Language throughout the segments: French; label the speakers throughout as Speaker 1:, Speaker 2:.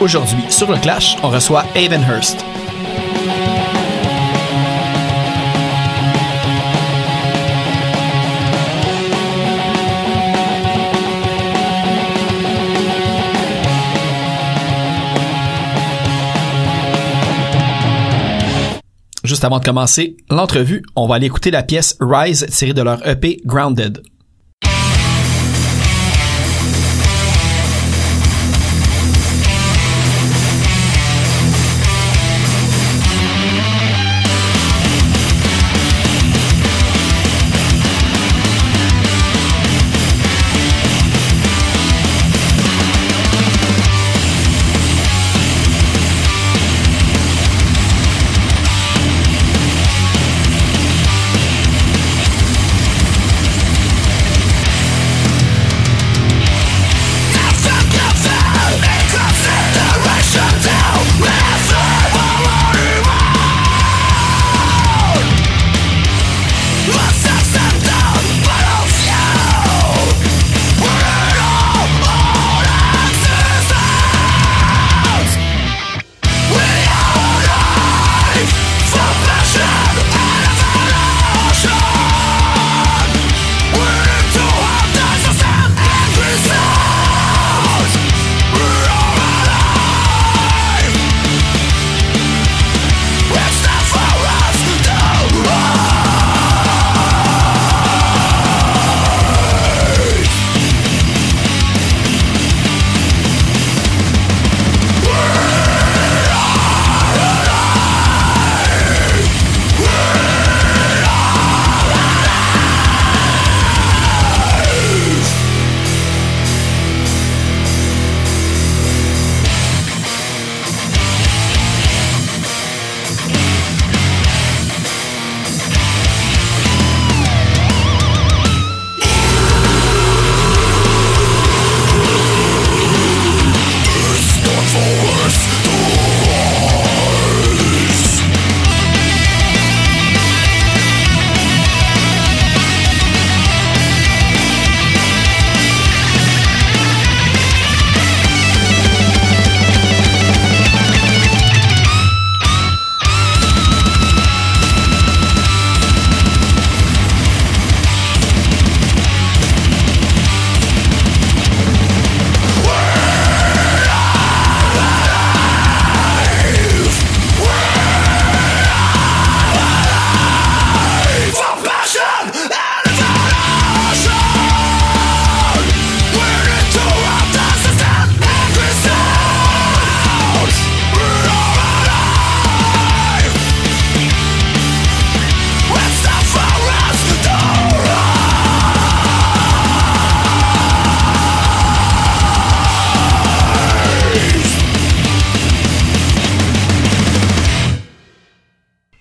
Speaker 1: Aujourd'hui, sur le Clash, on reçoit Havenhurst. Juste avant de commencer l'entrevue, on va aller écouter la pièce Rise tirée de leur EP Grounded.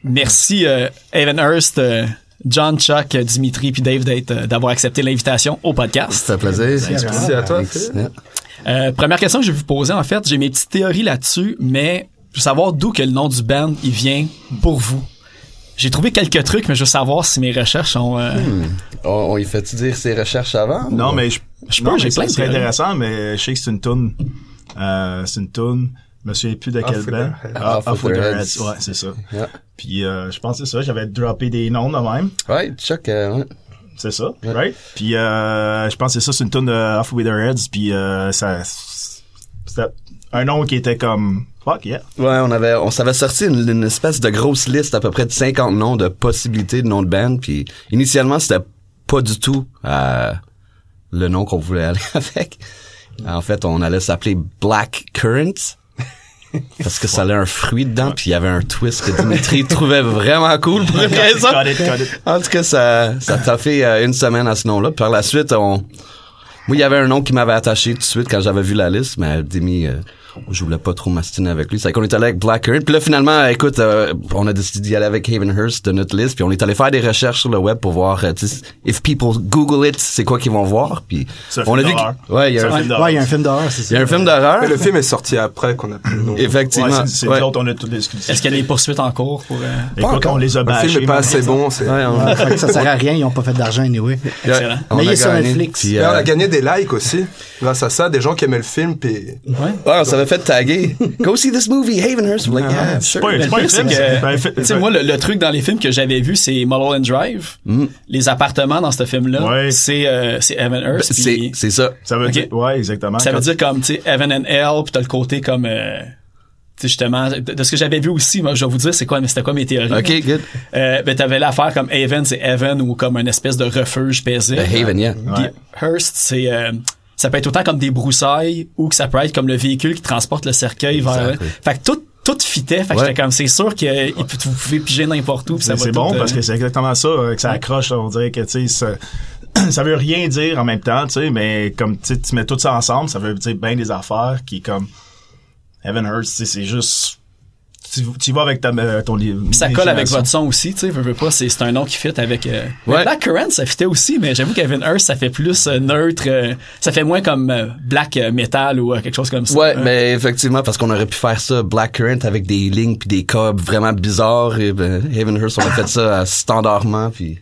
Speaker 1: merci euh, Evan Hurst, euh, John Chuck, euh, Dimitri puis Dave d'être, euh, d'avoir accepté l'invitation au podcast.
Speaker 2: C'est un plaisir.
Speaker 3: Merci à toi.
Speaker 1: Euh, première question que je vais vous poser en fait, j'ai mes petites théories là-dessus, mais je veux savoir d'où que le nom du band il vient pour vous. J'ai trouvé quelques trucs, mais je veux savoir si mes recherches ont. euh,
Speaker 4: Hmm.
Speaker 2: On, on y fait-tu dire ses recherches avant?
Speaker 3: Non,
Speaker 2: ou-
Speaker 3: mais je,
Speaker 1: Je
Speaker 3: non,
Speaker 1: peux,
Speaker 3: mais
Speaker 1: j'ai
Speaker 3: ça,
Speaker 1: plein de
Speaker 3: C'est
Speaker 1: théories.
Speaker 3: intéressant, mais je sais que c'est une toune. Euh, c'est une toune. Je me souviens plus de quel
Speaker 5: Off with
Speaker 3: band.
Speaker 5: their heads.
Speaker 3: Ah,
Speaker 2: Off with
Speaker 3: with
Speaker 2: their
Speaker 3: their
Speaker 2: heads.
Speaker 3: heads. Ouais, c'est ça.
Speaker 2: Yeah.
Speaker 3: Puis euh, je pense que c'est ça. J'avais droppé des noms de même.
Speaker 2: Ouais, Chuck, euh, ouais.
Speaker 3: C'est ça, right? Puis euh, je pense que c'est ça. C'est une toune de Off with their heads. Puis euh, ça, c'était un nom qui était comme fuck yeah.
Speaker 2: Ouais, on avait, on s'avait sorti une, une espèce de grosse liste à peu près de 50 noms de possibilités de noms de band, puis initialement, c'était pas du tout euh, le nom qu'on voulait aller avec. En fait, on allait s'appeler Black Currants. Parce que ça allait un fruit dedans, puis il y avait un twist que Dimitri trouvait vraiment cool pour une raison.
Speaker 3: Got it, got it.
Speaker 2: En tout cas, ça, ça t'a fait euh, une semaine à ce nom-là. Par la suite, on... Moi, il y avait un nom qui m'avait attaché tout de suite quand j'avais vu la liste, mais Demi, euh, je voulais pas trop mastiner avec lui. C'est qu'on est allé avec Blackheart. Puis là, finalement, euh, écoute, euh, on a décidé d'y aller avec Havenhurst de notre liste. Puis on est allé faire des recherches sur le web pour voir, euh, tu sais, if people Google it, c'est quoi qu'ils vont voir. Puis
Speaker 3: C'est un
Speaker 2: on
Speaker 3: film
Speaker 2: a vu,
Speaker 3: d'horreur.
Speaker 2: que- ouais, il y a
Speaker 3: C'est un
Speaker 2: un,
Speaker 3: film d'horreur.
Speaker 6: Ouais, il y a un film d'horreur, c'est
Speaker 2: il y
Speaker 6: ça.
Speaker 2: a un film d'horreur.
Speaker 5: Mais le film est sorti après qu'on a pris le nom.
Speaker 2: Effectivement.
Speaker 3: Ouais, c'est- c'est
Speaker 2: Ouais.
Speaker 3: l'autre, on a tout discuté.
Speaker 1: Est-ce qu'il y a des poursuites en cours pour. euh,
Speaker 3: Écoute, on les a
Speaker 5: Le film
Speaker 3: bâchés.
Speaker 5: est pas
Speaker 3: mais-
Speaker 5: assez bon. c'est-
Speaker 2: Ouais, on-
Speaker 6: Ouais, fait que ça sert à rien, ils ont pas fait d'argent anyway.
Speaker 1: Excellent.
Speaker 2: on
Speaker 6: Mais il
Speaker 2: a
Speaker 6: est sur
Speaker 2: gagné.
Speaker 6: Netflix.
Speaker 2: Puis,
Speaker 5: Mais on
Speaker 2: euh,
Speaker 5: a gagné des likes aussi grâce à ça, des gens qui aimaient le film puis
Speaker 2: Ouais, on savait t'avais fait taguer. Go see this movie, Havenhurst. We're Like,
Speaker 3: Ah,
Speaker 2: yeah,
Speaker 4: C'est
Speaker 2: sure.
Speaker 4: pas,
Speaker 1: Mais
Speaker 4: Eh, c'est
Speaker 1: le
Speaker 4: pas Ben, un
Speaker 1: pire, c'est
Speaker 4: film.
Speaker 1: que,
Speaker 4: c'est un fi-
Speaker 1: tu sais, moi, le, le truc dans les films que j'avais vu, c'est Mulholland Drive. Les appartements dans ce film-là,
Speaker 4: Hmm. Ouais. Ben,
Speaker 1: c'est euh, c'est Evan Hurst.
Speaker 2: C'est
Speaker 1: puis
Speaker 2: c'est ça.
Speaker 4: Ça veut
Speaker 1: Ok.
Speaker 4: dire, ouais, exactement.
Speaker 1: ça veut
Speaker 4: Quand-
Speaker 1: dire comme, tu sais, Evan and Elle, puis t'as le côté comme, euh, tu sais, justement, de, de ce que j'avais vu aussi, moi, je vais vous dire, c'est quoi, mais c'était quoi mes théories.
Speaker 2: OK, good.
Speaker 1: Euh, ben, t'avais l'affaire comme Haven, c'est Evan ou comme une espèce de refuge paisible.
Speaker 2: The Haven, yeah.
Speaker 1: Puis
Speaker 4: Ouais.
Speaker 1: Hearst, c'est euh, ça peut être autant comme des broussailles ou que ça peut être comme le véhicule qui transporte le cercueil vers.
Speaker 2: Exactly.
Speaker 1: Fait que tout tout fitait. Fait que
Speaker 2: Ouais.
Speaker 1: j'étais comme c'est sûr que euh, il peut- vous pouvez piger n'importe où. puis ça
Speaker 4: C'est
Speaker 1: va
Speaker 4: c'est
Speaker 1: tout,
Speaker 4: bon
Speaker 1: euh,
Speaker 4: parce que c'est exactement ça euh, que ça accroche. là. On dirait que tu sais, ça, ça veut rien dire en même temps, tu sais, mais comme tu sais, tu mets tout ça ensemble, ça veut dire bien des affaires qui comme Heaven Hurts, tu sais, c'est juste tu, tu vas avec ta euh, ton livre.
Speaker 1: puis ça colle avec votre son aussi, tu sais, veux, veux pas, c'est c'est un nom qui fit avec... Euh, mais
Speaker 2: Ouais.
Speaker 1: Black Current, ça fitait aussi, mais j'avoue qu'Evan Hearst, ça fait plus euh, neutre, euh, ça fait moins comme euh, Black euh, Metal ou euh, quelque chose comme ça.
Speaker 2: Ouais,
Speaker 1: Euh,
Speaker 2: mais effectivement, parce qu'on aurait pu faire ça, Black Current, avec des lignes puis des codes vraiment bizarres. Et, ben, Havenhurst, on a fait ça euh, standardement, puis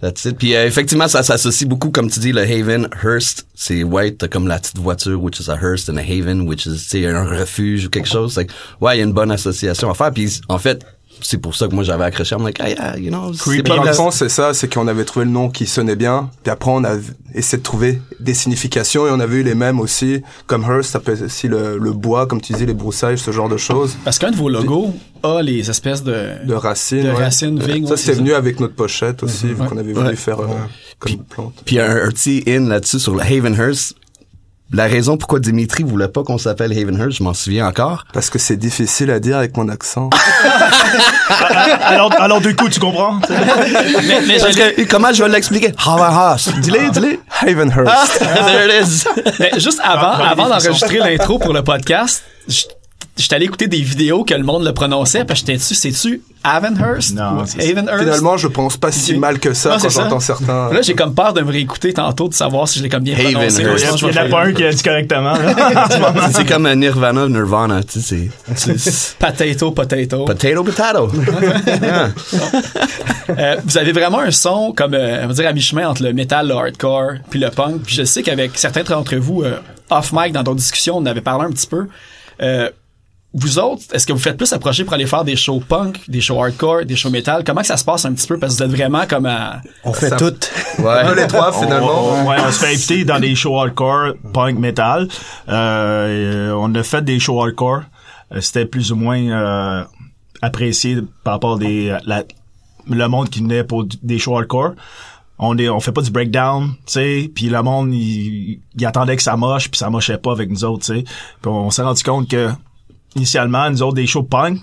Speaker 2: that's it. Puis euh, effectivement, ça s'associe beaucoup, comme tu dis, le Havenhurst, c'est ouais, t'as comme la petite voiture, which is a Hearst, and a Haven, which is, tu sais, un refuge ou quelque chose. C'est que, ouais, il y a une bonne association à faire. Puis en fait, c'est pour ça que moi j'avais accroché. I'm like, ah, yeah, you know, c'est
Speaker 5: Puis
Speaker 2: pas
Speaker 5: dans le
Speaker 2: la-
Speaker 5: fond, c'est ça, c'est qu'on avait trouvé le nom qui sonnait bien, puis après on a v- essayé de trouver des significations et on avait eu les mêmes aussi, comme Hearst, ça peut être aussi le, le bois, comme tu dis, les broussailles, ce genre de choses,
Speaker 1: Parce qu'un de vos logos a les espèces de...
Speaker 5: de racines.
Speaker 1: De
Speaker 5: ouais.
Speaker 1: racines, vignes, ouais,
Speaker 5: Ça,
Speaker 1: c'est ça.
Speaker 5: c'est
Speaker 1: Mhm,
Speaker 5: venu avec notre pochette aussi, vu qu'on avait voulu
Speaker 2: Ouais.
Speaker 5: faire euh, comme plante.
Speaker 2: Puis un, un petit in là-dessus sur le Havenhurst. La raison pourquoi Dimitri voulait pas qu'on s'appelle Havenhurst, je m'en souviens encore.
Speaker 5: Parce que c'est difficile à dire avec mon accent.
Speaker 4: Alors alors du coup, tu comprends tu sais.
Speaker 1: mais, mais
Speaker 2: Parce
Speaker 1: je l'ai-
Speaker 2: que, comment je vais l'expliquer? Havenhurst. Dis-le, dis-le.
Speaker 5: Havenhurst.
Speaker 2: There it is.
Speaker 1: Mais juste avant,
Speaker 4: Prenez
Speaker 1: avant
Speaker 4: des
Speaker 1: d'enregistrer l'intro pour le podcast, je- j'étais allé écouter des vidéos que le monde le prononçait, parce que j'étais dessus, c'est-tu Havenhurst?
Speaker 4: Non,
Speaker 1: ou
Speaker 4: c'est ça.
Speaker 1: Havenhurst?
Speaker 5: Finalement, je pense pas si
Speaker 1: Ok.
Speaker 5: mal que ça
Speaker 1: Non,
Speaker 5: quand
Speaker 1: c'est ça.
Speaker 5: j'entends certains.
Speaker 1: Là, j'ai comme peur de me réécouter tantôt, de savoir si je l'ai comme bien prononcé.
Speaker 2: Havenhurst.
Speaker 4: Il y
Speaker 1: Sinon,
Speaker 4: a-
Speaker 1: je
Speaker 4: il
Speaker 1: vais
Speaker 4: y en a
Speaker 1: faire-
Speaker 4: pas un qui a dit correctement. là.
Speaker 2: c'est comme un Nirvana, Nirvana, tu sais. c'est- c'est-
Speaker 1: Potato, potato.
Speaker 2: Potato, potato. Yeah.
Speaker 1: Euh, vous avez vraiment un son comme euh, on va dire à mi-chemin entre le metal, le hardcore, puis le punk. Puis je sais qu'avec certains d'entre vous euh, off mic dans d'autres discussions, on en avait parlé un petit peu. Euh, vous autres, est-ce que vous faites plus approcher pour aller faire des shows punk, des shows hardcore, des shows metal Comment que ça se passe un petit peu parce que vous êtes vraiment comme à
Speaker 6: On fait
Speaker 5: Ça-
Speaker 6: tout.
Speaker 5: Un
Speaker 2: Ouais.
Speaker 5: des trois,
Speaker 4: On-
Speaker 5: finalement.
Speaker 4: on- ouais, on se fait inviter dans des shows hardcore, punk, metal. Euh, et on a fait des shows hardcore. Euh, C'était plus ou moins euh, apprécié par rapport à des la- le monde qui venait pour du- des shows hardcore. On est, on fait pas du breakdown, tu sais. Puis le monde, il, il attendait que ça moche, puis ça mochait pas avec nous autres, tu sais. Puis on s'est rendu compte que initialement, nous autres, des shows punk,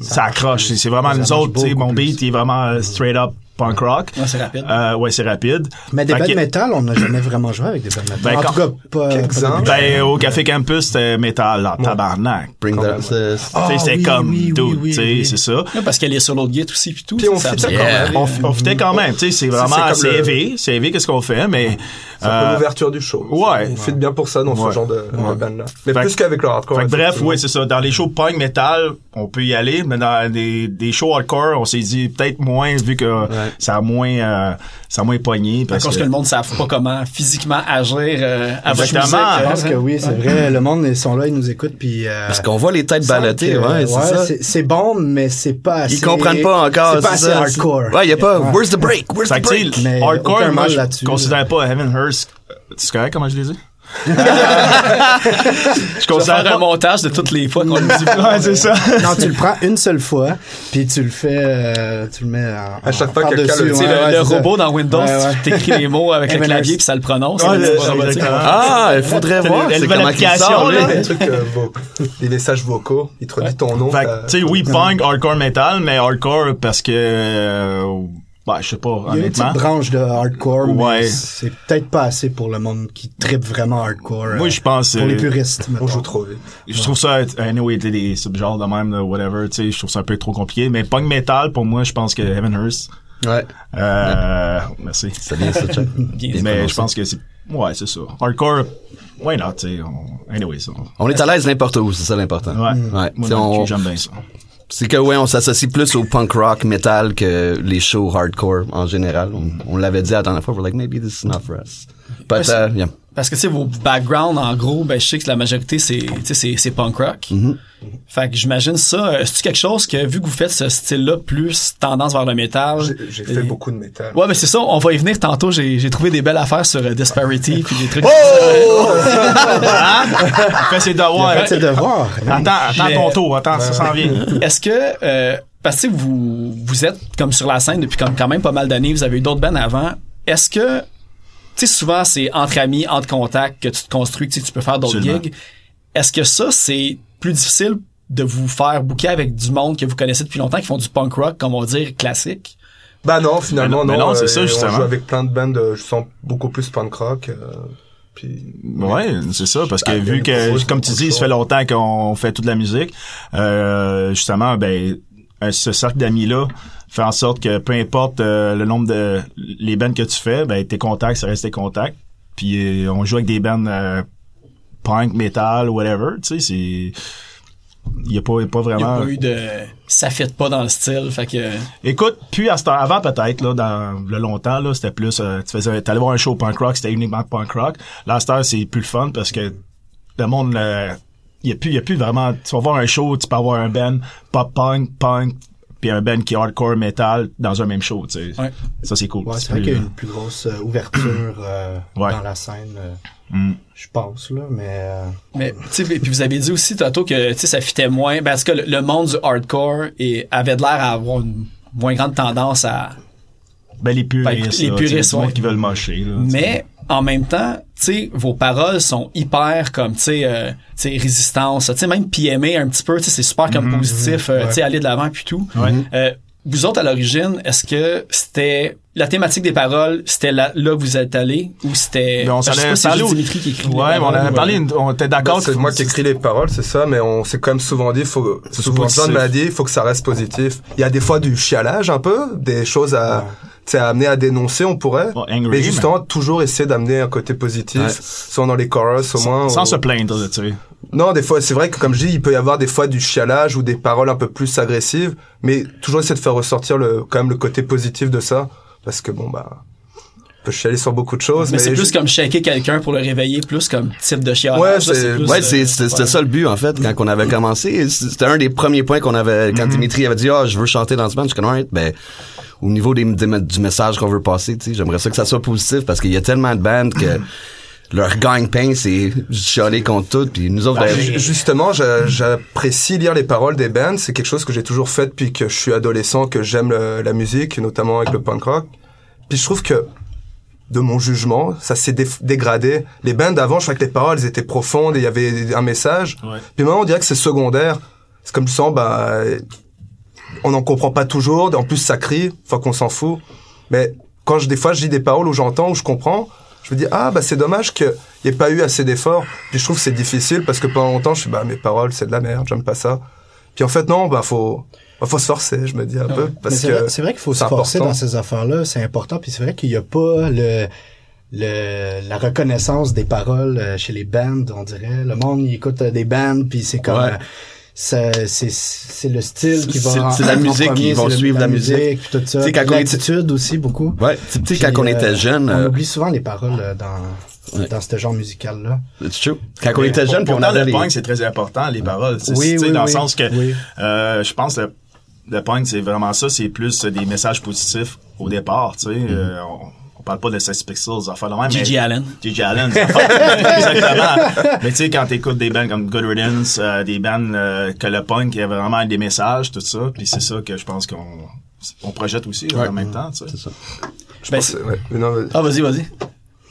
Speaker 4: ça accroche. C'est c'est vraiment
Speaker 6: Ça
Speaker 4: nous
Speaker 6: marche
Speaker 4: autres, tu sais.
Speaker 6: beaucoup
Speaker 4: Mon
Speaker 6: plus.
Speaker 4: beat, il est vraiment euh, straight up punk rock.
Speaker 1: Ouais, c'est rapide.
Speaker 4: Euh, ouais, c'est rapide.
Speaker 6: Mais des
Speaker 4: Fait
Speaker 6: bandes
Speaker 4: que-
Speaker 6: métal, on n'a jamais vraiment joué avec des bandes métal.
Speaker 4: Ben,
Speaker 6: en
Speaker 4: quand-
Speaker 6: tout cas, pas. pas
Speaker 5: Quelques-uns.
Speaker 6: depuis-
Speaker 4: Ben, au Café Campus, c'était métal, là, tabarnak.
Speaker 2: Bring that. c'est- c'est-
Speaker 4: Tu sais, c'était
Speaker 6: oui,
Speaker 4: comme
Speaker 6: oui, oui,
Speaker 4: dude,
Speaker 6: oui,
Speaker 4: tu sais,
Speaker 6: oui.
Speaker 4: c'est ça.
Speaker 1: Là, parce qu'elle est sur l'autre guide aussi puis tout.
Speaker 5: Puis on
Speaker 1: ça,
Speaker 5: fit
Speaker 1: ça-
Speaker 5: comme-
Speaker 2: Yeah.
Speaker 4: On, f- on fitait quand même, tu sais, c'est
Speaker 5: c'est
Speaker 4: vraiment,
Speaker 5: comme
Speaker 4: c'est
Speaker 5: le-
Speaker 4: élevé, c'est élevé qu'est-ce qu'on fait, mais,
Speaker 5: Pour
Speaker 4: euh,
Speaker 5: l'ouverture du show.
Speaker 4: ouais.
Speaker 5: On fit bien pour ça dans
Speaker 4: Ouais.
Speaker 5: ce genre de, de band-là. Mais
Speaker 4: Fait
Speaker 5: plus
Speaker 4: que-
Speaker 5: qu'avec le hardcore.
Speaker 4: fait que bref,
Speaker 5: effectivement.
Speaker 4: ouais, c'est ça. Dans les shows punk, metal, on peut y aller, mais dans des, des shows hardcore, on s'est dit peut-être moins, vu que ça a moins, euh, ça a moins pogné.
Speaker 1: Parce que le monde ne savent pas comment physiquement agir euh, à votre musique.
Speaker 4: Exactement.
Speaker 6: Je pense que oui, c'est vrai. Le monde, ils sont là, ils nous écoutent, puis. euh,
Speaker 2: Parce qu'on voit les têtes ballottées,
Speaker 6: que-
Speaker 2: ouais, c'est ça.
Speaker 6: euh, c'est C'est bon, mais c'est pas assez.
Speaker 2: Ils comprennent pas encore.
Speaker 6: C'est pas assez
Speaker 2: ça.
Speaker 6: hardcore.
Speaker 2: Ouais, y a pas.
Speaker 6: Ouais.
Speaker 2: Where's the break? Where's
Speaker 4: Fait
Speaker 2: the
Speaker 4: que, tu
Speaker 2: break?
Speaker 4: sais,
Speaker 6: Mais
Speaker 4: hardcore,
Speaker 6: aucun
Speaker 4: moi,
Speaker 6: mal
Speaker 4: je
Speaker 6: là-dessus,
Speaker 4: considérais pas Heaven Hearst. Tu correct comment je les ai?
Speaker 1: On va
Speaker 4: je considère
Speaker 1: faire un montage de toutes les fois qu'on le dit.
Speaker 4: Ouais, c'est ça.
Speaker 6: Non, tu le prends une seule fois, puis tu le fais, euh, tu le mets en,
Speaker 5: À chaque fois que
Speaker 6: par-dessus,
Speaker 5: quelqu'un le dit,
Speaker 1: Tu sais,
Speaker 6: ouais,
Speaker 1: le,
Speaker 6: ouais,
Speaker 1: le
Speaker 6: c'est ça.
Speaker 1: robot dans Windows,
Speaker 6: Ouais, ouais.
Speaker 1: tu t'écris les mots avec le
Speaker 6: Evan
Speaker 1: clavier
Speaker 6: Hurst.
Speaker 1: puis ça le prononce.
Speaker 4: Ouais,
Speaker 1: c'est
Speaker 4: c'est-
Speaker 1: pas robotique.
Speaker 4: exactement.
Speaker 2: Ah, il faudrait
Speaker 4: T'as
Speaker 2: voir.
Speaker 4: la
Speaker 2: C'est
Speaker 4: nouvelle
Speaker 2: comment qu'il
Speaker 4: application,
Speaker 2: sort,
Speaker 4: là.
Speaker 2: là.
Speaker 5: Les trucs, euh, vocaux. les messages vocaux, il te dit ton nom.
Speaker 4: Fait que,
Speaker 5: t'as-
Speaker 4: tu sais, oui, punk, hardcore metal, mais hardcore parce que, euh, bah, je sais pas,
Speaker 6: Il y a une
Speaker 4: honnêtement.
Speaker 6: petite branche de hardcore,
Speaker 4: Ouais.
Speaker 6: mais c'est peut-être pas assez pour le monde qui tripe vraiment hardcore.
Speaker 4: Moi,
Speaker 6: euh,
Speaker 4: je pense,
Speaker 6: Pour
Speaker 4: euh,
Speaker 6: les puristes,
Speaker 5: On joue
Speaker 6: mettons.
Speaker 5: trop vite.
Speaker 4: Je trouve ça, euh, anyway, tu sais, des subgenres de même, là, whatever, tu sais, je trouve ça un peu trop compliqué, mais punk metal, pour moi, je pense que Heaven Hearst,
Speaker 2: Ouais.
Speaker 4: euh, merci.
Speaker 2: C'est bien ça, Chuck. Bien
Speaker 4: Mais
Speaker 2: prononcé.
Speaker 4: je pense que c'est, ouais, c'est ça. Hardcore, why not, tu sais, on- anyway, ça.
Speaker 2: On est à l'aise n'importe où, c'est ça l'important.
Speaker 6: Mm.
Speaker 4: Ouais.
Speaker 2: Ouais.
Speaker 4: Moi,
Speaker 2: T'sais, on-
Speaker 4: j'aime bien ça.
Speaker 2: C'est que ouais, on s'associe plus au punk rock metal que les shows hardcore en général. On, on l'avait dit à la dernière fois, we're like maybe this is not for us. But
Speaker 1: c'est-
Speaker 2: uh, yeah.
Speaker 1: Parce que, tu sais, vos backgrounds, en gros, ben, je sais que la majorité, c'est, tu sais, c'est, c'est punk rock.
Speaker 6: Mm-hmm.
Speaker 1: Fait que j'imagine ça. euh, C'est-tu quelque chose que, vu que vous faites ce style-là, plus tendance vers le métal?
Speaker 5: J'ai j'ai fait
Speaker 1: et-
Speaker 5: beaucoup de métal.
Speaker 1: Ouais, mais c'est ça. On va y venir tantôt. J'ai, j'ai trouvé des belles affaires sur euh, Disparity puis des trucs. Hein?
Speaker 4: Fais ses devoirs.
Speaker 6: Faites ses devoirs.
Speaker 4: Attends, attends
Speaker 1: Mais-
Speaker 4: ton tour. Attends, ça s'en vient.
Speaker 1: Est-ce que euh, parce que vous vous êtes comme sur la scène depuis comme quand même pas mal d'années, vous avez eu d'autres bands avant. Est-ce que tu sais souvent c'est entre amis, entre contacts que tu te construis, tu sais, tu peux faire d'autres
Speaker 4: Absolument.
Speaker 1: gigs. Est-ce que ça c'est plus difficile de vous faire booker avec du monde que vous connaissez depuis longtemps qui font du punk rock comme on va dire classique
Speaker 5: Bah non, finalement,
Speaker 4: Mais non,
Speaker 5: non.
Speaker 4: mais
Speaker 5: euh,
Speaker 4: non, c'est ça,
Speaker 5: On
Speaker 4: justement.
Speaker 5: joue avec plein de bandes, euh, je sens beaucoup plus punk rock. euh, puis,
Speaker 4: Ouais, c'est ça, parce que
Speaker 5: Ah, il y
Speaker 4: vu
Speaker 5: a beaucoup
Speaker 4: que,
Speaker 5: de
Speaker 4: comme tu
Speaker 5: choses,
Speaker 4: dis,
Speaker 5: beaucoup de
Speaker 4: ça fait
Speaker 5: choses.
Speaker 4: longtemps qu'on fait toute la musique, euh, justement, ben, euh, ce cercle d'amis-là fait en sorte que peu importe euh, le nombre de les bands que tu fais, ben, tes contacts, ça reste tes contacts. Puis euh, on joue avec des bands euh, punk, metal, whatever, tu sais, c'est... Il n'y a pas, y a pas
Speaker 1: Il y a
Speaker 4: vraiment...
Speaker 1: pas eu de ça fit pas dans le style, fait que
Speaker 4: Écoute, puis à ce temps, avant peut-être là dans le longtemps là, c'était plus euh, tu faisais t'allais voir un show punk rock, c'était uniquement punk rock. Là à cette heure, c'est plus le fun parce que le monde euh, il y a plus il y a plus vraiment tu vas voir un show, tu peux avoir un band pop punk, punk puis un band qui est hardcore metal dans un même show, tu sais.
Speaker 1: Ouais.
Speaker 4: Ça c'est cool.
Speaker 6: Ouais,
Speaker 4: C'est
Speaker 6: c'est vrai
Speaker 4: plus-
Speaker 6: qu'il y a une plus grosse euh, ouverture euh,
Speaker 4: Ouais.
Speaker 6: dans la scène, euh,
Speaker 4: Mm.
Speaker 6: je pense, là, mais... euh,
Speaker 1: Mais tu sais, et puis vous avez dit aussi tantôt que tu sais ça fitait moins parce que le, le monde du hardcore et avait de l'air à avoir une moins grande tendance à
Speaker 4: ben les puristes,
Speaker 1: les
Speaker 4: là, tu sais,
Speaker 1: puristes,
Speaker 4: du monde
Speaker 1: ouais.
Speaker 4: qui veulent mocher là. tu sais.
Speaker 1: mais en même temps, tu sais vos paroles sont hyper comme tu sais euh, tu sais, résistance, tu sais même PMA un petit peu, tu sais c'est super
Speaker 4: Mhm,
Speaker 1: comme positif, euh, tu sais aller de l'avant puis tout. Euh, vous autres à l'origine, est-ce que c'était la thématique des paroles, c'était là, là que vous êtes allé ou c'était
Speaker 4: Mais Ben, on
Speaker 1: parce que
Speaker 4: s'en
Speaker 1: je sais pas si
Speaker 4: allait
Speaker 1: c'est
Speaker 4: parler
Speaker 1: juste
Speaker 4: au-
Speaker 1: Dimitri qui écrit les
Speaker 4: Ouais, mais on en
Speaker 1: paroles,
Speaker 4: a
Speaker 1: ou,
Speaker 4: parlé,
Speaker 1: euh,
Speaker 4: une- on était
Speaker 5: Ben,
Speaker 4: d'accord.
Speaker 5: c'est
Speaker 4: que-
Speaker 5: moi qui écris les paroles, c'est ça, mais on s'est quand même souvent dit, faut, souvent
Speaker 4: positif.
Speaker 5: ça, m'a dit, faut que ça reste positif. Il y a des fois du chialage un peu, des choses à, tu sais, à amener à dénoncer, on pourrait.
Speaker 4: Ouais, angry,
Speaker 5: mais justement, toujours essayer d'amener un côté positif,
Speaker 2: Ouais.
Speaker 5: soit dans les chorus, au moins.
Speaker 4: sans
Speaker 5: ou-
Speaker 4: se plaindre, là, tu sais.
Speaker 5: Non, des fois, c'est vrai que comme je dis, il peut y avoir des fois du chialage ou des paroles un peu plus agressives, mais toujours essayer de faire ressortir le, quand même le côté positif de ça, parce que bon, bah, on peut chialer sur beaucoup de choses,
Speaker 1: mais
Speaker 5: mais,
Speaker 1: c'est
Speaker 4: Ben,
Speaker 1: plus
Speaker 5: je-
Speaker 1: comme shaker quelqu'un pour le réveiller, plus comme type de chialage.
Speaker 5: Ouais,
Speaker 1: là,
Speaker 5: c'est-
Speaker 1: plus,
Speaker 2: Ouais,
Speaker 1: euh,
Speaker 2: c'est- c'était c'était ça le but, en fait, quand on avait commencé. C'était un des premiers points qu'on avait, quand Dimitri avait dit, ah, je veux chanter dans ce band, je connais, ben, au niveau des, des- du message qu'on veut passer, tu sais, j'aimerais ça que ça soit positif parce qu'il y a tellement de bandes que leur gagne-pain, c'est chialer contre tout, puis nous autres, ben,
Speaker 5: Bah, Ju- Justement, j'a- j'apprécie lire les paroles des bands. C'est quelque chose que j'ai toujours fait depuis que je suis adolescent, que j'aime le- la musique, notamment avec le punk rock. Puis je trouve que, de mon jugement, ça s'est dé- dégradé. Les bands d'avant, je crois que les paroles elles étaient profondes et il y avait un message.
Speaker 4: Ouais.
Speaker 5: Puis maintenant, on dirait que c'est secondaire. C'est comme ça, bah, on n'en comprend pas toujours. En plus, ça crie. Faut qu'on s'en fout. Mais quand je, des fois, je dis des paroles où j'entends, où je comprends, je me dis, ah, bah, c'est dommage qu'il n'y ait pas eu assez d'efforts. Puis je trouve que c'est difficile parce que pendant longtemps, je suis, bah, mes paroles, c'est de la merde, j'aime pas ça. Puis en fait, non, bah, faut, bah, faut se forcer, je me dis un peu.
Speaker 6: Mais
Speaker 5: Parce
Speaker 6: c'est vrai-
Speaker 5: que,
Speaker 6: c'est vrai qu'il faut
Speaker 5: c'est
Speaker 6: se forcer
Speaker 5: important.
Speaker 6: dans ces affaires-là, c'est important. Puis c'est vrai qu'il n'y a pas le, le la reconnaissance des paroles euh, chez les bands, on dirait. Le monde il écoute euh, des bands, puis c'est comme
Speaker 2: Ouais.
Speaker 6: euh, ça, c'est c'est le style qui va.
Speaker 2: C'est-
Speaker 6: en-
Speaker 2: c'est la
Speaker 6: en
Speaker 2: musique qui
Speaker 6: premier,
Speaker 2: vont
Speaker 6: c'est le-
Speaker 2: suivre la musique.
Speaker 6: puis tout ça.
Speaker 2: Tu sais, quand
Speaker 6: Puis
Speaker 2: on est-
Speaker 6: L'attitude aussi beaucoup.
Speaker 2: ouais, tu sais, quand
Speaker 6: Puis,
Speaker 2: on
Speaker 6: euh,
Speaker 2: était jeune,
Speaker 6: on
Speaker 2: euh,
Speaker 6: oublie souvent les paroles euh, dans dans ce genre musical là.
Speaker 2: it's true. Quand on était
Speaker 4: Pour-
Speaker 2: jeune, puis on
Speaker 4: pourtant,
Speaker 2: avait
Speaker 4: le
Speaker 2: les-
Speaker 4: punk, c'est très important, les paroles. tu sais,
Speaker 6: Oui,
Speaker 4: tu sais,
Speaker 6: oui,
Speaker 4: dans
Speaker 6: oui.
Speaker 4: le sens que
Speaker 6: Oui.
Speaker 4: euh, je pense que le, le punk, c'est vraiment ça. C'est plus euh, des messages positifs au départ. Tu sais, Euh, on, on parle pas de Sex Pistols, ça fait même.
Speaker 1: Gigi
Speaker 4: mais-
Speaker 1: Allen.
Speaker 4: Gigi Allen, ça fait- exactement. Mais tu sais, quand t'écoutes des bands comme Good Riddance, euh, des bands euh, que le punk, il y a vraiment des messages, tout ça. Puis c'est ça que je pense qu'on on projette aussi là, en même temps. Tu sais.
Speaker 5: je
Speaker 1: ben,
Speaker 5: pense-
Speaker 1: c'est-
Speaker 5: ouais. Mais non, mais-
Speaker 1: Ah, vas-y, vas-y.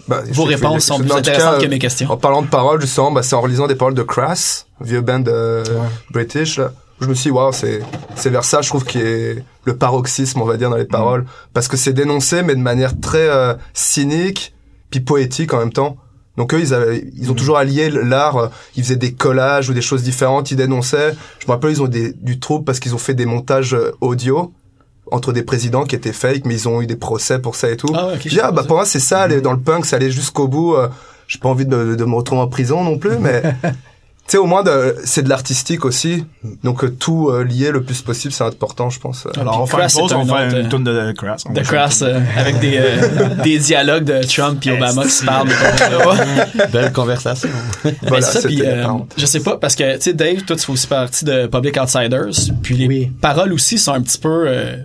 Speaker 5: Bah, je sais
Speaker 1: Vos
Speaker 5: que je
Speaker 1: réponses
Speaker 5: voulais dire
Speaker 1: sont plus
Speaker 5: quelque chose, mais en tout
Speaker 1: intéressantes
Speaker 5: cas,
Speaker 1: que mes questions.
Speaker 5: En parlant de paroles, justement, bah, c'est en relisant des paroles de Crass, vieux band euh, british, là. Je me suis dit, waouh, c'est, c'est vers ça, je trouve, qui est le paroxysme, on va dire, dans les paroles. Parce que c'est dénoncé, mais de manière très euh, cynique, puis poétique en même temps. Donc eux, ils, avaient, ils ont toujours allié l'art, euh, ils faisaient des collages ou des choses différentes, ils dénonçaient. Je me rappelle, ils ont des, du trouble parce qu'ils ont fait des montages euh, audio entre des présidents qui étaient fake, mais ils ont eu des procès pour ça et tout.
Speaker 1: Ah ouais, ok,
Speaker 5: Je
Speaker 1: je
Speaker 5: dis, ah,
Speaker 1: sais
Speaker 5: bah,
Speaker 1: pas.
Speaker 5: pour moi, c'est ça, aller dans le punk, c'est aller jusqu'au bout. euh, J'ai pas envie de, me- de me retrouver en prison non plus, mais tu sais, au moins, de, c'est de l'artistique aussi. Donc, euh, tout euh, lié le plus possible, c'est important, je pense. euh.
Speaker 4: Alors, on
Speaker 1: Puis
Speaker 4: fait une
Speaker 1: Crass,
Speaker 4: pause,
Speaker 1: c'est
Speaker 4: on
Speaker 1: un
Speaker 4: fait
Speaker 1: autre,
Speaker 4: une
Speaker 1: euh,
Speaker 4: tourne de Crass. On
Speaker 1: de
Speaker 4: va
Speaker 1: Crass euh, avec des, euh, des dialogues de Trump et Obama qui se parlent.
Speaker 2: Belle conversation.
Speaker 1: Ben,
Speaker 5: Voilà,
Speaker 1: c'est ça,
Speaker 5: c'était
Speaker 1: puis,
Speaker 5: la
Speaker 1: euh,
Speaker 5: parenthèse.
Speaker 1: je sais pas, parce que, tu sais, Dave, toi, tu fais aussi partie de Public Outsiders, puis les
Speaker 6: Oui.
Speaker 1: paroles aussi sont un petit peu... euh,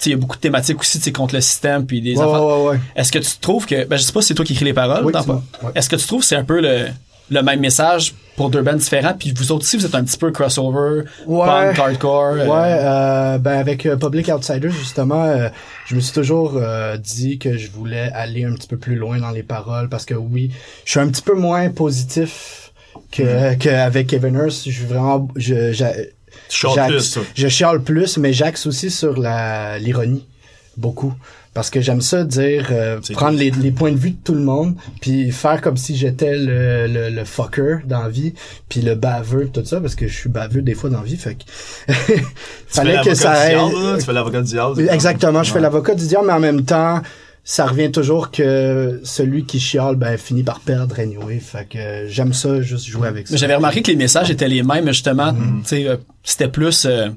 Speaker 1: tu sais, il y a beaucoup de thématiques aussi, tu sais, contre le système, puis des
Speaker 6: Ouais,
Speaker 1: affaires.
Speaker 6: ouais, ouais.
Speaker 1: Est-ce que tu trouves que... Ben, je sais pas si c'est toi qui écris les paroles.
Speaker 6: Oui,
Speaker 1: t'en
Speaker 6: c'est
Speaker 1: pas.
Speaker 6: moi, ouais.
Speaker 1: Est-ce que tu trouves que c'est un peu le, le même message pour deux bands différents, puis vous autres aussi, vous êtes un petit peu crossover,
Speaker 6: Ouais.
Speaker 1: punk, hardcore... euh,
Speaker 6: Ouais, euh, ben avec euh, Public Outsiders justement, euh, je me suis toujours euh, dit que je voulais aller un petit peu plus loin dans les paroles parce que oui, je suis un petit peu moins positif que qu'avec Kevin Hurst. Je suis vraiment, je, j'a-
Speaker 4: Mm-hmm. Tu chantes
Speaker 6: j'axe-
Speaker 4: plus, ça.
Speaker 6: je chiale plus, mais j'axe aussi sur la l'ironie beaucoup parce que j'aime ça dire euh,
Speaker 4: C'est
Speaker 6: prendre les, les points de vue de tout le monde puis faire comme si j'étais le, le le fucker dans la vie puis le baveux tout ça parce que je suis baveux des fois dans la vie fait que fallait que ça
Speaker 4: aille.
Speaker 6: aille
Speaker 1: hein?
Speaker 4: Tu fais l'avocat du diable.
Speaker 6: exactement je fais
Speaker 4: Ouais.
Speaker 6: l'avocat du diable mais en même temps ça revient toujours que celui qui chiale ben finit par perdre anyway fait que j'aime ça juste jouer avec ça
Speaker 1: Mais J'avais remarqué que les messages étaient les mêmes, mais justement.
Speaker 6: Mm-hmm.
Speaker 1: tu sais, euh, C'était plus euh,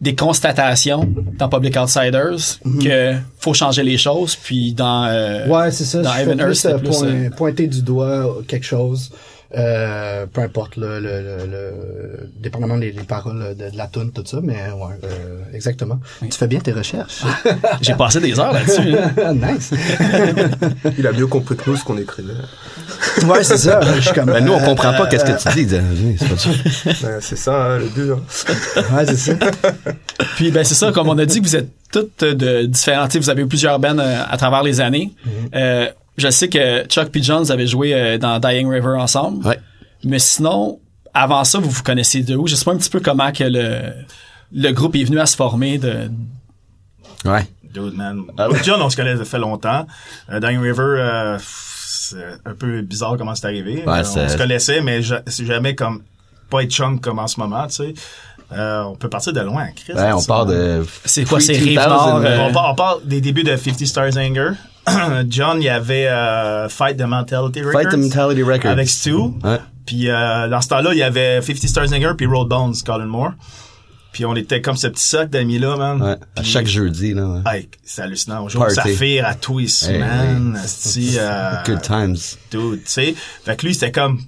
Speaker 1: des constatations dans Public Outsiders que faut changer les choses, puis dans. euh,
Speaker 6: Mm-hmm. Ouais, c'est ça.
Speaker 1: dans
Speaker 6: je fais
Speaker 1: Ivan Earth,
Speaker 6: plus,
Speaker 1: c'était
Speaker 6: euh,
Speaker 1: plus,
Speaker 6: point-
Speaker 1: euh,
Speaker 6: pointer du doigt quelque chose. Euh, peu importe le, le, le, le- dépendamment les, les paroles de, de la tune tout ça mais ouais euh, exactement tu fais bien tes recherches
Speaker 1: J'ai passé des heures là-dessus. là.
Speaker 6: hein. nice
Speaker 5: Il a mieux compris que nous ce qu'on écrivait.
Speaker 6: ouais c'est ça je suis comme
Speaker 2: Ben, nous, on
Speaker 6: euh,
Speaker 2: comprend pas qu'est-ce que tu dis. Denis, Euh, c'est pas ça.
Speaker 5: Ouais, c'est ça, hein, le but. hein.
Speaker 6: ouais c'est ça
Speaker 1: Puis ben c'est ça, comme on a dit que vous êtes toutes euh, de différents. tu sais, Vous avez eu plusieurs bands euh, à travers les années.
Speaker 6: Mm-hmm.
Speaker 1: Euh, je sais que Chuck P. Jones avait joué euh, dans Dying River ensemble.
Speaker 2: Ouais.
Speaker 1: Mais sinon, avant ça, vous vous connaissez de où? Je sais pas un petit peu comment que le, le groupe est venu à se former de,
Speaker 2: Ouais.
Speaker 4: Dude, man. John, on se connaît depuis longtemps. Euh, Dying River, euh, pff, c'est un peu bizarre comment c'est arrivé. Euh, on
Speaker 2: c'est-
Speaker 4: se connaissait, mais ja- c'est jamais comme pas être chum comme en ce moment, tu sais. Euh, on peut partir de loin, Chris.
Speaker 2: Ouais, Ben, on
Speaker 4: ça.
Speaker 2: part de.
Speaker 1: C'est quoi,
Speaker 2: Free
Speaker 1: c'est
Speaker 2: 2000,
Speaker 1: Rive Nord?
Speaker 2: euh,
Speaker 1: euh,
Speaker 4: On, parle, on parle des débuts de 50 Stars Anger. John, il y avait euh, Fight the Mentality Records.
Speaker 2: Fight the Mentality Records.
Speaker 4: Avec Stu.
Speaker 2: Ouais.
Speaker 4: Puis euh, dans ce temps-là, il y avait 50 Stars Anger puis Roll Bones, Colin Moore. Puis on était comme ce petit sac d'amis-là, man.
Speaker 2: Ouais. À
Speaker 4: Puis-
Speaker 2: chaque jeudi, là. ouais.
Speaker 4: Hey, c'est hallucinant. On joue
Speaker 2: Party.
Speaker 4: Saphir à tous les semaines. asti, euh,
Speaker 2: Good times.
Speaker 4: dude, tu sais. Fait que lui, c'était comme,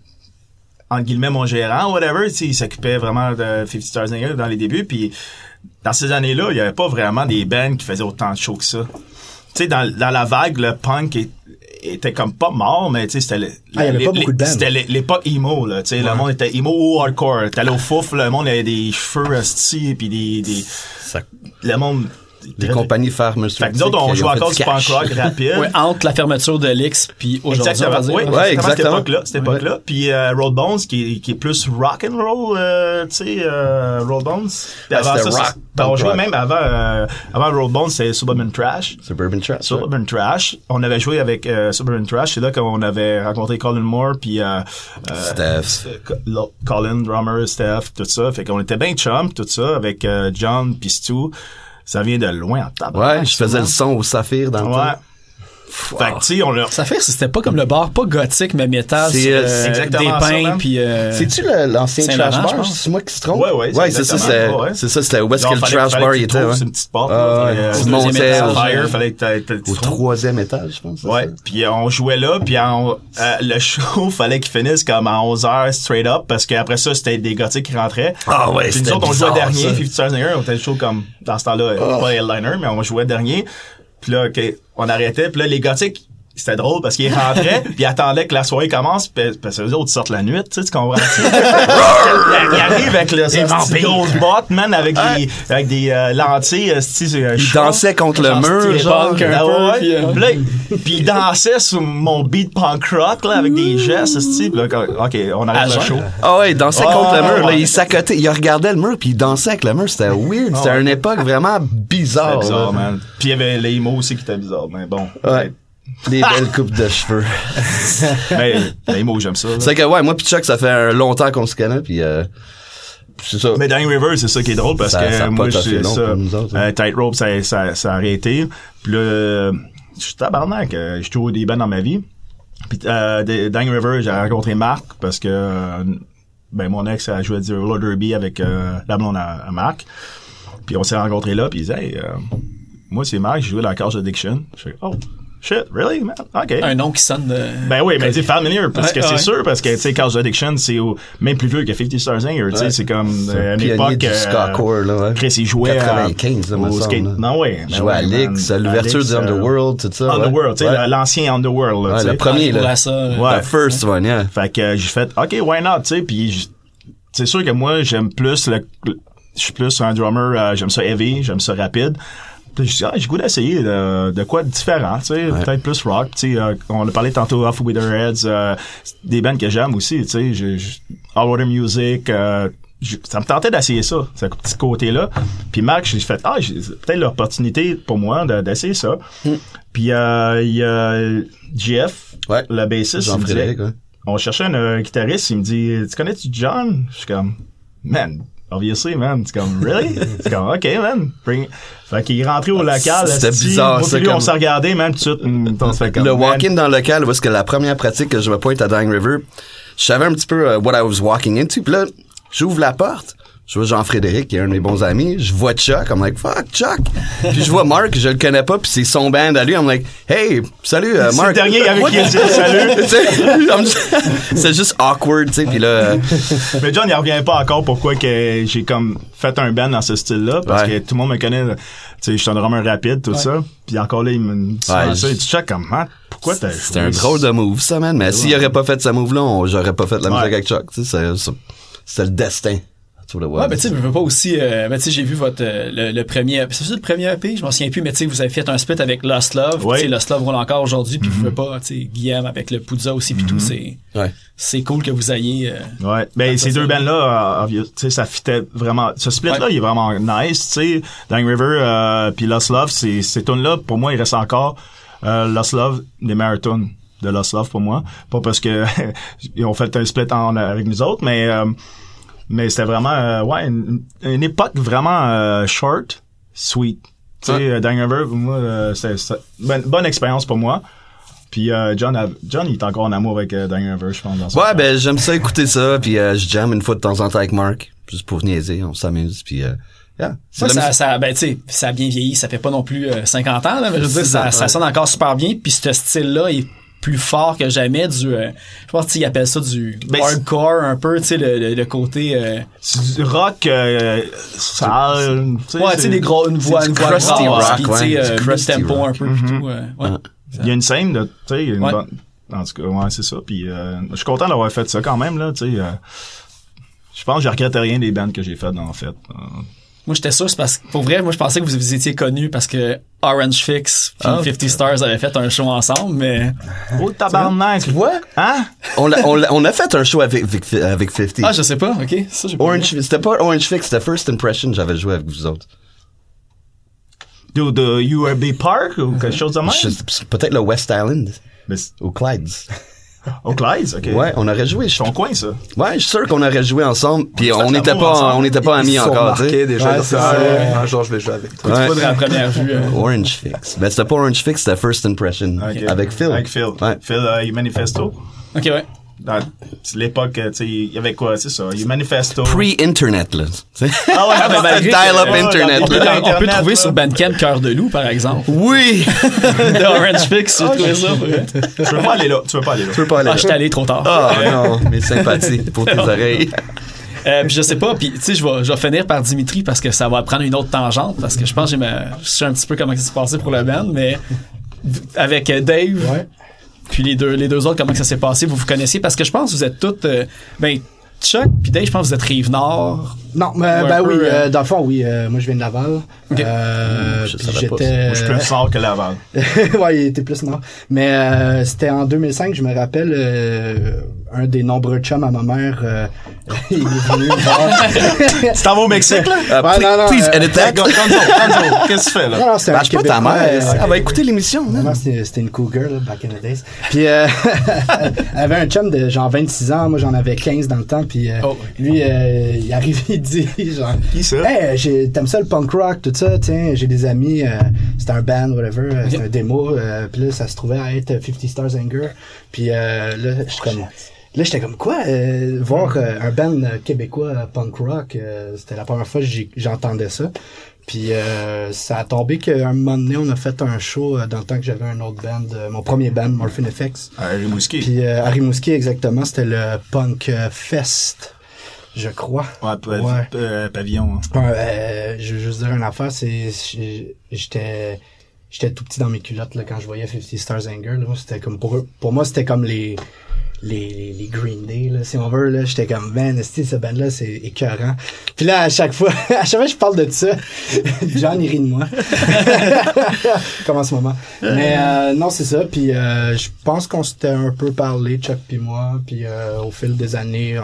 Speaker 4: entre guillemets, mon gérant, whatever. Tu sais, il s'occupait vraiment de 50 Stars Anger dans les débuts. Puis, dans ces années-là, il n'y avait pas vraiment des bands qui faisaient autant de shows que ça. Tu sais, dans, dans la vague, le punk est- était comme pas mort, mais tu sais, c'était le-
Speaker 6: Ah, il y avait
Speaker 4: les-
Speaker 6: pas beaucoup
Speaker 4: les-
Speaker 6: de bands.
Speaker 4: C'était l'é- l'époque emo, là. Tu sais, le monde était emo ou hardcore. T'allais au fouf, le monde avait des cheveux, asti, puis des, des,
Speaker 2: Ça-
Speaker 4: le monde...
Speaker 2: Les compagnies pharmaceutiques.
Speaker 4: Fait que nous autres, on
Speaker 2: ils
Speaker 4: joue
Speaker 2: ont
Speaker 4: encore
Speaker 2: fait
Speaker 4: du punk
Speaker 2: cash.
Speaker 4: rock rapide.
Speaker 1: ouais, entre la fermeture de l'X puis aujourd'hui. on va
Speaker 4: Exactement.
Speaker 1: dire. hein.
Speaker 4: Oui,
Speaker 2: Ouais,
Speaker 4: exactement. Cette
Speaker 2: exactement.
Speaker 4: époque-là, cette époque-là. Puis euh, Roll Bones, qui, est- qui est plus rock and roll, euh, tu sais, euh, Roll Bones. Puis
Speaker 2: Ouais, c'était
Speaker 4: c'est-
Speaker 2: rock,
Speaker 4: ben, on
Speaker 2: punk
Speaker 4: jouait
Speaker 2: rock.
Speaker 4: même avant, euh, avant Roll Bones, c'est Suburban Trash.
Speaker 2: Suburban Trash. ouais.
Speaker 4: Suburban Trash. On avait joué avec euh, Suburban Trash. C'est là qu'on avait rencontré Colin Moore, puis euh, euh,
Speaker 2: Steph.
Speaker 4: euh, Co- Colin, drummer, Steph, tout ça. Fait qu'on était bien chum, tout ça, avec euh, John, puis Stu. Ça vient de loin en tabac.
Speaker 2: Ouais, je faisais le son au saphir dans le
Speaker 4: Ouais.
Speaker 2: temps.
Speaker 4: Fait
Speaker 2: ah.
Speaker 4: que, tu sais, on l'a
Speaker 1: Ça fait que c'était pas comme le bar, pas gothique, mais métal,
Speaker 2: C'est,
Speaker 1: sur,
Speaker 2: euh,
Speaker 1: euh,
Speaker 2: c'est
Speaker 4: exactement
Speaker 1: des
Speaker 4: ça,
Speaker 1: pins
Speaker 4: man.
Speaker 1: puis euh,
Speaker 2: C'est-tu le- l'ancien
Speaker 1: Saint-Laurent,
Speaker 2: Trash
Speaker 1: je
Speaker 2: Bar?
Speaker 1: pense.
Speaker 2: C'est moi qui se trompe?
Speaker 4: Ouais, ouais, c'est
Speaker 2: Ouais, c'est ça, c'est,
Speaker 4: exactement, ouais.
Speaker 2: c'est ça, c'était où est-ce que
Speaker 4: Non,
Speaker 2: le
Speaker 4: fallait-
Speaker 2: Trash
Speaker 4: fallait
Speaker 2: Bar
Speaker 4: que tu
Speaker 2: il était,
Speaker 4: trouves,
Speaker 2: ouais.
Speaker 4: C'est une petite porte.
Speaker 2: Ah,
Speaker 4: puis,
Speaker 2: ouais.
Speaker 4: euh,
Speaker 2: Tu
Speaker 4: au
Speaker 1: montais
Speaker 4: deuxième étage,
Speaker 1: au-
Speaker 4: fire, fallait que t'a- t'a- tu
Speaker 2: Au
Speaker 4: trouves.
Speaker 2: troisième étage, je pense. c'est
Speaker 4: Ouais,
Speaker 2: ça.
Speaker 4: puis euh, on jouait là, puis on- euh, le show, fallait qu'il finisse comme à 11h straight up, parce qu'après ça, c'était des gothiques qui rentraient.
Speaker 2: Ah ouais,
Speaker 4: Puis
Speaker 2: c'était
Speaker 4: nous autres, on jouait
Speaker 2: bizarre,
Speaker 4: dernier,
Speaker 2: ça. Ah.
Speaker 4: 50 Cent Singer, on était le show comme, dans ce temps-là, euh, pas headliner, mais on jouait dernier. Puis là, ok, on arrêtait, puis là, les gothiques, c'était drôle parce qu'ils rentraient, puis ils attendaient que la soirée commence, puis- parce que les autres ils sortent la nuit, tu sais, tu comprends? ils arrivent avec le petit gros bot, man, avec des, avec des euh, lentilles, euh, tu sais, euh,
Speaker 2: Il
Speaker 4: chauds.
Speaker 2: dansait contre le
Speaker 1: Genre
Speaker 2: mur,
Speaker 1: style
Speaker 2: genre.
Speaker 1: punk, un
Speaker 4: Ah
Speaker 1: peu,
Speaker 4: ouais,
Speaker 1: puis, euh,
Speaker 4: Puis là, il- puis il dansait sur mon beat punk rock là, avec des gestes, style. Là, quand- ok, on arrête
Speaker 1: Ah,
Speaker 4: le show.
Speaker 1: genre.
Speaker 2: Ah ouais, il dansait
Speaker 4: Ah,
Speaker 2: contre le mur, là,
Speaker 4: ouais.
Speaker 2: il s'accotait, il regardait le mur puis il dansait avec le mur, c'était weird, c'était
Speaker 4: Ah ouais.
Speaker 2: une époque vraiment
Speaker 4: C'était
Speaker 2: bizarre.
Speaker 4: bizarre,
Speaker 2: là.
Speaker 4: man. Puis il y avait les mots aussi qui étaient bizarres, mais bon.
Speaker 2: Ouais. Des
Speaker 4: Ah.
Speaker 2: belles coupes de cheveux.
Speaker 4: Mais les mots, j'aime ça. là.
Speaker 2: C'est que ouais, moi puis Chuck, ça fait euh, longtemps qu'on se connaît puis euh, c'est ça.
Speaker 4: Mais Dying River, c'est ça qui est drôle parce
Speaker 2: Ça-
Speaker 4: que
Speaker 2: ça a pas
Speaker 4: moi, je
Speaker 2: toffé
Speaker 4: suis
Speaker 2: long
Speaker 4: ça.
Speaker 2: pour nous autres, hein.
Speaker 4: euh, Tightrope, ça, ça, ça a arrêté. Puis là, euh, je suis tabarnak. euh, Je joue des bands dans ma vie. Puis euh, de- Dying River, j'ai rencontré Marc parce que euh, ben mon ex a joué à dire roller derby avec euh, la blonde à, à Marc. Puis on s'est rencontrés là, puis il disait, hey, euh, moi c'est Marc, j'ai joué dans la cage Addiction. Je fais, oh, shit, really, man? OK.
Speaker 1: Un nom qui sonne euh, de...
Speaker 4: Ben oui, mais c'est familiar, parce
Speaker 1: Ouais,
Speaker 4: que c'est
Speaker 1: ouais.
Speaker 4: sûr, parce que, tu sais, Cars Addiction, c'est au- même plus vieux que 50 Stars in Here, tu sais, c'est comme
Speaker 2: C'est
Speaker 4: euh, à
Speaker 2: pionnier
Speaker 4: l'époque...
Speaker 2: du score, là, ouais.
Speaker 4: Chris, il jouait à-
Speaker 2: 95, là, me
Speaker 4: au
Speaker 2: semble,
Speaker 4: skate-
Speaker 2: là.
Speaker 4: Non, ouais. ben
Speaker 2: Jouait à
Speaker 4: ouais, man.
Speaker 2: Alix, à l'ouverture
Speaker 4: Alix,
Speaker 2: du
Speaker 4: euh,
Speaker 2: Underworld, tout ça. ouais.
Speaker 4: Underworld, tu sais,
Speaker 2: Ouais.
Speaker 4: la- l'ancien Underworld, là,
Speaker 2: Ouais,
Speaker 4: tu sais.
Speaker 2: le premier, là.
Speaker 1: à ça. là.
Speaker 4: Ouais.
Speaker 2: The first one, yeah.
Speaker 4: Fait que euh, j'ai fait, OK, why not, tu sais, puis j- c'est sûr que moi, j'aime plus le... le- Je suis plus un drummer, euh, j'aime ça heavy, j'aime ça rapide. Puis je dis, ah, j'ai le goût d'essayer de, de quoi de différent, tu sais, peut-être plus rock. Tu sais, euh, on a parlé tantôt Off With Their Heads, euh, c'est des bands que j'aime aussi, tu sais, j'ai- j'ai- All Water Music, euh, je- ça me tentait d'essayer ça, ce petit côté-là. Puis Marc, j'ai fait, ah, j'ai- c'est peut-être l'opportunité pour moi de- d'essayer ça. Puis euh, il y a GF,
Speaker 2: Ouais.
Speaker 4: le bassiste, il me disait,
Speaker 2: Jean-Frédéric, ouais.
Speaker 4: on cherchait un euh, guitariste, il me dit Tu connais-tu John? Je suis comme Man, obviously, man. C'est comme Really? C'est comme OK, man. Bring... Fait qu'il est rentré au local.
Speaker 2: C'était
Speaker 4: esti.
Speaker 2: bizarre,
Speaker 4: Moi,
Speaker 2: ça,
Speaker 4: puis lui,
Speaker 2: comme-
Speaker 4: on s'est regardé, man, tout de suite. mm, on se fait comme,
Speaker 2: Le
Speaker 4: man.
Speaker 2: walk-in dans le local, où est-ce que la première pratique que je me pointe à Dying River, je savais un petit peu euh, what I was walking into. Puis là, j'ouvre la porte, je vois Jean-Frédéric, qui est un de mes bons amis, je vois Chuck, I'm like, fuck, Chuck. Puis je vois Mark, je le connais pas, puis c'est son band à lui, I'm like, hey, salut, euh,
Speaker 4: C'est
Speaker 2: Mark.
Speaker 4: le dernier avec
Speaker 2: What-
Speaker 4: qui il a dit salut.
Speaker 2: Tu sais, I'm just- c'est juste awkward, tu sais, puis là, euh,
Speaker 4: Mais John, il revient pas encore pourquoi que j'ai comme fait un band dans ce style-là, parce
Speaker 2: Ouais.
Speaker 4: que tout le monde me connaît, tu sais, je suis un drummer rapide, tout ça. Puis encore là, il me dit
Speaker 2: Ouais,
Speaker 4: ça,
Speaker 2: je-
Speaker 4: il dit, check comment, pourquoi t'as
Speaker 2: c'était un drôle de move, ça, man. Mais s'il aurait pas fait ce move-là, on- j'aurais pas fait la
Speaker 4: Ouais.
Speaker 2: musique avec Chuck, tu sais, c'est- c'est- c'était le destin. That's what it was.
Speaker 1: Ouais, mais Ah, ben, tu sais, je veux pas aussi. Euh, ben, tu sais, j'ai vu votre euh, le, le premier. C'est ça le premier EP, je m'en souviens plus, mais tu sais, vous avez fait un split avec Lost Love.
Speaker 4: Ouais. Mhm.
Speaker 1: Tu sais, Lost Love roule encore aujourd'hui, puis je veux pas, tu sais, Guillaume avec le Puzza aussi, puis tout. C'est
Speaker 2: Ouais.
Speaker 1: c'est cool que vous ayez. euh,
Speaker 4: Ouais, ben ces
Speaker 1: ça,
Speaker 4: deux euh,
Speaker 1: ça.
Speaker 4: bands là, tu sais ça fitait vraiment ce split là,
Speaker 1: Ouais.
Speaker 4: il est vraiment nice, tu sais. Dying River euh, puis Lost Love, c'est ces tunes là pour moi, il reste encore euh, Lost Love des marathons de Lost Love pour moi, pas parce que ils ont fait un split en, avec nous autres, mais euh, mais c'était vraiment euh, ouais, une, une époque vraiment euh, short, sweet. Tu sais,
Speaker 2: Ouais.
Speaker 4: euh, Dying River, moi euh, c'était c'était- bonne, bonne expérience pour moi. Puis euh, John, a- John, il est encore en amour avec euh, Dying River, je pense. Dans son
Speaker 2: Ouais, ben j'aime ça écouter ça, puis euh, je jamme une fois de temps en temps avec Mark, juste pour niaiser, on s'amuse, puis euh, yeah.
Speaker 1: Ça,
Speaker 2: de la
Speaker 1: ça,
Speaker 2: musique.
Speaker 1: ça- ben, tu sais, ça a bien vieilli. Ça fait pas non plus euh, 50 ans, là, mais je veux dire,
Speaker 2: C'est
Speaker 1: ça,
Speaker 2: ça,
Speaker 1: ça
Speaker 2: ouais.
Speaker 1: sonne encore super bien. Puis ce style-là est plus fort que jamais du. euh, je pense qu'ils appellent ça du
Speaker 4: Ben, c'est-
Speaker 1: hardcore un peu, tu sais, le, le- le côté. euh,
Speaker 4: C'est du rock euh, sale.
Speaker 1: ouais, tu sais, des gros, une voix,
Speaker 2: du
Speaker 1: une voix
Speaker 2: crusty
Speaker 1: grosse,
Speaker 2: rock,
Speaker 1: puis tu
Speaker 2: ouais,
Speaker 1: sais,
Speaker 2: du
Speaker 1: euh,
Speaker 2: crusty
Speaker 1: mid-tempo
Speaker 2: rock. Mm-hmm.
Speaker 1: un peu, puis tout. euh, ouais.
Speaker 4: Il y a une scène de, tu sais, il y a une
Speaker 1: Ouais.
Speaker 4: bonne- En tout cas, ouais, c'est ça. Puis, euh, je suis content d'avoir fait ça quand même, là, tu sais. euh, je pense que je regrette rien des bands que j'ai faites, en fait. Euh,
Speaker 1: Moi, j'étais sûr, c'est parce que, pour vrai, moi, je pensais que vous, vous étiez connus parce que Orange Fix puis
Speaker 2: Ah.
Speaker 1: 50 Stars avaient fait un show ensemble, mais.
Speaker 4: Oh, tabarnak! Tu
Speaker 2: vois?
Speaker 4: Hein?
Speaker 2: on, l'a- on, l'a- on a fait un show avec, avec, avec 50.
Speaker 1: Ah, je sais pas, ok. Ça, j'ai pas vu.
Speaker 2: Orange, c'était pas Orange Fix, c'était First Impression, j'avais joué avec vous autres.
Speaker 4: De, de URB Park ou quelque chose de même?
Speaker 2: Je- c'est Peut-être le West Island,
Speaker 4: Mais c'est-
Speaker 2: ou Clydes.
Speaker 4: Au Clyde's, OK.
Speaker 2: Ouais, on aurait joué. Je,
Speaker 4: Ton coin, ça.
Speaker 2: ouais, je suis sûr qu'on aurait joué ensemble, puis
Speaker 4: On a fait
Speaker 2: on
Speaker 4: de
Speaker 2: n'était
Speaker 4: l'amour
Speaker 2: pas,
Speaker 4: ensemble.
Speaker 2: on n'était pas
Speaker 5: Ils
Speaker 2: amis
Speaker 5: se sont
Speaker 2: encore, tu
Speaker 5: marqués
Speaker 2: sais.
Speaker 5: déjà.
Speaker 6: Ouais,
Speaker 5: dans
Speaker 6: c'est
Speaker 5: ça.
Speaker 6: ça.
Speaker 5: Ouais, Un jour, je vais jouer avec toi.
Speaker 1: Pas de
Speaker 2: Ouais.
Speaker 1: la première vue. euh.
Speaker 2: Orange Fix. Mais c'était pas Orange Fix, c'était First Impression.
Speaker 4: OK.
Speaker 2: Avec Phil.
Speaker 4: Avec Phil.
Speaker 2: Ouais.
Speaker 4: Phil, euh, il manifesto.
Speaker 1: Ok, ouais.
Speaker 4: Dans c'est l'époque, euh, tu sais, il y avait quoi, c'est ça? Il manifesto.
Speaker 2: Pre-internet, là. tu sais.
Speaker 4: Ah ouais,
Speaker 1: mais malgré que-
Speaker 2: Dial-up
Speaker 4: Ouais,
Speaker 2: Internet,
Speaker 1: On peut,
Speaker 4: dans-
Speaker 2: là.
Speaker 1: on peut
Speaker 4: Internet,
Speaker 1: trouver
Speaker 4: là.
Speaker 1: sur Bandcamp Cœur de Loup, par exemple.
Speaker 2: Oui!
Speaker 1: de Orange Fix,
Speaker 6: Ah,
Speaker 1: j'ai trouvé ça. pour vrai.
Speaker 4: Tu veux pas aller là. Tu veux pas aller là.
Speaker 2: Je peux pas aller
Speaker 1: Ah,
Speaker 2: là.
Speaker 1: j'étais allé trop tard.
Speaker 2: Ah non, mes sympathies pour tes oreilles.
Speaker 1: Euh, puis je sais pas, puis tu sais, je vais, je vais finir par Dimitri parce que ça va prendre une autre tangente, parce que je pense que j'ai ma- je sais un petit peu comment ça s'est passé pour le band, mais avec euh, Dave,
Speaker 6: Ouais.
Speaker 1: puis les deux, les deux autres, comment que ça s'est passé, vous vous connaissiez, parce que je pense que vous êtes toutes, euh, ben, Chuck, puis Dave, je pense que vous êtes Rive-Nord.
Speaker 6: Non, mais,
Speaker 1: Ou un
Speaker 6: ben
Speaker 1: peu,
Speaker 6: oui,
Speaker 1: euh, Hmm,
Speaker 6: euh, dans le fond, oui. euh, moi, je viens de Laval. Euh,
Speaker 2: je
Speaker 6: puis
Speaker 2: savais pas ça.
Speaker 6: j'étais. euh,
Speaker 4: Moi, je suis plus fort que Laval.
Speaker 6: ouais, il était plus nord. Mais euh, c'était en 2005, je me rappelle, euh, un des nombreux chums à ma mère, euh, il est venu me voir.
Speaker 4: Tu t'en vas au Mexique, là?
Speaker 2: Euh,
Speaker 6: Ouais, non, non,
Speaker 2: please Ah,
Speaker 6: euh,
Speaker 2: edit that.
Speaker 4: Gonzo, Gonzo, qu'est-ce que tu fais,
Speaker 6: non,
Speaker 4: là?
Speaker 6: non, c'était un
Speaker 2: Lâche pas ta
Speaker 6: Québécois,
Speaker 2: mère.
Speaker 6: euh,
Speaker 2: Elle va écouter l'émission.
Speaker 6: Vraiment, c'était c'était une cougar, là, back in the days. Puis, euh, elle avait un chum de genre 26 ans, moi j'en avais 15 dans le temps, puis euh,
Speaker 1: Oh.
Speaker 6: lui, euh, il arrive, il dit genre...
Speaker 4: Qui ça?
Speaker 6: Hey, euh, j'ai- t'aimes ça le punk rock, tout ça, tiens, j'ai des amis, euh, c'était un band, whatever, euh,
Speaker 2: Oh,
Speaker 6: c'était un démo, euh, puis là, ça se trouvait à être 50 Stars Anger, puis euh, là, je suis comme... Là, j'étais comme quoi euh, voir euh, un band euh, québécois euh, punk rock, euh, c'était la première fois que j'ai- j'entendais ça. Puis euh, ça a tombé qu'un moment donné, on a fait un show euh, dans le temps que j'avais un autre band, euh, mon premier band, Morphine Effects.
Speaker 4: à Rimouski.
Speaker 6: Puis euh, à Rimouski, exactement, c'était le Punk euh, Fest, je crois.
Speaker 4: ouais, pa-
Speaker 6: ouais.
Speaker 4: euh, pavillon. hein.
Speaker 6: Ouais, euh, je veux juste dire une affaire, c'est j'ai- j'étais j'étais tout petit dans mes culottes là, quand je voyais 50 Stars Anger. là. C'était comme pour eux- pour moi c'était comme les les, les, les Green Day là, si on veut là, j'étais comme man, esti, ce band là c'est écœurant. Puis là à chaque fois à chaque fois que je parle de ça, John il rit de moi. comme en ce moment. Mais euh, non, c'est ça puis euh, je pense qu'on s'était un peu parlé Chuck puis moi puis euh, au fil des années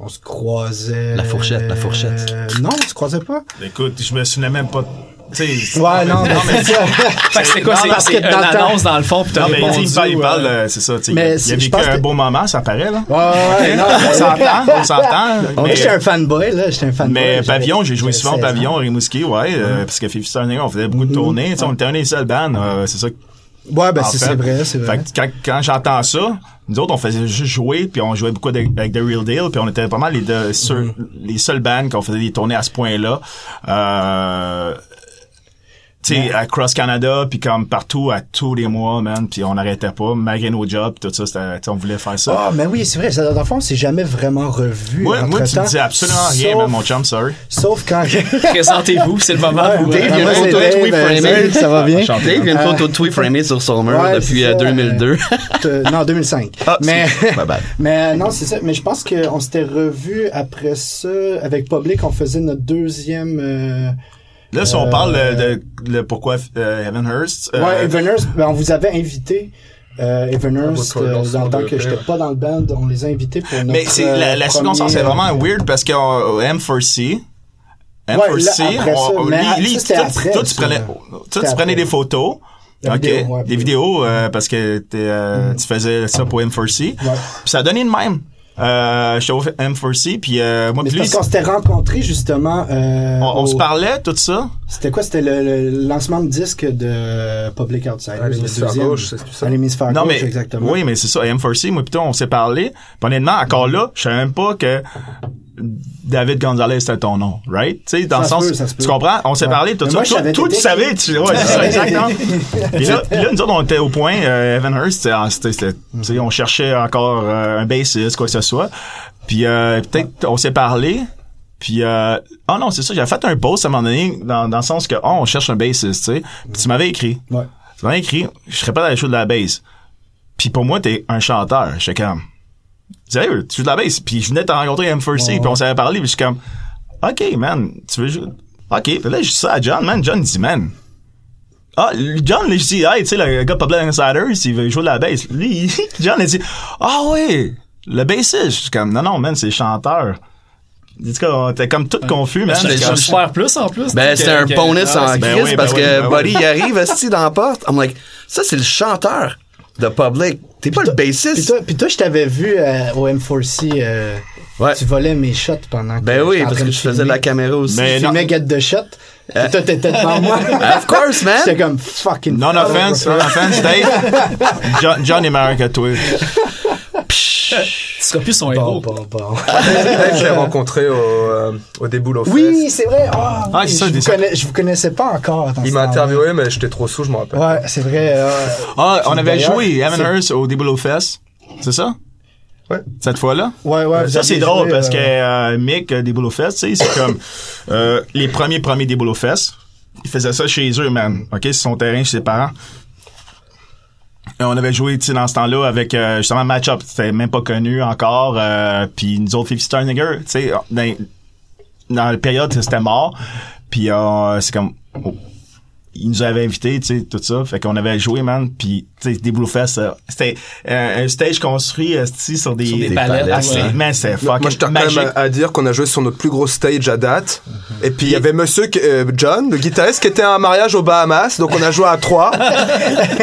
Speaker 6: on, on se croisait
Speaker 2: La fourchette, la fourchette.
Speaker 6: Euh, non, on se croisait pas.
Speaker 4: Écoute, je me souvenais même pas. de- tu sais,
Speaker 6: Ouais, non, mais c'est ça.
Speaker 1: Fait que c'est quoi?
Speaker 6: Non,
Speaker 1: C'est
Speaker 6: parce
Speaker 1: c'est
Speaker 6: que
Speaker 1: une
Speaker 6: dans le temps-
Speaker 1: annonce dans le fond, puis t'as
Speaker 4: Non, mais tu sais,
Speaker 1: répondu.
Speaker 4: il parle,
Speaker 1: euh,
Speaker 4: il parle, euh, c'est ça. tu sais,
Speaker 6: Mais
Speaker 4: il
Speaker 6: c'est-
Speaker 4: a
Speaker 6: je
Speaker 4: vécu
Speaker 6: pense
Speaker 4: un
Speaker 6: que-
Speaker 4: beau moment, ça paraît, là.
Speaker 6: Ouais, ouais, non.
Speaker 4: On s'entend, on s'entend.
Speaker 6: Moi,
Speaker 4: mais-
Speaker 6: j'étais un fanboy, là. J'étais un fanboy.
Speaker 4: Mais
Speaker 6: J'avais-
Speaker 4: Pavillon, j'ai joué
Speaker 6: j'avais
Speaker 4: souvent au
Speaker 6: 16 ans.
Speaker 4: Pavillon, à Rimouski, ouais, euh, parce que Fifty Star Nigger, on faisait beaucoup de tournées, tu sais, on était un des seuls bands, euh, c'est ça.
Speaker 6: Ouais, ben,
Speaker 4: en
Speaker 6: c'est
Speaker 4: fait.
Speaker 6: c'est vrai, c'est vrai.
Speaker 4: Fait que quand, quand j'entends ça, nous autres, on faisait juste jouer, puis on jouait beaucoup avec, avec The Real Deal, puis on était pas mal les,
Speaker 6: Mm-hmm.
Speaker 4: deux- seuls- les seuls bands qu'on faisait des tournées à ce point-là. Euh, tu sais, across Canada, puis comme partout, à tous les mois, man, puis on n'arrêtait pas, malgré nos jobs, tout ça, c'était- tu sais, on voulait faire ça.
Speaker 6: Ah, mais oui, c'est vrai. Ça, dans le fond, c'est jamais vraiment revu.
Speaker 4: moi, moi, tu
Speaker 6: entre-temps,
Speaker 4: me dis absolument rien,
Speaker 6: sauf-
Speaker 4: man, mon chum, sorry.
Speaker 6: Sauf quand.
Speaker 1: Présentez-vous, c'est le moment où...
Speaker 6: Dave,
Speaker 1: euh,
Speaker 6: il y
Speaker 2: moi,
Speaker 6: a une
Speaker 2: c'est
Speaker 6: photo de
Speaker 2: Dave,
Speaker 6: Tweet
Speaker 2: euh,
Speaker 6: Fraser,
Speaker 2: Dave.
Speaker 6: ça va bien.
Speaker 2: Dave, il y a une photo de toi framée sur son mur
Speaker 6: Ouais,
Speaker 2: depuis
Speaker 6: c'est
Speaker 2: euh,
Speaker 6: ça,
Speaker 2: 2002.
Speaker 6: euh, non, 2005.
Speaker 2: Ah,
Speaker 6: mais,
Speaker 2: c'est- my bad.
Speaker 6: mais euh, non, c'est ça. Mais je pense qu'on s'était revu après ça avec Public. On faisait notre deuxième. euh,
Speaker 4: Là, si on parle euh, de, le pourquoi euh, Evan Hurst, euh,
Speaker 6: Ouais, Evenhurst, ben, on vous avait invité. Euh, Evenhurst,
Speaker 5: Ah, votre
Speaker 6: euh, dans
Speaker 5: lancement
Speaker 6: le temps
Speaker 5: de
Speaker 6: que j'étais
Speaker 5: paix.
Speaker 6: pas dans le band, on les a invités pour notre
Speaker 4: mais c'est la, la
Speaker 6: euh,
Speaker 4: circonstance
Speaker 6: premier,
Speaker 4: c'est vraiment
Speaker 6: euh,
Speaker 4: weird parce que euh, M4C,
Speaker 6: Ouais, là,
Speaker 4: M4C,
Speaker 6: après ça,
Speaker 4: on,
Speaker 6: mais ah, ça,
Speaker 4: lui, lui,
Speaker 6: c'était
Speaker 4: toi,
Speaker 6: après,
Speaker 4: toi, tu
Speaker 6: ça.
Speaker 4: prenais, toi,
Speaker 6: C'était
Speaker 4: tu
Speaker 6: après.
Speaker 4: prenais des photos.
Speaker 6: La
Speaker 4: ok,
Speaker 6: vidéo, ouais, Mm.
Speaker 4: des
Speaker 6: après.
Speaker 4: vidéos euh, parce que t'es, euh, tu faisais ça pour M4C. Puis ça a donné de même. Euh, J'étais au M4C, puis euh, moi,
Speaker 6: Mais
Speaker 4: puis
Speaker 6: c'est
Speaker 4: lui,
Speaker 6: parce qu'on s'était rencontrés justement. Euh,
Speaker 4: on, on
Speaker 6: au-
Speaker 4: se parlait, tout ça.
Speaker 6: C'était quoi C'était le, le lancement de disque de Public Outsiders.
Speaker 5: À
Speaker 6: le
Speaker 5: l'hémisphère
Speaker 6: deuxième.
Speaker 5: gauche, c'est tout ça?
Speaker 6: À l'hémisphère
Speaker 4: Non,
Speaker 6: gauche,
Speaker 4: mais,
Speaker 6: exactement.
Speaker 4: oui, mais c'est ça, M4C, moi, plutôt, on s'est parlé. Puis honnêtement, encore là, je savais même pas que David Gonzalez c'était ton nom, right? Tu sais, dans
Speaker 6: Ça
Speaker 4: le
Speaker 6: se
Speaker 4: sens,
Speaker 6: peut, ça se peut.
Speaker 4: tu comprends? On s'est
Speaker 6: Ouais.
Speaker 4: parlé, tout
Speaker 6: Mais
Speaker 4: ça.
Speaker 6: moi, je
Speaker 4: toi,
Speaker 6: savais
Speaker 4: toi, tu
Speaker 6: t'étais
Speaker 4: savais, tu, ouais, c'est ça, exactement. Puis là, puis là, nous autres, on était au point, euh, Evan Hurst, c'était- ah, c'était- c'était- tu sais, on cherchait encore euh, un bassiste, quoi que ce soit. Puis euh, peut-être on s'est parlé. Puis, euh, oh non, c'est ça, j'avais fait un post à un moment donné dans, dans le sens que, oh, on cherche un bassiste, tu sais. Puis tu m'avais écrit.
Speaker 6: Ouais.
Speaker 4: Tu m'avais écrit, je serais pas dans les shows de la bass. Puis pour moi, t'es un chanteur. J'étais comme, sérieux, tu joues de la bass. Puis je venais te rencontrer à M4C, puis on s'avait parlé, puis je suis comme, OK, man, tu veux jouer? OK, puis là, je dis ça à John, man. John, il dit, man. Ah, lui, John, là, je dis, hey, tu sais, le gars Public Insiders, il veut jouer de la bass. Lui, il- John, il dit, ah ouais, le bassiste. Je suis comme, non, non, man, c'est le chanteur. En tout cas, on était comme tout confus, man.
Speaker 1: Je
Speaker 4: J'étais comme,
Speaker 1: je perds plus en plus.
Speaker 2: Ben,
Speaker 1: que-
Speaker 2: c'était un
Speaker 1: que-
Speaker 2: bonus
Speaker 1: Ah,
Speaker 2: en
Speaker 1: c'est-
Speaker 2: crise
Speaker 4: ben oui, ben
Speaker 2: parce
Speaker 4: oui,
Speaker 2: que
Speaker 4: ben oui.
Speaker 2: Buddy, il arrive, esti, dans la porte. I'm like, ça, c'est le chanteur de Public. T'es pas le
Speaker 6: Puis
Speaker 2: bassiste.
Speaker 6: toi, puis toi, je t'avais vu euh, au M4C. euh,
Speaker 2: Ouais.
Speaker 6: Tu volais mes shots pendant.
Speaker 2: Ben oui,
Speaker 6: j'étais en
Speaker 2: parce
Speaker 6: train
Speaker 2: que
Speaker 6: de
Speaker 2: je faisais de
Speaker 6: filmer.
Speaker 2: la caméra aussi.
Speaker 4: Mais
Speaker 6: Tu
Speaker 4: non. Euh,
Speaker 6: filmais Get the Shot. Puis toi, t'étais devant moi.
Speaker 2: Of course, man.
Speaker 6: J'étais comme fucking.
Speaker 4: Non offense, non offense, Dave. John, John est meilleur que toi.
Speaker 1: Tu seras plus son
Speaker 6: Bon,
Speaker 1: héros.
Speaker 6: bon, bon.
Speaker 5: Ah, Dave, je l'ai rencontré au, euh, au déboulot
Speaker 6: Oui,
Speaker 5: Fest.
Speaker 6: c'est vrai. Ah,
Speaker 4: Ah, c'est
Speaker 6: je,
Speaker 4: ça, je
Speaker 6: vous
Speaker 4: dis ça.
Speaker 6: connais- je vous connaissais pas encore. dans
Speaker 5: Il
Speaker 6: ce
Speaker 5: m'a
Speaker 6: temps-là.
Speaker 5: interviewé, mais j'étais trop sous, je me rappelle.
Speaker 6: Ouais, c'est vrai. euh,
Speaker 4: Ah, on avait
Speaker 6: D'ailleurs,
Speaker 4: joué Evan
Speaker 6: c'est-
Speaker 4: Hurst au Déboulo Fest. C'est ça?
Speaker 5: Ouais.
Speaker 4: Cette fois-là?
Speaker 6: ouais, ouais. vous
Speaker 4: ça,
Speaker 6: avez
Speaker 4: c'est drôle
Speaker 6: joué,
Speaker 4: parce que
Speaker 6: euh,
Speaker 4: euh, Mick euh, des Boulot Fest, tu sais, c'est comme euh, les premiers premiers des Boulot Fest. Ils faisaient ça chez eux, man. OK, sur son terrain, chez ses parents. Et on avait joué, tu sais, dans ce temps-là avec euh, justement Matchup. C'était même pas connu encore. euh, Puis nous autres, 50 Sterninger, tu sais, dans, dans la période, c'était mort. Puis euh, c'est comme... oh, ils nous avaient invités, tu sais, tout ça. Fait qu'on avait joué, man. Puis, tu sais, des Boulot Fest, euh, c'était euh, un stage construit, euh, tu sais, sur des...
Speaker 1: Sur des
Speaker 2: Des
Speaker 1: palettes.
Speaker 2: palettes,
Speaker 1: ouais.
Speaker 4: Ah, c'est- man, c'était fucking
Speaker 5: Moi, je tiens quand
Speaker 4: magique.
Speaker 5: même à, à dire qu'on a joué sur notre plus gros stage à date. Et puis, il y avait monsieur qui- euh, John, le guitariste, qui était à un mariage aux Bahamas. Donc, on a joué à trois.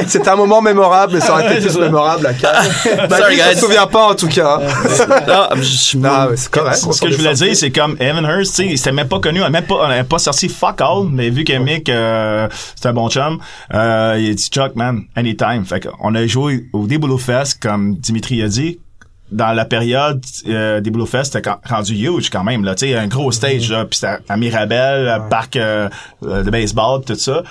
Speaker 5: C'était un moment mémorable, mais ça aurait été plus mémorable à quatre. Bah,
Speaker 2: Sorry,
Speaker 5: lui, je me
Speaker 2: guys.
Speaker 5: souviens pas, en tout cas.
Speaker 2: Non, je- je-
Speaker 5: non, mais c'est correct.
Speaker 4: Ce que je voulais dire, c'est comme Evan Hurst, tu sais, c'était même pas connu, on a même pas, on avait pas sorti fuck all, mais vu que Mick, euh, c'est un bon chum, euh, il a dit Chuck, man, anytime. Fait qu'on a joué au Déboulot Fest, comme Dimitri a dit, dans la période euh, des Bluefest, c'était quand- rendu huge quand même. Là, Tu sais, un gros
Speaker 6: Mm-hmm.
Speaker 4: stage, là, puis c'était à Mirabel, à parc euh, euh, de baseball, tout ça.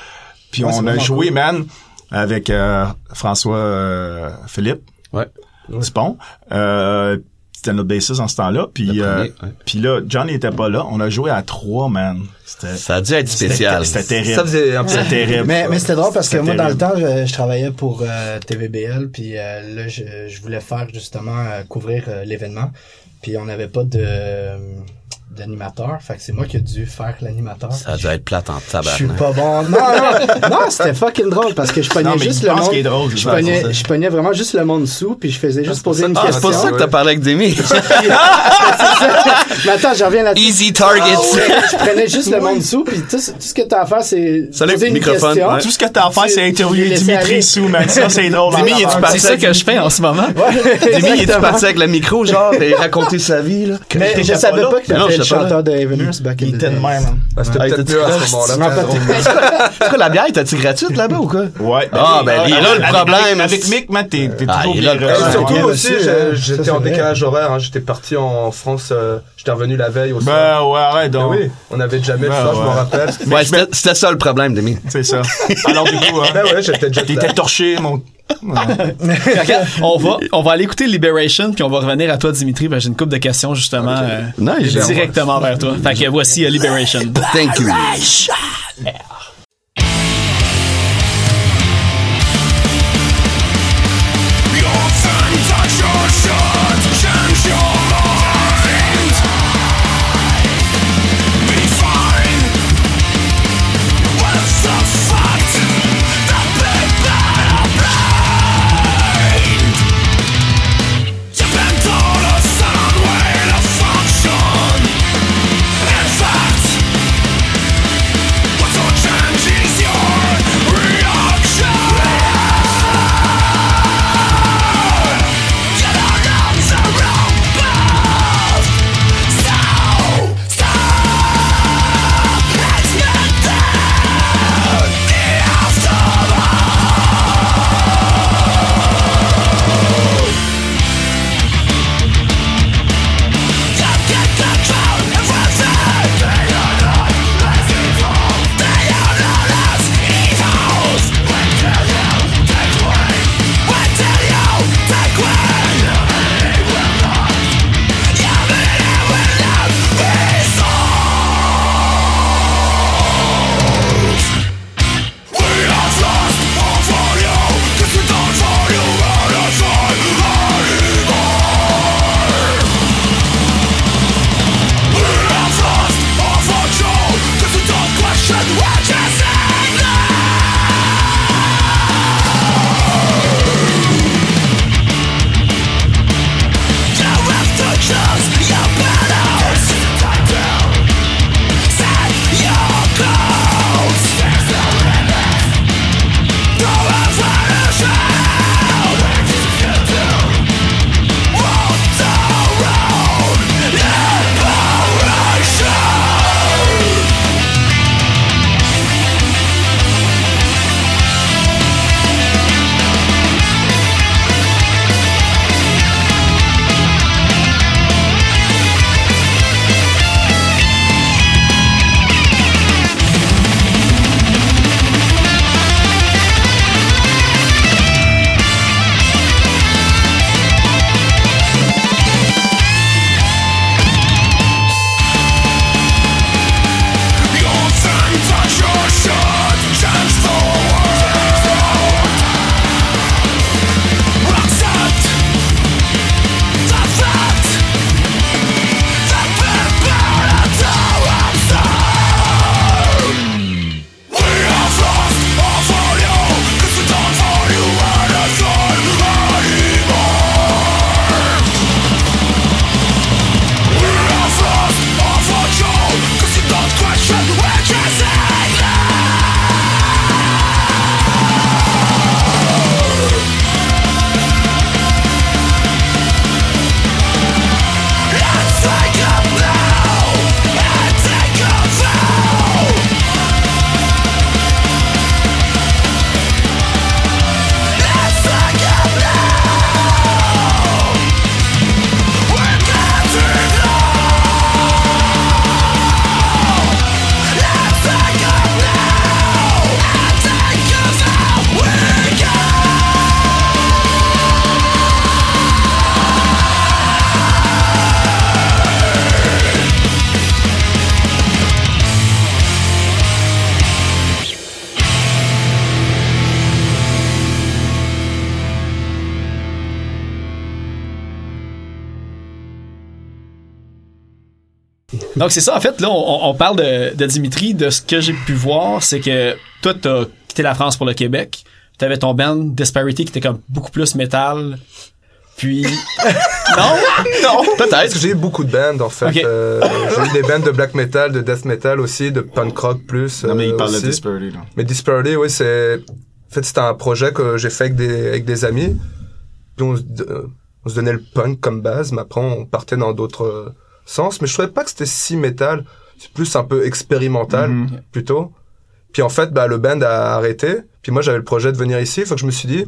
Speaker 4: Puis
Speaker 6: Ouais, c'est
Speaker 4: on a
Speaker 6: vraiment
Speaker 4: joué,
Speaker 6: cool.
Speaker 4: man, avec euh, François euh, Philippe
Speaker 2: Ouais.
Speaker 4: Dupont. Euh, c'était notre bassiste en ce temps-là. Puis
Speaker 2: Le
Speaker 4: euh,
Speaker 2: premier, ouais.
Speaker 4: puis là, John n'était pas là. On a joué à trois, man. C'était
Speaker 2: Ça a dû être spécial.
Speaker 4: c'était terrible.
Speaker 5: Ça faisait un peu-
Speaker 4: C'était terrible.
Speaker 6: Mais, mais c'était drôle parce que
Speaker 4: C'était
Speaker 6: moi, dans le
Speaker 4: terrible.
Speaker 6: temps, je, je travaillais pour euh, TVBL, puis euh, là, je, je voulais faire justement euh, couvrir euh, l'événement, puis on n'avait pas de euh, d'animateur, fait que c'est moi qui ai dû faire l'animateur.
Speaker 2: Ça a dû être plate en
Speaker 6: Je suis
Speaker 2: tabarnak.
Speaker 6: pas bon. Non, non, non, c'était fucking drôle parce que je pognais
Speaker 4: Non, mais
Speaker 6: juste
Speaker 4: il
Speaker 6: le
Speaker 4: pense
Speaker 6: monde.
Speaker 4: qu'il est drôle, je
Speaker 6: je,
Speaker 4: pense,
Speaker 6: pognais,
Speaker 4: c'est ça.
Speaker 6: je pognais vraiment juste le monde sous, puis je faisais juste poser une
Speaker 5: ça- ah,
Speaker 6: question.
Speaker 2: C'est pour ça que t'as parlé avec Demi.
Speaker 6: Mais attends, je reviens là-dessus.
Speaker 2: Easy
Speaker 6: Ah
Speaker 2: target.
Speaker 6: Je prenais juste le monde sous, puis tout, ce- tout ce que t'as à faire, c'est
Speaker 2: Ça lève
Speaker 6: poser
Speaker 2: le
Speaker 6: une
Speaker 2: microphone,
Speaker 6: question.
Speaker 2: ouais.
Speaker 4: Tout ce que t'as à faire, c'est
Speaker 6: Je
Speaker 4: interviewer
Speaker 6: l'ai laissé aller.
Speaker 4: Dimitri Sou, man. Ça, c'est drôle.
Speaker 2: Dimi,
Speaker 4: en
Speaker 2: il est
Speaker 4: tabarnak.
Speaker 2: parti
Speaker 1: C'est ça que je fais en ce moment.
Speaker 2: Demi, il est parti avec le micro, genre, et raconter sa vie, là. Que-
Speaker 6: Mais
Speaker 4: J'étais
Speaker 6: je
Speaker 4: pas
Speaker 6: savais
Speaker 4: là.
Speaker 6: pas que
Speaker 2: Non, j'étais
Speaker 6: t'étais le
Speaker 2: pas là.
Speaker 6: chanteur de Eveners back in the
Speaker 4: Il était
Speaker 6: days.
Speaker 4: de même. hein.
Speaker 5: Bah, c'était
Speaker 2: Ouais,
Speaker 5: peut-être
Speaker 2: t'es-tu
Speaker 5: mieux à
Speaker 2: croche?
Speaker 5: ce moment-là.
Speaker 6: Tu m'en
Speaker 5: peut-être.
Speaker 2: En tout cas, la bière, t'as-tu gratuite là-bas ou quoi?
Speaker 4: Ouais.
Speaker 2: Ah, ben,
Speaker 4: oui. euh,
Speaker 2: il est là, le
Speaker 4: Avec-
Speaker 2: problème.
Speaker 4: Avec Mick, man, t'es t'es
Speaker 2: Ah,
Speaker 4: toujours
Speaker 2: il est là,
Speaker 4: viré.
Speaker 2: le
Speaker 5: Et
Speaker 2: problème.
Speaker 5: surtout
Speaker 6: Ouais,
Speaker 5: aussi,
Speaker 6: aussi,
Speaker 4: euh,
Speaker 5: j'ai-
Speaker 6: hein.
Speaker 5: j'étais
Speaker 6: Ça,
Speaker 5: en
Speaker 6: c'est
Speaker 5: décalage horaire. hein. J'étais parti en France. euh, J'étais revenu la veille aussi.
Speaker 4: Ben, ouais, arrête
Speaker 5: Ben
Speaker 4: donc.
Speaker 5: oui, on avait jamais
Speaker 4: Ben
Speaker 5: ça, je
Speaker 4: ouais.
Speaker 5: m'en rappelle.
Speaker 2: Ouais, c'était c'était ça le problème, Demi.
Speaker 4: C'est ça. Alors, du coup, hein,
Speaker 5: Ben ouais, j'étais déjà
Speaker 4: t'étais torché, mon.
Speaker 1: Regarde, on va, on va aller écouter Liberation, puis on va revenir à toi, Dimitri. Ben, j'ai une couple de questions, justement, euh,
Speaker 2: Nice.
Speaker 1: directement vers toi. Fait que voici euh, Liberation.
Speaker 4: Bah,
Speaker 2: Thank you.
Speaker 3: What's on
Speaker 1: Donc c'est ça, en fait, là, on, on parle de, de Dimitri, de ce que j'ai pu voir, c'est que toi, t'as quitté la France pour le Québec, t'avais ton band Disparity qui était comme beaucoup plus métal, puis... non?
Speaker 5: Non! Peut-être. J'ai eu beaucoup de bands, en fait.
Speaker 1: Ok.
Speaker 5: Euh, j'ai eu des bands de black metal, de death metal aussi, de punk rock plus.
Speaker 4: Non, mais il
Speaker 5: euh,
Speaker 4: parle de
Speaker 5: aussi.
Speaker 4: Disparity, là.
Speaker 5: Mais Disparity, oui, c'est. En fait, c'était un projet que j'ai fait avec des, avec des amis. Puis on, se- euh, on se donnait le punk comme base, mais après on partait dans d'autres euh, sens. Mais je trouvais pas que c'était si métal. C'est plus un peu expérimental
Speaker 4: Mhm.
Speaker 5: plutôt. Puis en fait, bah, le band a arrêté. Puis moi, j'avais le projet de venir ici. Faut que je me suis dit,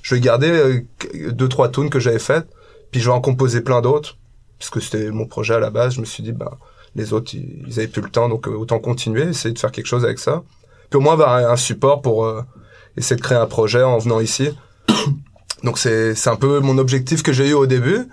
Speaker 5: je vais garder euh, qu- deux trois tunes que j'avais faites. Puis je vais en composer plein d'autres, puisque c'était mon projet à la base. Je me suis dit, bah les autres, ils, ils avaient plus le temps, donc euh, autant continuer, essayer de faire quelque chose avec ça. Puis au moins avoir un, un support pour euh, essayer de créer un projet en venant ici. Donc c'est c'est un peu mon objectif que j'ai eu au début.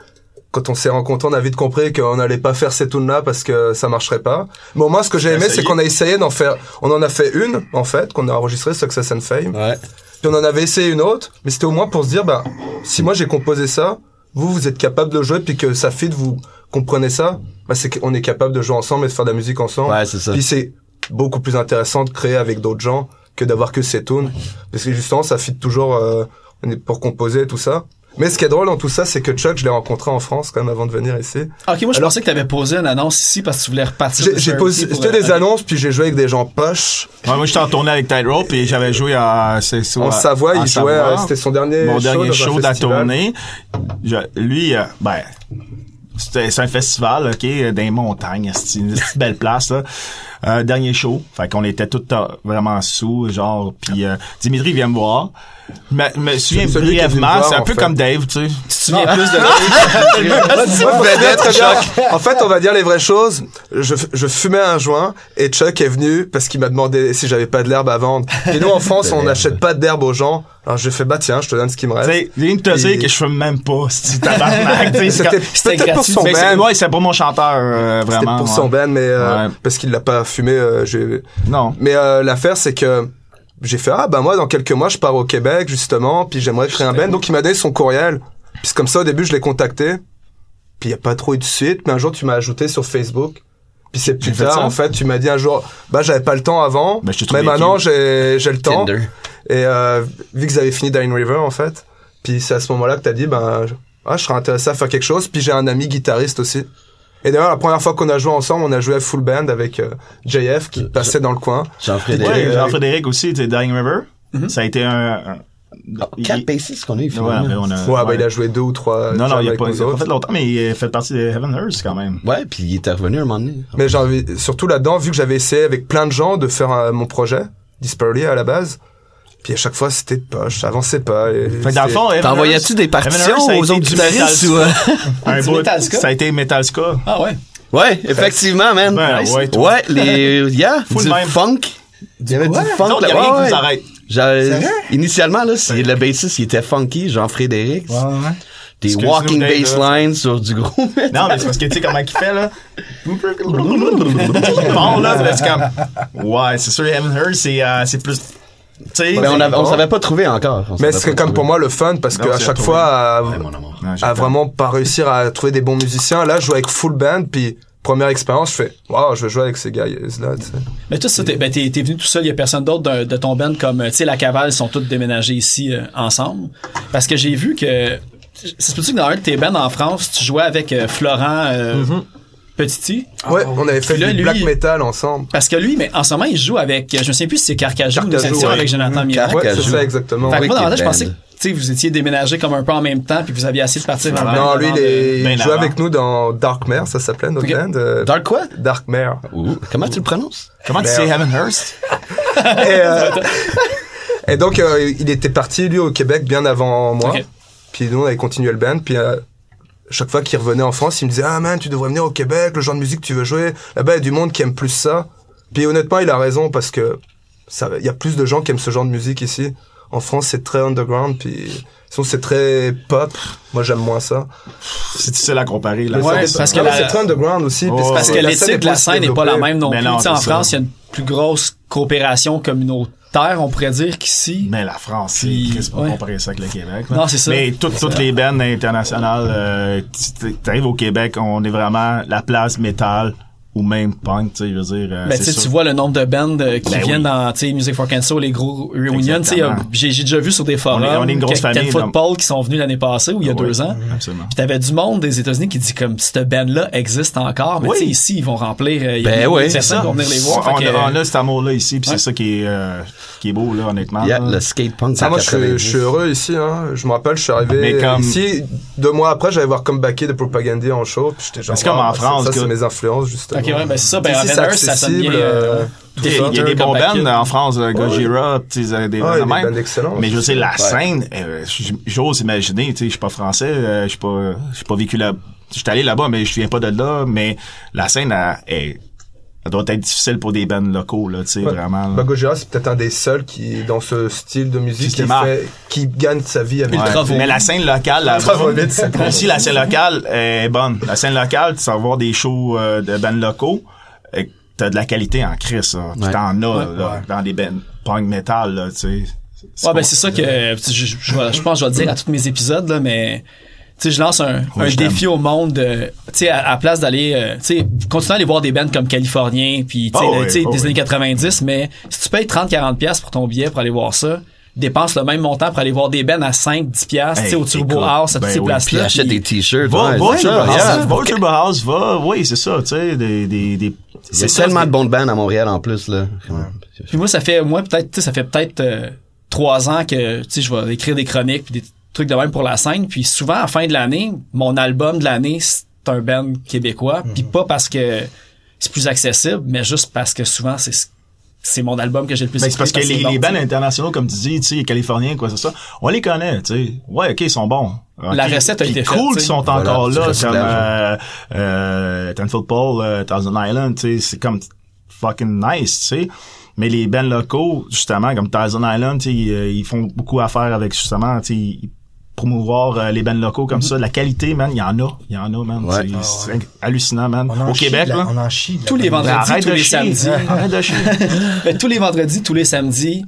Speaker 5: Quand on s'est rencontrés, on a vite compris qu'on n'allait pas faire cette tune là parce que ça marcherait pas. Mais au moins, ce que j'ai aimé,
Speaker 4: essayé.
Speaker 5: c'est qu'on a essayé d'en faire. On en a fait une, en fait, qu'on a enregistrée, Success and Fame.
Speaker 2: Ouais.
Speaker 5: Puis on en avait essayé une autre, mais c'était au moins pour se dire, bah, si moi j'ai composé ça, vous, vous êtes capable de jouer, puis que ça fit, vous comprenez ça, bah, c'est qu'on est capable de jouer ensemble et de faire de la musique ensemble.
Speaker 2: Ouais, c'est ça.
Speaker 5: Puis c'est beaucoup plus intéressant de créer avec d'autres gens que d'avoir que ces tunes. Parce que justement, ça fit toujours euh, on est pour composer tout ça. Mais ce qui est drôle dans tout ça, c'est que Chuck, je l'ai rencontré en France quand même avant de venir ici.
Speaker 1: Ok, moi je
Speaker 5: Alors-
Speaker 1: pensais que t'avais posé une annonce ici parce que tu voulais repartir.
Speaker 5: J'ai
Speaker 1: de
Speaker 5: j'ai
Speaker 1: Disparity
Speaker 5: posé
Speaker 1: pour,
Speaker 5: c'était
Speaker 1: euh,
Speaker 5: des annonces, puis j'ai joué avec des gens poches.
Speaker 4: Ouais, moi, j'étais en tournée avec Tightrope et j'avais joué à. c'est- c'est-
Speaker 5: En
Speaker 4: à-
Speaker 5: Savoie,
Speaker 4: en
Speaker 5: il jouait,
Speaker 4: Savoie.
Speaker 5: euh, c'était son dernier
Speaker 4: Mon
Speaker 5: show
Speaker 4: dernier
Speaker 5: dans un
Speaker 4: show de la
Speaker 5: festival.
Speaker 4: tournée. Je- lui, euh, ben. C'était, c'est un festival, OK, dans les montagnes. C'est une, c'est une belle place, là. Euh, dernier show. Fait qu'on était tous euh, vraiment sous, genre. Puis euh, Dimitri vient me voir. Mais je me souviens
Speaker 5: Celui qui est venu me
Speaker 4: brièvement,
Speaker 5: voir,
Speaker 4: c'est un
Speaker 5: en
Speaker 4: peu
Speaker 5: fait.
Speaker 4: comme Dave, tu sais.
Speaker 1: Tu te souviens plus de
Speaker 5: Très bien, très bien. En fait, on va dire les vraies choses. Je, je fumais un joint et Chuck est venu parce qu'il m'a demandé si j'avais pas de l'herbe à vendre. Et nous, en France, on n'achète pas d'herbe aux gens. Alors, je fais, bah, tiens, je te donne ce qui me
Speaker 4: Tu
Speaker 5: reste.
Speaker 4: sais, il vient de te dire
Speaker 5: Et-
Speaker 4: que je fume même pas, c'est tabarnak, tu sais. c'est
Speaker 5: C'était
Speaker 4: comme-
Speaker 1: c'était
Speaker 5: peut-être pour
Speaker 1: gratuit,
Speaker 5: son
Speaker 4: Mais c'est,
Speaker 5: band.
Speaker 4: ouais, c'est pour mon chanteur, euh,
Speaker 5: C'était
Speaker 4: vraiment.
Speaker 5: pour
Speaker 4: ouais.
Speaker 5: son band, mais euh,
Speaker 4: Ouais.
Speaker 5: parce qu'il l'a pas fumé. euh, j'ai-
Speaker 4: Non.
Speaker 5: Mais euh, l'affaire, c'est que j'ai fait, ah, bah, moi, dans quelques mois, je pars au Québec, justement, puis j'aimerais créer un band. Donc, il m'a donné son courriel. Puis c'est comme ça, au début, je l'ai contacté. Puis il n'y a pas trop eu de suite. Mais un jour, tu m'as ajouté sur Facebook. Puis c'est plus
Speaker 4: J'ai fait
Speaker 5: tard,
Speaker 4: ça.
Speaker 5: en fait, tu m'as dit un jour, bah, j'avais pas le temps avant.
Speaker 4: Ben, je te
Speaker 5: mais
Speaker 4: trouvais
Speaker 5: maintenant,
Speaker 4: cute.
Speaker 5: j'ai, j'ai le
Speaker 4: Oh.
Speaker 5: temps.
Speaker 2: Tinder.
Speaker 5: Et euh, vu que vous avez fini Dying River, en fait, puis c'est à ce moment-là que t'as dit, ben, je- ah, je serais intéressé à faire quelque chose. Puis j'ai un ami guitariste aussi. Et d'ailleurs, la première fois qu'on a joué ensemble, on a joué à full band avec euh, JF qui passait dans le coin.
Speaker 2: Jean-Frédéric.
Speaker 4: Ouais,
Speaker 5: euh,
Speaker 4: Jean-Frédéric aussi, tu sais, Dying River.
Speaker 5: Mm-hmm.
Speaker 4: Ça a été un. un-
Speaker 2: Oh,
Speaker 4: il-
Speaker 2: Quatre PC, ce qu'on a eu,
Speaker 4: Ouais, mais
Speaker 2: finalement.
Speaker 4: on a.
Speaker 5: Ouais, bah,
Speaker 4: ouais.
Speaker 5: il a joué deux ou trois.
Speaker 4: Non,
Speaker 5: jams
Speaker 4: non, il a
Speaker 5: avec
Speaker 4: pas,
Speaker 5: nous
Speaker 4: il a pas
Speaker 5: autres.
Speaker 4: fait longtemps, mais il fait partie de Heaven Earth quand même.
Speaker 2: Ouais, puis il était revenu un moment donné.
Speaker 5: Mais j'ai envie, surtout là-dedans, vu que j'avais essayé avec plein de gens de faire euh, mon projet, Disparity à la base, puis à chaque fois c'était de poche, ça avançait pas. et
Speaker 4: Fait que dans le
Speaker 5: c'est-
Speaker 4: fond, Heaven Earth,
Speaker 2: T'envoyais-tu des
Speaker 4: Heaven Earth,
Speaker 2: partitions
Speaker 4: ça a
Speaker 2: aux
Speaker 4: été
Speaker 2: autres
Speaker 4: du
Speaker 2: guitaristes
Speaker 4: metal
Speaker 2: ou... euh?
Speaker 4: un
Speaker 1: Du
Speaker 4: bout,
Speaker 1: Metal Ska?
Speaker 4: ça a été Metal Ska.
Speaker 1: Ah ouais.
Speaker 2: Ouais, effectivement, man.
Speaker 4: Ben,
Speaker 2: Nice.
Speaker 4: ouais,
Speaker 2: ouais,
Speaker 4: toi.
Speaker 2: les, euh, yeah,
Speaker 4: Full
Speaker 2: du
Speaker 4: même.
Speaker 2: funk. Il y avait du funk.
Speaker 4: Non, il y a
Speaker 2: là-
Speaker 4: rien
Speaker 2: ouais,
Speaker 4: qui nous
Speaker 2: ouais.
Speaker 4: arrête.
Speaker 2: J'avais- Initialement, là, c'est- le bassiste, il était funky, Jean-Frédéric. Des
Speaker 4: Excuse-nous,
Speaker 2: walking
Speaker 4: Dave,
Speaker 2: bass lines sur du gros metal.
Speaker 4: Non, mais c'est parce que tu sais comment il fait, là. Il part, là, là, c'est comme. Ouais, c'est sûr, Heaven Earth, c'est euh, c'est plus. Tu sais.
Speaker 2: Mais on, avait, on savait pas trouvé encore. On savait
Speaker 5: Mais c'est
Speaker 2: pas trouvé.
Speaker 5: comme pour moi le fun parce
Speaker 4: Bah, Non,
Speaker 5: que à
Speaker 4: c'est
Speaker 5: chaque
Speaker 4: à
Speaker 5: fois, à,
Speaker 2: Ouais, mon amour.
Speaker 4: Ouais, j'ai
Speaker 5: à
Speaker 4: pas-
Speaker 5: vraiment pas réussir à trouver des bons musiciens, là, je joue avec full band, puis première expérience, je fais, waouh, je veux jouer avec ces gars là. tu sais.
Speaker 1: Mais toi, ça, t'es, ben, t'es, t'es venu tout seul, il y a personne d'autre de, de ton band comme, euh, tu sais, la cavale, ils sont tous déménagés ici euh, ensemble. Parce que j'ai vu que, c'est peut-être que dans un de tes bands en France, tu jouais avec euh, Florent euh, Petiti.
Speaker 5: Ouais, on avait fait
Speaker 1: Puis là,
Speaker 5: du
Speaker 1: Ah, lui-
Speaker 5: black metal ensemble.
Speaker 1: Parce que lui, mais en ce moment, il joue avec, euh, je me souviens plus si c'est Carcajou ou une
Speaker 5: Carcajou,
Speaker 1: section
Speaker 5: ouais.
Speaker 1: avec Jonathan Mirand.
Speaker 2: Carcajou.
Speaker 5: Ouais, c'est
Speaker 2: Acajou.
Speaker 5: ça exactement.
Speaker 1: Fait que
Speaker 2: Oui,
Speaker 1: moi, dans
Speaker 2: qui
Speaker 1: la tête,
Speaker 2: est
Speaker 1: je
Speaker 2: band.
Speaker 1: pensais que, tu sais, vous étiez déménagés comme un peu en même temps, puis vous aviez essayé de partir vers
Speaker 5: Non,
Speaker 1: le
Speaker 5: lui,
Speaker 1: nord
Speaker 5: il, est-
Speaker 1: de-
Speaker 4: Ben
Speaker 5: il jouait
Speaker 4: avant.
Speaker 5: avec nous dans Dark Mare, ça s'appelait notre
Speaker 1: Ok.
Speaker 5: band. euh,
Speaker 2: Dark quoi?
Speaker 5: Dark Mare.
Speaker 2: Ouh, Comment tu le prononces?
Speaker 4: Comment tu sais Heaven Earth?
Speaker 5: et, euh, et donc euh, il était parti lui au Québec bien avant moi.
Speaker 1: Ok.
Speaker 5: Puis nous on avait continué le band. Puis euh, chaque fois qu'il revenait en France, il me disait ah man tu devrais venir au Québec, le genre de musique que tu veux jouer. Là-bas il y a du monde qui aime plus ça. Puis honnêtement il a raison parce que ça, il y a plus de gens qui aiment ce genre de musique ici. En France c'est très underground. Puis sinon c'est très pop. Moi j'aime moins ça.
Speaker 4: C'est difficile à comparer, là.
Speaker 1: Ouais,
Speaker 4: Ça,
Speaker 1: parce
Speaker 4: ça.
Speaker 1: que
Speaker 5: Non, mais
Speaker 1: la-
Speaker 5: c'est très underground aussi.
Speaker 4: Oh,
Speaker 5: puis c'est-
Speaker 1: Parce que
Speaker 5: la
Speaker 1: l'éthique de la scène n'est pas la
Speaker 5: développée.
Speaker 1: même non
Speaker 4: Mais
Speaker 1: plus.
Speaker 4: non,
Speaker 1: Tu sais, en
Speaker 4: c'est ça.
Speaker 1: France, il y a une plus grosse coopération communautaire, on pourrait dire, qu'ici.
Speaker 4: Mais la France, c'est
Speaker 1: Puis,
Speaker 4: Chris, pas
Speaker 1: ouais.
Speaker 4: comparer ça avec le Québec.
Speaker 1: Non, c'est ça.
Speaker 4: Mais toutes toutes les bands internationales, euh, tu- tu- t'arrives au Québec, on est vraiment la place métal ou même punk, tu sais, je veux dire. euh,
Speaker 1: Ben,
Speaker 4: c'est
Speaker 1: tu sais,
Speaker 4: sûr.
Speaker 1: tu vois le nombre de bands euh, qui
Speaker 4: Ben
Speaker 1: viennent
Speaker 4: oui.
Speaker 1: dans tu sais, Music for Cancer, les gros reunions. tu sais, euh,
Speaker 4: Exactement.
Speaker 1: J'ai j'ai déjà vu sur des forums
Speaker 4: On est- on est une grosse
Speaker 1: Captain
Speaker 4: famille,
Speaker 1: Football qui sont venus l'année passée ou il y a
Speaker 4: Ouais,
Speaker 1: deux ans.
Speaker 4: Absolument.
Speaker 1: Puis t'avais du monde des États-Unis qui dit comme cette band-là existe encore, mais
Speaker 4: Oui.
Speaker 1: tu sais, ici, ils vont remplir. euh, Il y a
Speaker 2: Ben
Speaker 1: des-
Speaker 2: oui,
Speaker 1: des
Speaker 2: c'est
Speaker 1: personnes qui vont venir les voir.
Speaker 4: On,
Speaker 1: Fait que,
Speaker 4: a, on a cet amour-là ici, puis
Speaker 1: Ouais.
Speaker 4: c'est ça qui est, euh, qui est beau, là, honnêtement.
Speaker 2: Yeah,
Speaker 4: là.
Speaker 2: le skate punk
Speaker 5: Ah,
Speaker 2: en
Speaker 5: moi, je suis,
Speaker 2: 90.
Speaker 5: je suis heureux ici. Hein. Je me rappelle, je suis arrivé
Speaker 4: Mais comme-
Speaker 5: ici. Deux mois après, j'allais voir Comebacké de Propagandé en show. Puis j'étais genre.
Speaker 4: C'est comme en
Speaker 5: ah,
Speaker 4: France,
Speaker 5: Ça, c'est
Speaker 4: que-
Speaker 5: mes influences, justement.
Speaker 1: Ok, ouais, ben c'est ça. Ben,
Speaker 5: Ici, c'est
Speaker 1: Ravenhurst, ça sonne bien.
Speaker 5: accessible,
Speaker 1: euh,
Speaker 5: euh,
Speaker 4: Il y a- il y a
Speaker 1: Defector,
Speaker 4: des bons
Speaker 1: Comeback
Speaker 4: bands
Speaker 1: Kid.
Speaker 4: en France, euh, Gojira, tu sais, euh, des
Speaker 5: Ah,
Speaker 4: bands
Speaker 5: il y
Speaker 4: de
Speaker 5: a des
Speaker 4: même.
Speaker 5: bandes excellentes.
Speaker 4: Mais je sais, la scène, euh, j- j'ose imaginer, tu sais, je suis pas français, euh, je suis pas, je suis pas vécu là, je suis allé là-bas, mais je viens pas de là, mais la scène, elle, elle- elle doit être difficile pour des bands locaux, là, tu sais,
Speaker 5: Ouais.
Speaker 4: vraiment. là.
Speaker 5: Bah, Gojira, c'est peut-être un des seuls qui, dans ce style de musique,
Speaker 4: Qui se
Speaker 5: qui,
Speaker 4: démarque.
Speaker 5: fait, qui gagne sa vie avec
Speaker 1: Ultra
Speaker 5: Ouais.
Speaker 1: vaut.
Speaker 4: Mais la scène locale,
Speaker 5: Ça va
Speaker 4: là,
Speaker 5: vite, ça va
Speaker 4: aussi la scène locale est bonne. La scène locale, tu vas voir des shows euh, de bands locaux, euh, t'as de la qualité en Chris, là. Puis
Speaker 2: Ouais.
Speaker 4: t'en as là, dans des bands punk metal, là, tu sais.
Speaker 1: Ouais, ben
Speaker 4: pas-
Speaker 1: c'est ça que euh, je, je, je vais- je pense que je vais le dire à tous mes épisodes là, mais tu sais je lance un,
Speaker 4: Oui,
Speaker 1: un
Speaker 4: je
Speaker 1: défi au monde de, tu sais à, à place d'aller euh, tu sais continuer à aller voir des bands comme Californien puis tu sais
Speaker 4: Oh
Speaker 1: le-
Speaker 4: oui,
Speaker 1: tu sais,
Speaker 4: oh
Speaker 1: des
Speaker 4: oui.
Speaker 1: années 90 mais si tu payes 30 40 pièces pour ton billet pour aller voir ça dépense le même montant pour aller voir des bands à 5 10 pièces tu sais
Speaker 4: Hey,
Speaker 1: au Turbo
Speaker 4: écoute,
Speaker 1: House à toutes
Speaker 4: ben
Speaker 1: ces
Speaker 4: oui,
Speaker 1: places
Speaker 2: Puis
Speaker 1: là
Speaker 2: achète des t-shirts.
Speaker 4: Va,
Speaker 2: ouais,
Speaker 4: va, au
Speaker 2: c'est
Speaker 4: Turbo
Speaker 2: ça,
Speaker 4: House,
Speaker 2: yeah.
Speaker 4: va au Turbo House, va, oui, c'est ça, tu sais, des, des, des,
Speaker 2: Il y a
Speaker 4: ça,
Speaker 2: tellement de bonnes bandes à Montréal en plus, là.
Speaker 1: Puis moi, ça fait, moi, peut-être, tu sais, ça fait peut-être euh, trois ans que, tu sais, je vais écrire des chroniques puis des trucs de même pour la scène. Puis souvent, à la fin de l'année, mon album de l'année, c'est un band québécois.
Speaker 4: Mhm.
Speaker 1: Puis pas parce que c'est plus accessible, mais juste parce que souvent, c'est ce- c'est mon album que j'ai le plus
Speaker 4: Ben, c'est parce que les,
Speaker 1: c'est
Speaker 4: les
Speaker 1: bon,
Speaker 4: bands
Speaker 1: tu sais.
Speaker 4: internationaux, comme tu dis, tu sais, les Californiens, quoi, c'est ça, on les connaît, tu sais. Ouais, ok, ils sont bons. Ok.
Speaker 1: La recette a
Speaker 4: Puis
Speaker 1: été faite,
Speaker 4: cool
Speaker 1: tu
Speaker 4: qu'ils
Speaker 1: sais.
Speaker 4: sont
Speaker 2: Voilà,
Speaker 4: encore
Speaker 2: c'est
Speaker 4: là, comme,
Speaker 2: recyclage,
Speaker 4: euh, euh, Tenfold Paul, euh, Thousand Island, tu sais, c'est comme fucking nice, tu sais. Mais les bands locaux, justement, comme Thousand Island, tu sais, ils, euh, ils font beaucoup affaire avec, justement, tu sais, ils- promouvoir euh, les bands locaux comme ça. La qualité, man, il y en a. Il y en a, man.
Speaker 2: Ouais.
Speaker 4: Tu sais,
Speaker 2: Ah,
Speaker 4: C'est hallucinant, man.
Speaker 6: On en
Speaker 4: Au
Speaker 6: chie
Speaker 4: Québec,
Speaker 6: de la-
Speaker 4: là.
Speaker 6: On en chie. de la
Speaker 1: Tous les
Speaker 6: bonne
Speaker 1: vendredis,
Speaker 4: Ben, Arrête
Speaker 1: tous
Speaker 4: de
Speaker 1: les
Speaker 4: chier.
Speaker 1: samedis.
Speaker 4: Arrête de chier.
Speaker 1: Mais Ben, tous les vendredis, tous les samedis,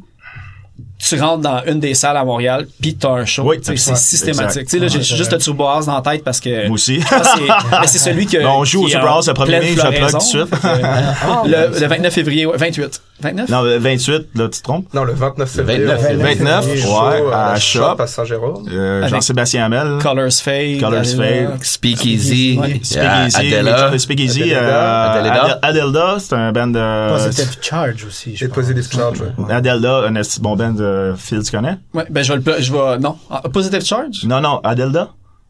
Speaker 1: tu rentres dans une des salles à Montréal, puis t'as un show.
Speaker 4: Oui,
Speaker 1: Tu sais, c'est
Speaker 4: exact.
Speaker 1: systématique. Tu sais, là, j'ai
Speaker 6: Ouais, c'est
Speaker 1: juste
Speaker 6: vrai.
Speaker 1: le Turbo House dans la tête parce que...
Speaker 4: Moi aussi.
Speaker 1: Je pense que c'est- mais c'est celui que...
Speaker 4: Ben, on joue au
Speaker 1: qui est
Speaker 4: Turbo
Speaker 1: en
Speaker 4: House le 1er mai,
Speaker 1: pleine
Speaker 4: je le plug tout de
Speaker 1: floraison.
Speaker 4: suite.
Speaker 6: Ah,
Speaker 1: le, le 29 février, ouais, 28. 29?
Speaker 4: Non, le 28, là, tu te trompes.
Speaker 5: Non, le 29 février.
Speaker 2: 29
Speaker 5: on fait
Speaker 4: 29,
Speaker 5: un show,
Speaker 4: ouais,
Speaker 5: euh,
Speaker 4: à Shop.
Speaker 5: à Saint-Jérôme.
Speaker 4: Euh,
Speaker 1: Avec-
Speaker 4: Jean-Sébastien Hamel.
Speaker 1: Colors Fade.
Speaker 4: Colors
Speaker 1: Adela.
Speaker 4: Fade.
Speaker 2: Speakeasy.
Speaker 1: Ouais.
Speaker 2: yeah,
Speaker 4: Speakeasy,
Speaker 2: Adela.
Speaker 4: Mitchell Speakeasy,
Speaker 5: Adela.
Speaker 4: euh,
Speaker 2: Adela.
Speaker 4: Adel- Adelda, c'est un band de...
Speaker 6: Positive charge aussi. je
Speaker 5: J'ai
Speaker 6: pense.
Speaker 5: posé des charges. ouais.
Speaker 4: Adelda, un esti de bon band de Phil, tu connais?
Speaker 1: Ouais, ben, je vais le, pla- je vais, non. Ah, Positive Charge?
Speaker 4: Non, non, Adelda.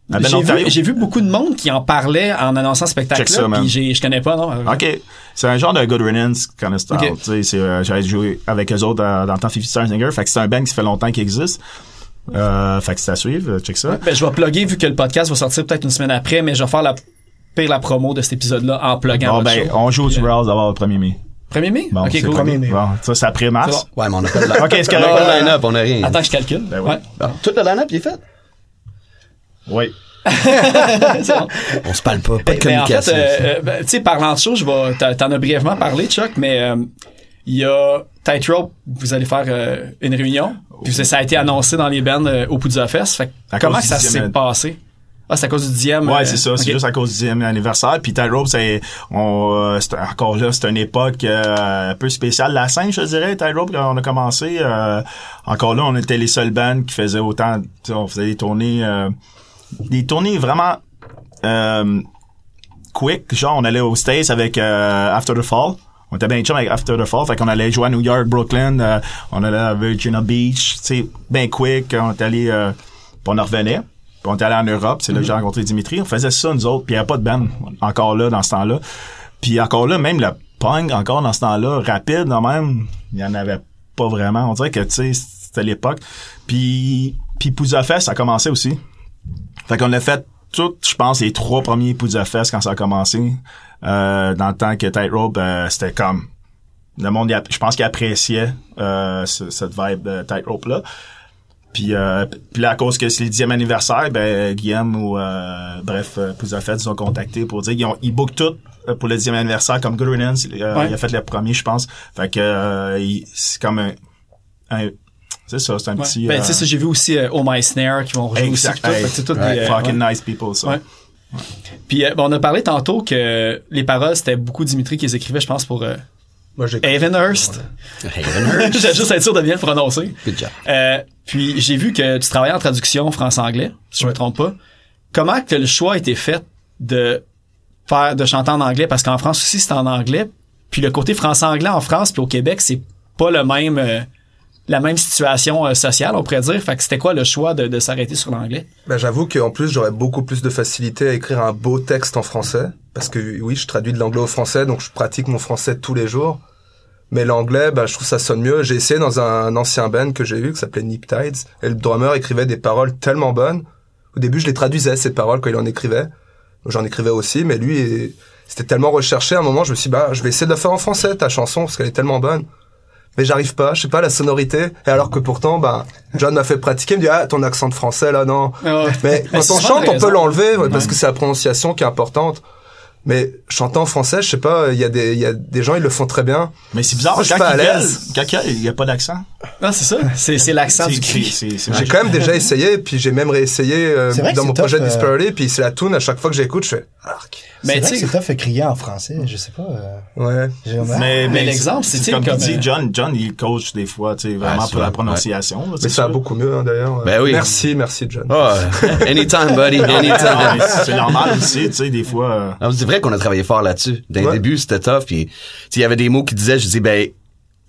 Speaker 4: Ben Un band
Speaker 1: J'ai vu,
Speaker 4: d'Ontario.
Speaker 1: j'ai vu beaucoup de monde qui en parlait en annonçant ce spectacle-là.
Speaker 4: Check ça, man.
Speaker 1: puis j'ai- je connais pas, non?
Speaker 4: OK. C'est un genre de Good Riddance kind of style.
Speaker 1: Ok.
Speaker 4: Tu sais, c'est, euh, J'avais joué avec eux autres euh, dans le temps 50 Star Singer. Fait que c'est un band qui fait longtemps qu'il existe. Euh, fait que c'est à suivre. euh, Check ça.
Speaker 1: Ben, je vais plugger vu que le podcast va sortir peut-être une semaine après, mais je vais faire la pire la promo de cet épisode-là en pluguant.
Speaker 4: Bon,
Speaker 1: votre
Speaker 4: ben,
Speaker 1: show.
Speaker 4: on joue au
Speaker 1: Puis, euh,
Speaker 4: Turbo House d'abord le 1er mai.
Speaker 1: 1er mai?
Speaker 4: Bon,
Speaker 1: ok,
Speaker 4: c'est
Speaker 1: cool.
Speaker 4: pas-
Speaker 6: 1er mai.
Speaker 4: Bon, ça, c'est après mars.
Speaker 1: C'est
Speaker 2: Ouais, mais on a pas de line-up.
Speaker 4: OK, c'est
Speaker 2: On a
Speaker 4: correct.
Speaker 2: pas de line-up, on a rien.
Speaker 1: Attends que je calcule.
Speaker 4: Ben oui.
Speaker 1: Ouais.
Speaker 2: Bon, Tout le line-up, il est fait.
Speaker 4: Oui.
Speaker 1: C'est bon.
Speaker 2: On se parle pas, pas de
Speaker 1: Mais en fait,
Speaker 2: communication.
Speaker 1: euh, euh, ben, tu sais, parlant de choses, je vais, t'en- t'en as brièvement parlé, Chuck, mais euh, il y a Tightrope, vous allez faire euh, une réunion, puis ça, ça a été annoncé dans les bands euh, au Poudja Fest. Fait que
Speaker 4: À
Speaker 1: comment
Speaker 4: cause
Speaker 1: que ça
Speaker 4: du dixième
Speaker 1: s'est
Speaker 4: an-
Speaker 1: passé? Ah, c'est à cause du dixième.
Speaker 4: Ouais,
Speaker 1: euh,
Speaker 4: c'est ça. C'est
Speaker 1: ok.
Speaker 4: juste à cause du 10e anniversaire. Puis Tightrope, c'est, on, euh, c'est encore là, c'est une époque euh, un peu spéciale. La scène, je dirais, Tightrope, quand on a commencé, euh, encore là, on était les seuls bands qui faisaient autant, tu sais, on faisait des tournées, euh, des tournées vraiment euh, quick. Genre, on allait aux States avec euh, After the Fall. On était bien chum avec After the Fall. Fait qu'on allait jouer à New York, Brooklyn. euh, on allait à Virginia Beach. Tu sais, bien quick. On est allé... euh, puis on en revenait. Puis on était allé en Europe. C'est là que j'ai rencontré Dimitri. On faisait ça, nous autres. Puis il n'y avait pas de band encore là, dans ce temps-là. Puis encore là, même le punk, encore dans ce temps-là, rapide, quand même, il n'y en avait pas vraiment. On dirait que, tu sais, c'était l'époque. Puis, puis Pouza Fest, ça commençait aussi. Fait qu'on a fait tout, je pense, les trois premiers Pouza Fest quand ça a commencé. Euh, dans le temps que Tightrope, euh, c'était comme... Le monde, il app- je pense qu'il appréciait euh, ce- cette vibe de Tightrope-là. Puis, euh, puis là, à cause que c'est le 10e anniversaire, ben, Guillaume ou, euh, bref, euh, plusieurs fêtes nous ont contactés pour dire, ils, ont, ils bookent tout euh, pour le 10e anniversaire, comme Good Riddance, euh,
Speaker 1: Ouais.
Speaker 4: il a fait le premier, je pense. Fait que, euh, il- c'est comme un, un- c'est ça, c'est un
Speaker 1: Ouais.
Speaker 4: petit,
Speaker 1: Ben, tu
Speaker 4: euh,
Speaker 1: sais, ça, j'ai vu aussi euh, Oh My Snare qui vont rejouer aussi.
Speaker 4: Exact.
Speaker 1: puis tout. Fait que c'est tout des,
Speaker 4: Ouais,
Speaker 1: euh,
Speaker 4: fucking
Speaker 1: ouais.
Speaker 4: nice people, ça.
Speaker 1: Ouais. Puis euh, ben, on a parlé tantôt que les paroles, c'était beaucoup Dimitri qui les écrivait, je pense, pour euh,
Speaker 5: Moi, j'ai
Speaker 1: Evenhurst. J'ai juste être sûr de bien le prononcer.
Speaker 2: Good job.
Speaker 1: Euh, puis j'ai vu que tu travaillais en traduction français-anglais, si je me trompe pas. Comment que le choix a été fait de faire de chanter en anglais parce qu'en France aussi c'est en anglais, puis le côté français-anglais en France puis au Québec c'est pas le même euh, la même situation euh, sociale on pourrait dire. Fait que c'était quoi le choix de, de s'arrêter sur l'anglais
Speaker 5: Ben, j'avoue qu'en plus, j'aurais beaucoup plus de facilité à écrire un beau texte en français. Parce que oui, je traduis de l'anglais au français, donc je pratique mon français tous les jours. Mais l'anglais, ben, je trouve ça sonne mieux. J'ai essayé dans un ancien band que j'ai eu, qui s'appelait Nip Tides, et le drummer écrivait des paroles tellement bonnes. Au début, je les traduisais, ces paroles, quand il en écrivait. J'en écrivais aussi, mais lui, il- c'était tellement recherché. À un moment, je me suis dit, bah, je vais essayer de la faire en français, ta chanson, parce qu'elle est tellement bonne. Mais j'arrive pas, je sais pas, la sonorité. Et alors que pourtant, ben, John m'a fait pratiquer, il me dit, ah, ton accent de français, là, non. Mais
Speaker 1: Mais
Speaker 5: quand
Speaker 1: c'est
Speaker 5: on
Speaker 1: souvent
Speaker 5: chante, on
Speaker 1: raison.
Speaker 5: peut l'enlever ouais, parce que c'est la prononciation qui est importante. Mais chanter en français, je sais pas, il y a des il y a des gens ils le font très bien.
Speaker 4: Mais c'est bizarre,
Speaker 5: Je suis
Speaker 4: quand
Speaker 5: pas à
Speaker 4: il
Speaker 5: l'aise.
Speaker 4: gueule, quand il n'y a pas d'accent,
Speaker 1: Non c'est ça, c'est c'est l'accent
Speaker 4: c'est
Speaker 1: du
Speaker 4: écrit.
Speaker 1: cri.
Speaker 4: C'est c'est
Speaker 5: J'ai
Speaker 4: magique.
Speaker 5: quand même déjà essayé, puis j'ai même réessayé euh,
Speaker 6: C'est vrai que
Speaker 5: dans
Speaker 6: c'est
Speaker 5: mon
Speaker 6: top,
Speaker 5: projet
Speaker 6: euh,
Speaker 5: Disparity, puis c'est la tune à chaque fois que j'écoute, je fais arc.
Speaker 1: Mais
Speaker 6: c'est vrai
Speaker 1: tu
Speaker 6: que c'est
Speaker 1: sais,
Speaker 6: tough de crier en français, je sais pas. euh,
Speaker 5: Ouais.
Speaker 6: j'ai-
Speaker 4: Mais,
Speaker 1: Mais l'exemple, c'est, tu sais,
Speaker 4: comme,
Speaker 1: comme,
Speaker 4: il dit,
Speaker 1: euh,
Speaker 4: John, John, il coach des fois, tu sais, vraiment
Speaker 2: Ah,
Speaker 4: pour la
Speaker 2: souvent,
Speaker 4: prononciation. là,
Speaker 5: Mais
Speaker 4: c'est
Speaker 5: ça va
Speaker 4: sûr.
Speaker 5: beaucoup mieux hein, d'ailleurs.
Speaker 2: Ben oui.
Speaker 5: Merci, merci John.
Speaker 2: Oh, anytime, buddy,
Speaker 4: Ah,
Speaker 2: anytime.
Speaker 4: mais c'est normal aussi, tu sais, des fois. euh,
Speaker 2: Non, c'est vrai qu'on a travaillé fort là-dessus. Dès le
Speaker 5: Ouais.
Speaker 2: début, c'était tough. Puis, tu sais, il y avait des mots qui disaient, je dis, ben,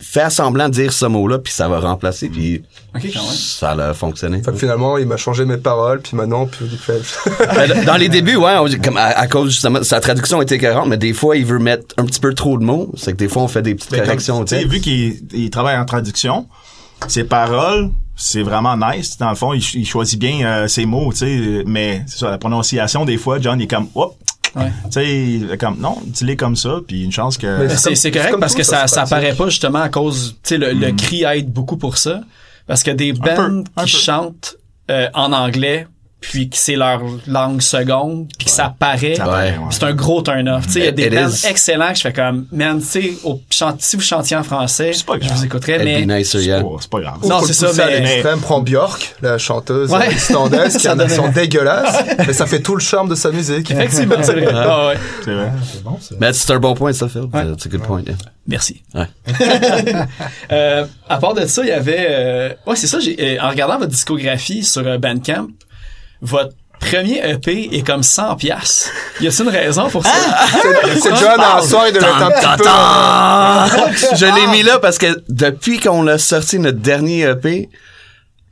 Speaker 2: fais semblant de dire ce mot-là, puis ça va remplacer. Puis,
Speaker 1: Ok, quand même.
Speaker 2: ça a fonctionné.
Speaker 5: Fait que Euh, finalement, il m'a changé mes paroles, puis maintenant, puis il fait-
Speaker 2: Ben, dans les débuts, ouais, on- comme à, à cause justement, sa traduction était 40, mais des fois, il veut mettre un petit peu trop de mots. C'est que des fois, on fait des petites
Speaker 4: Ben, comme,
Speaker 2: corrections.
Speaker 4: tu sais,
Speaker 2: tu sais.
Speaker 4: vu qu'il il travaille en traduction, ses paroles, c'est vraiment nice. Dans le fond, il, ch- il choisit bien euh, ses mots, tu sais, mais c'est ça, la prononciation, des fois, John, il est comme, hop,
Speaker 1: Ouais.
Speaker 4: tu sais, il est comme, non, dis-les comme ça, puis une chance que...
Speaker 5: Mais-
Speaker 1: C'est, c'est
Speaker 5: comme- c'est
Speaker 1: correct
Speaker 5: comme
Speaker 1: parce
Speaker 5: tout,
Speaker 1: que
Speaker 5: ça,
Speaker 1: ça,
Speaker 5: c'est
Speaker 1: ça
Speaker 5: pratique.
Speaker 1: apparaît pas justement à cause, tu sais, le, le cri aide beaucoup pour ça. Parce que des bands
Speaker 4: peu, Hmm. un peu.
Speaker 1: qui chantent euh, en anglais, puis que c'est leur langue seconde, puis que ça paraît,
Speaker 4: Ça paraît, ouais.
Speaker 1: c'est un gros turn-off. Tu sais, il y a des
Speaker 2: It
Speaker 1: bands
Speaker 2: is.
Speaker 1: excellents que je fais comme, man, tu sais, au- chan- si vous chantiez en français,
Speaker 4: C'est pas
Speaker 1: je
Speaker 4: grave.
Speaker 1: vous écouterais, mais...
Speaker 2: It'd be nicer,
Speaker 4: c'est
Speaker 2: yeah.
Speaker 4: pas, Oh, Ah, c'est pas grave.
Speaker 1: Non,
Speaker 5: Faut
Speaker 1: c'est
Speaker 5: le
Speaker 1: ça,
Speaker 5: pousser à
Speaker 1: mais-
Speaker 5: l'extrême, prends Björk, la chanteuse
Speaker 1: Ouais.
Speaker 5: islandaise, qui
Speaker 1: Ça
Speaker 5: a un
Speaker 1: donnait-
Speaker 5: accent dégueulasse, mais ça fait tout le charme de sa musique.
Speaker 1: Effectivement, c'est vrai. Ah ouais.
Speaker 4: C'est vrai.
Speaker 6: C'est bon, ça.
Speaker 2: Mais c'est un bon point, ça, Phil. C'est un good point. yeah.
Speaker 1: Merci.
Speaker 2: Ouais.
Speaker 1: euh, à part de ça, il y avait. euh, ouais, c'est ça. J'ai, euh, en regardant votre discographie sur euh, Bandcamp, votre premier EP est comme 100 pièces. Y a-t-il une raison pour ça
Speaker 5: C'est John à un soir, il devait être un petit peu.
Speaker 2: Tan, tan, tan. Je l'ai mis là parce que depuis qu'on a sorti notre dernier EP,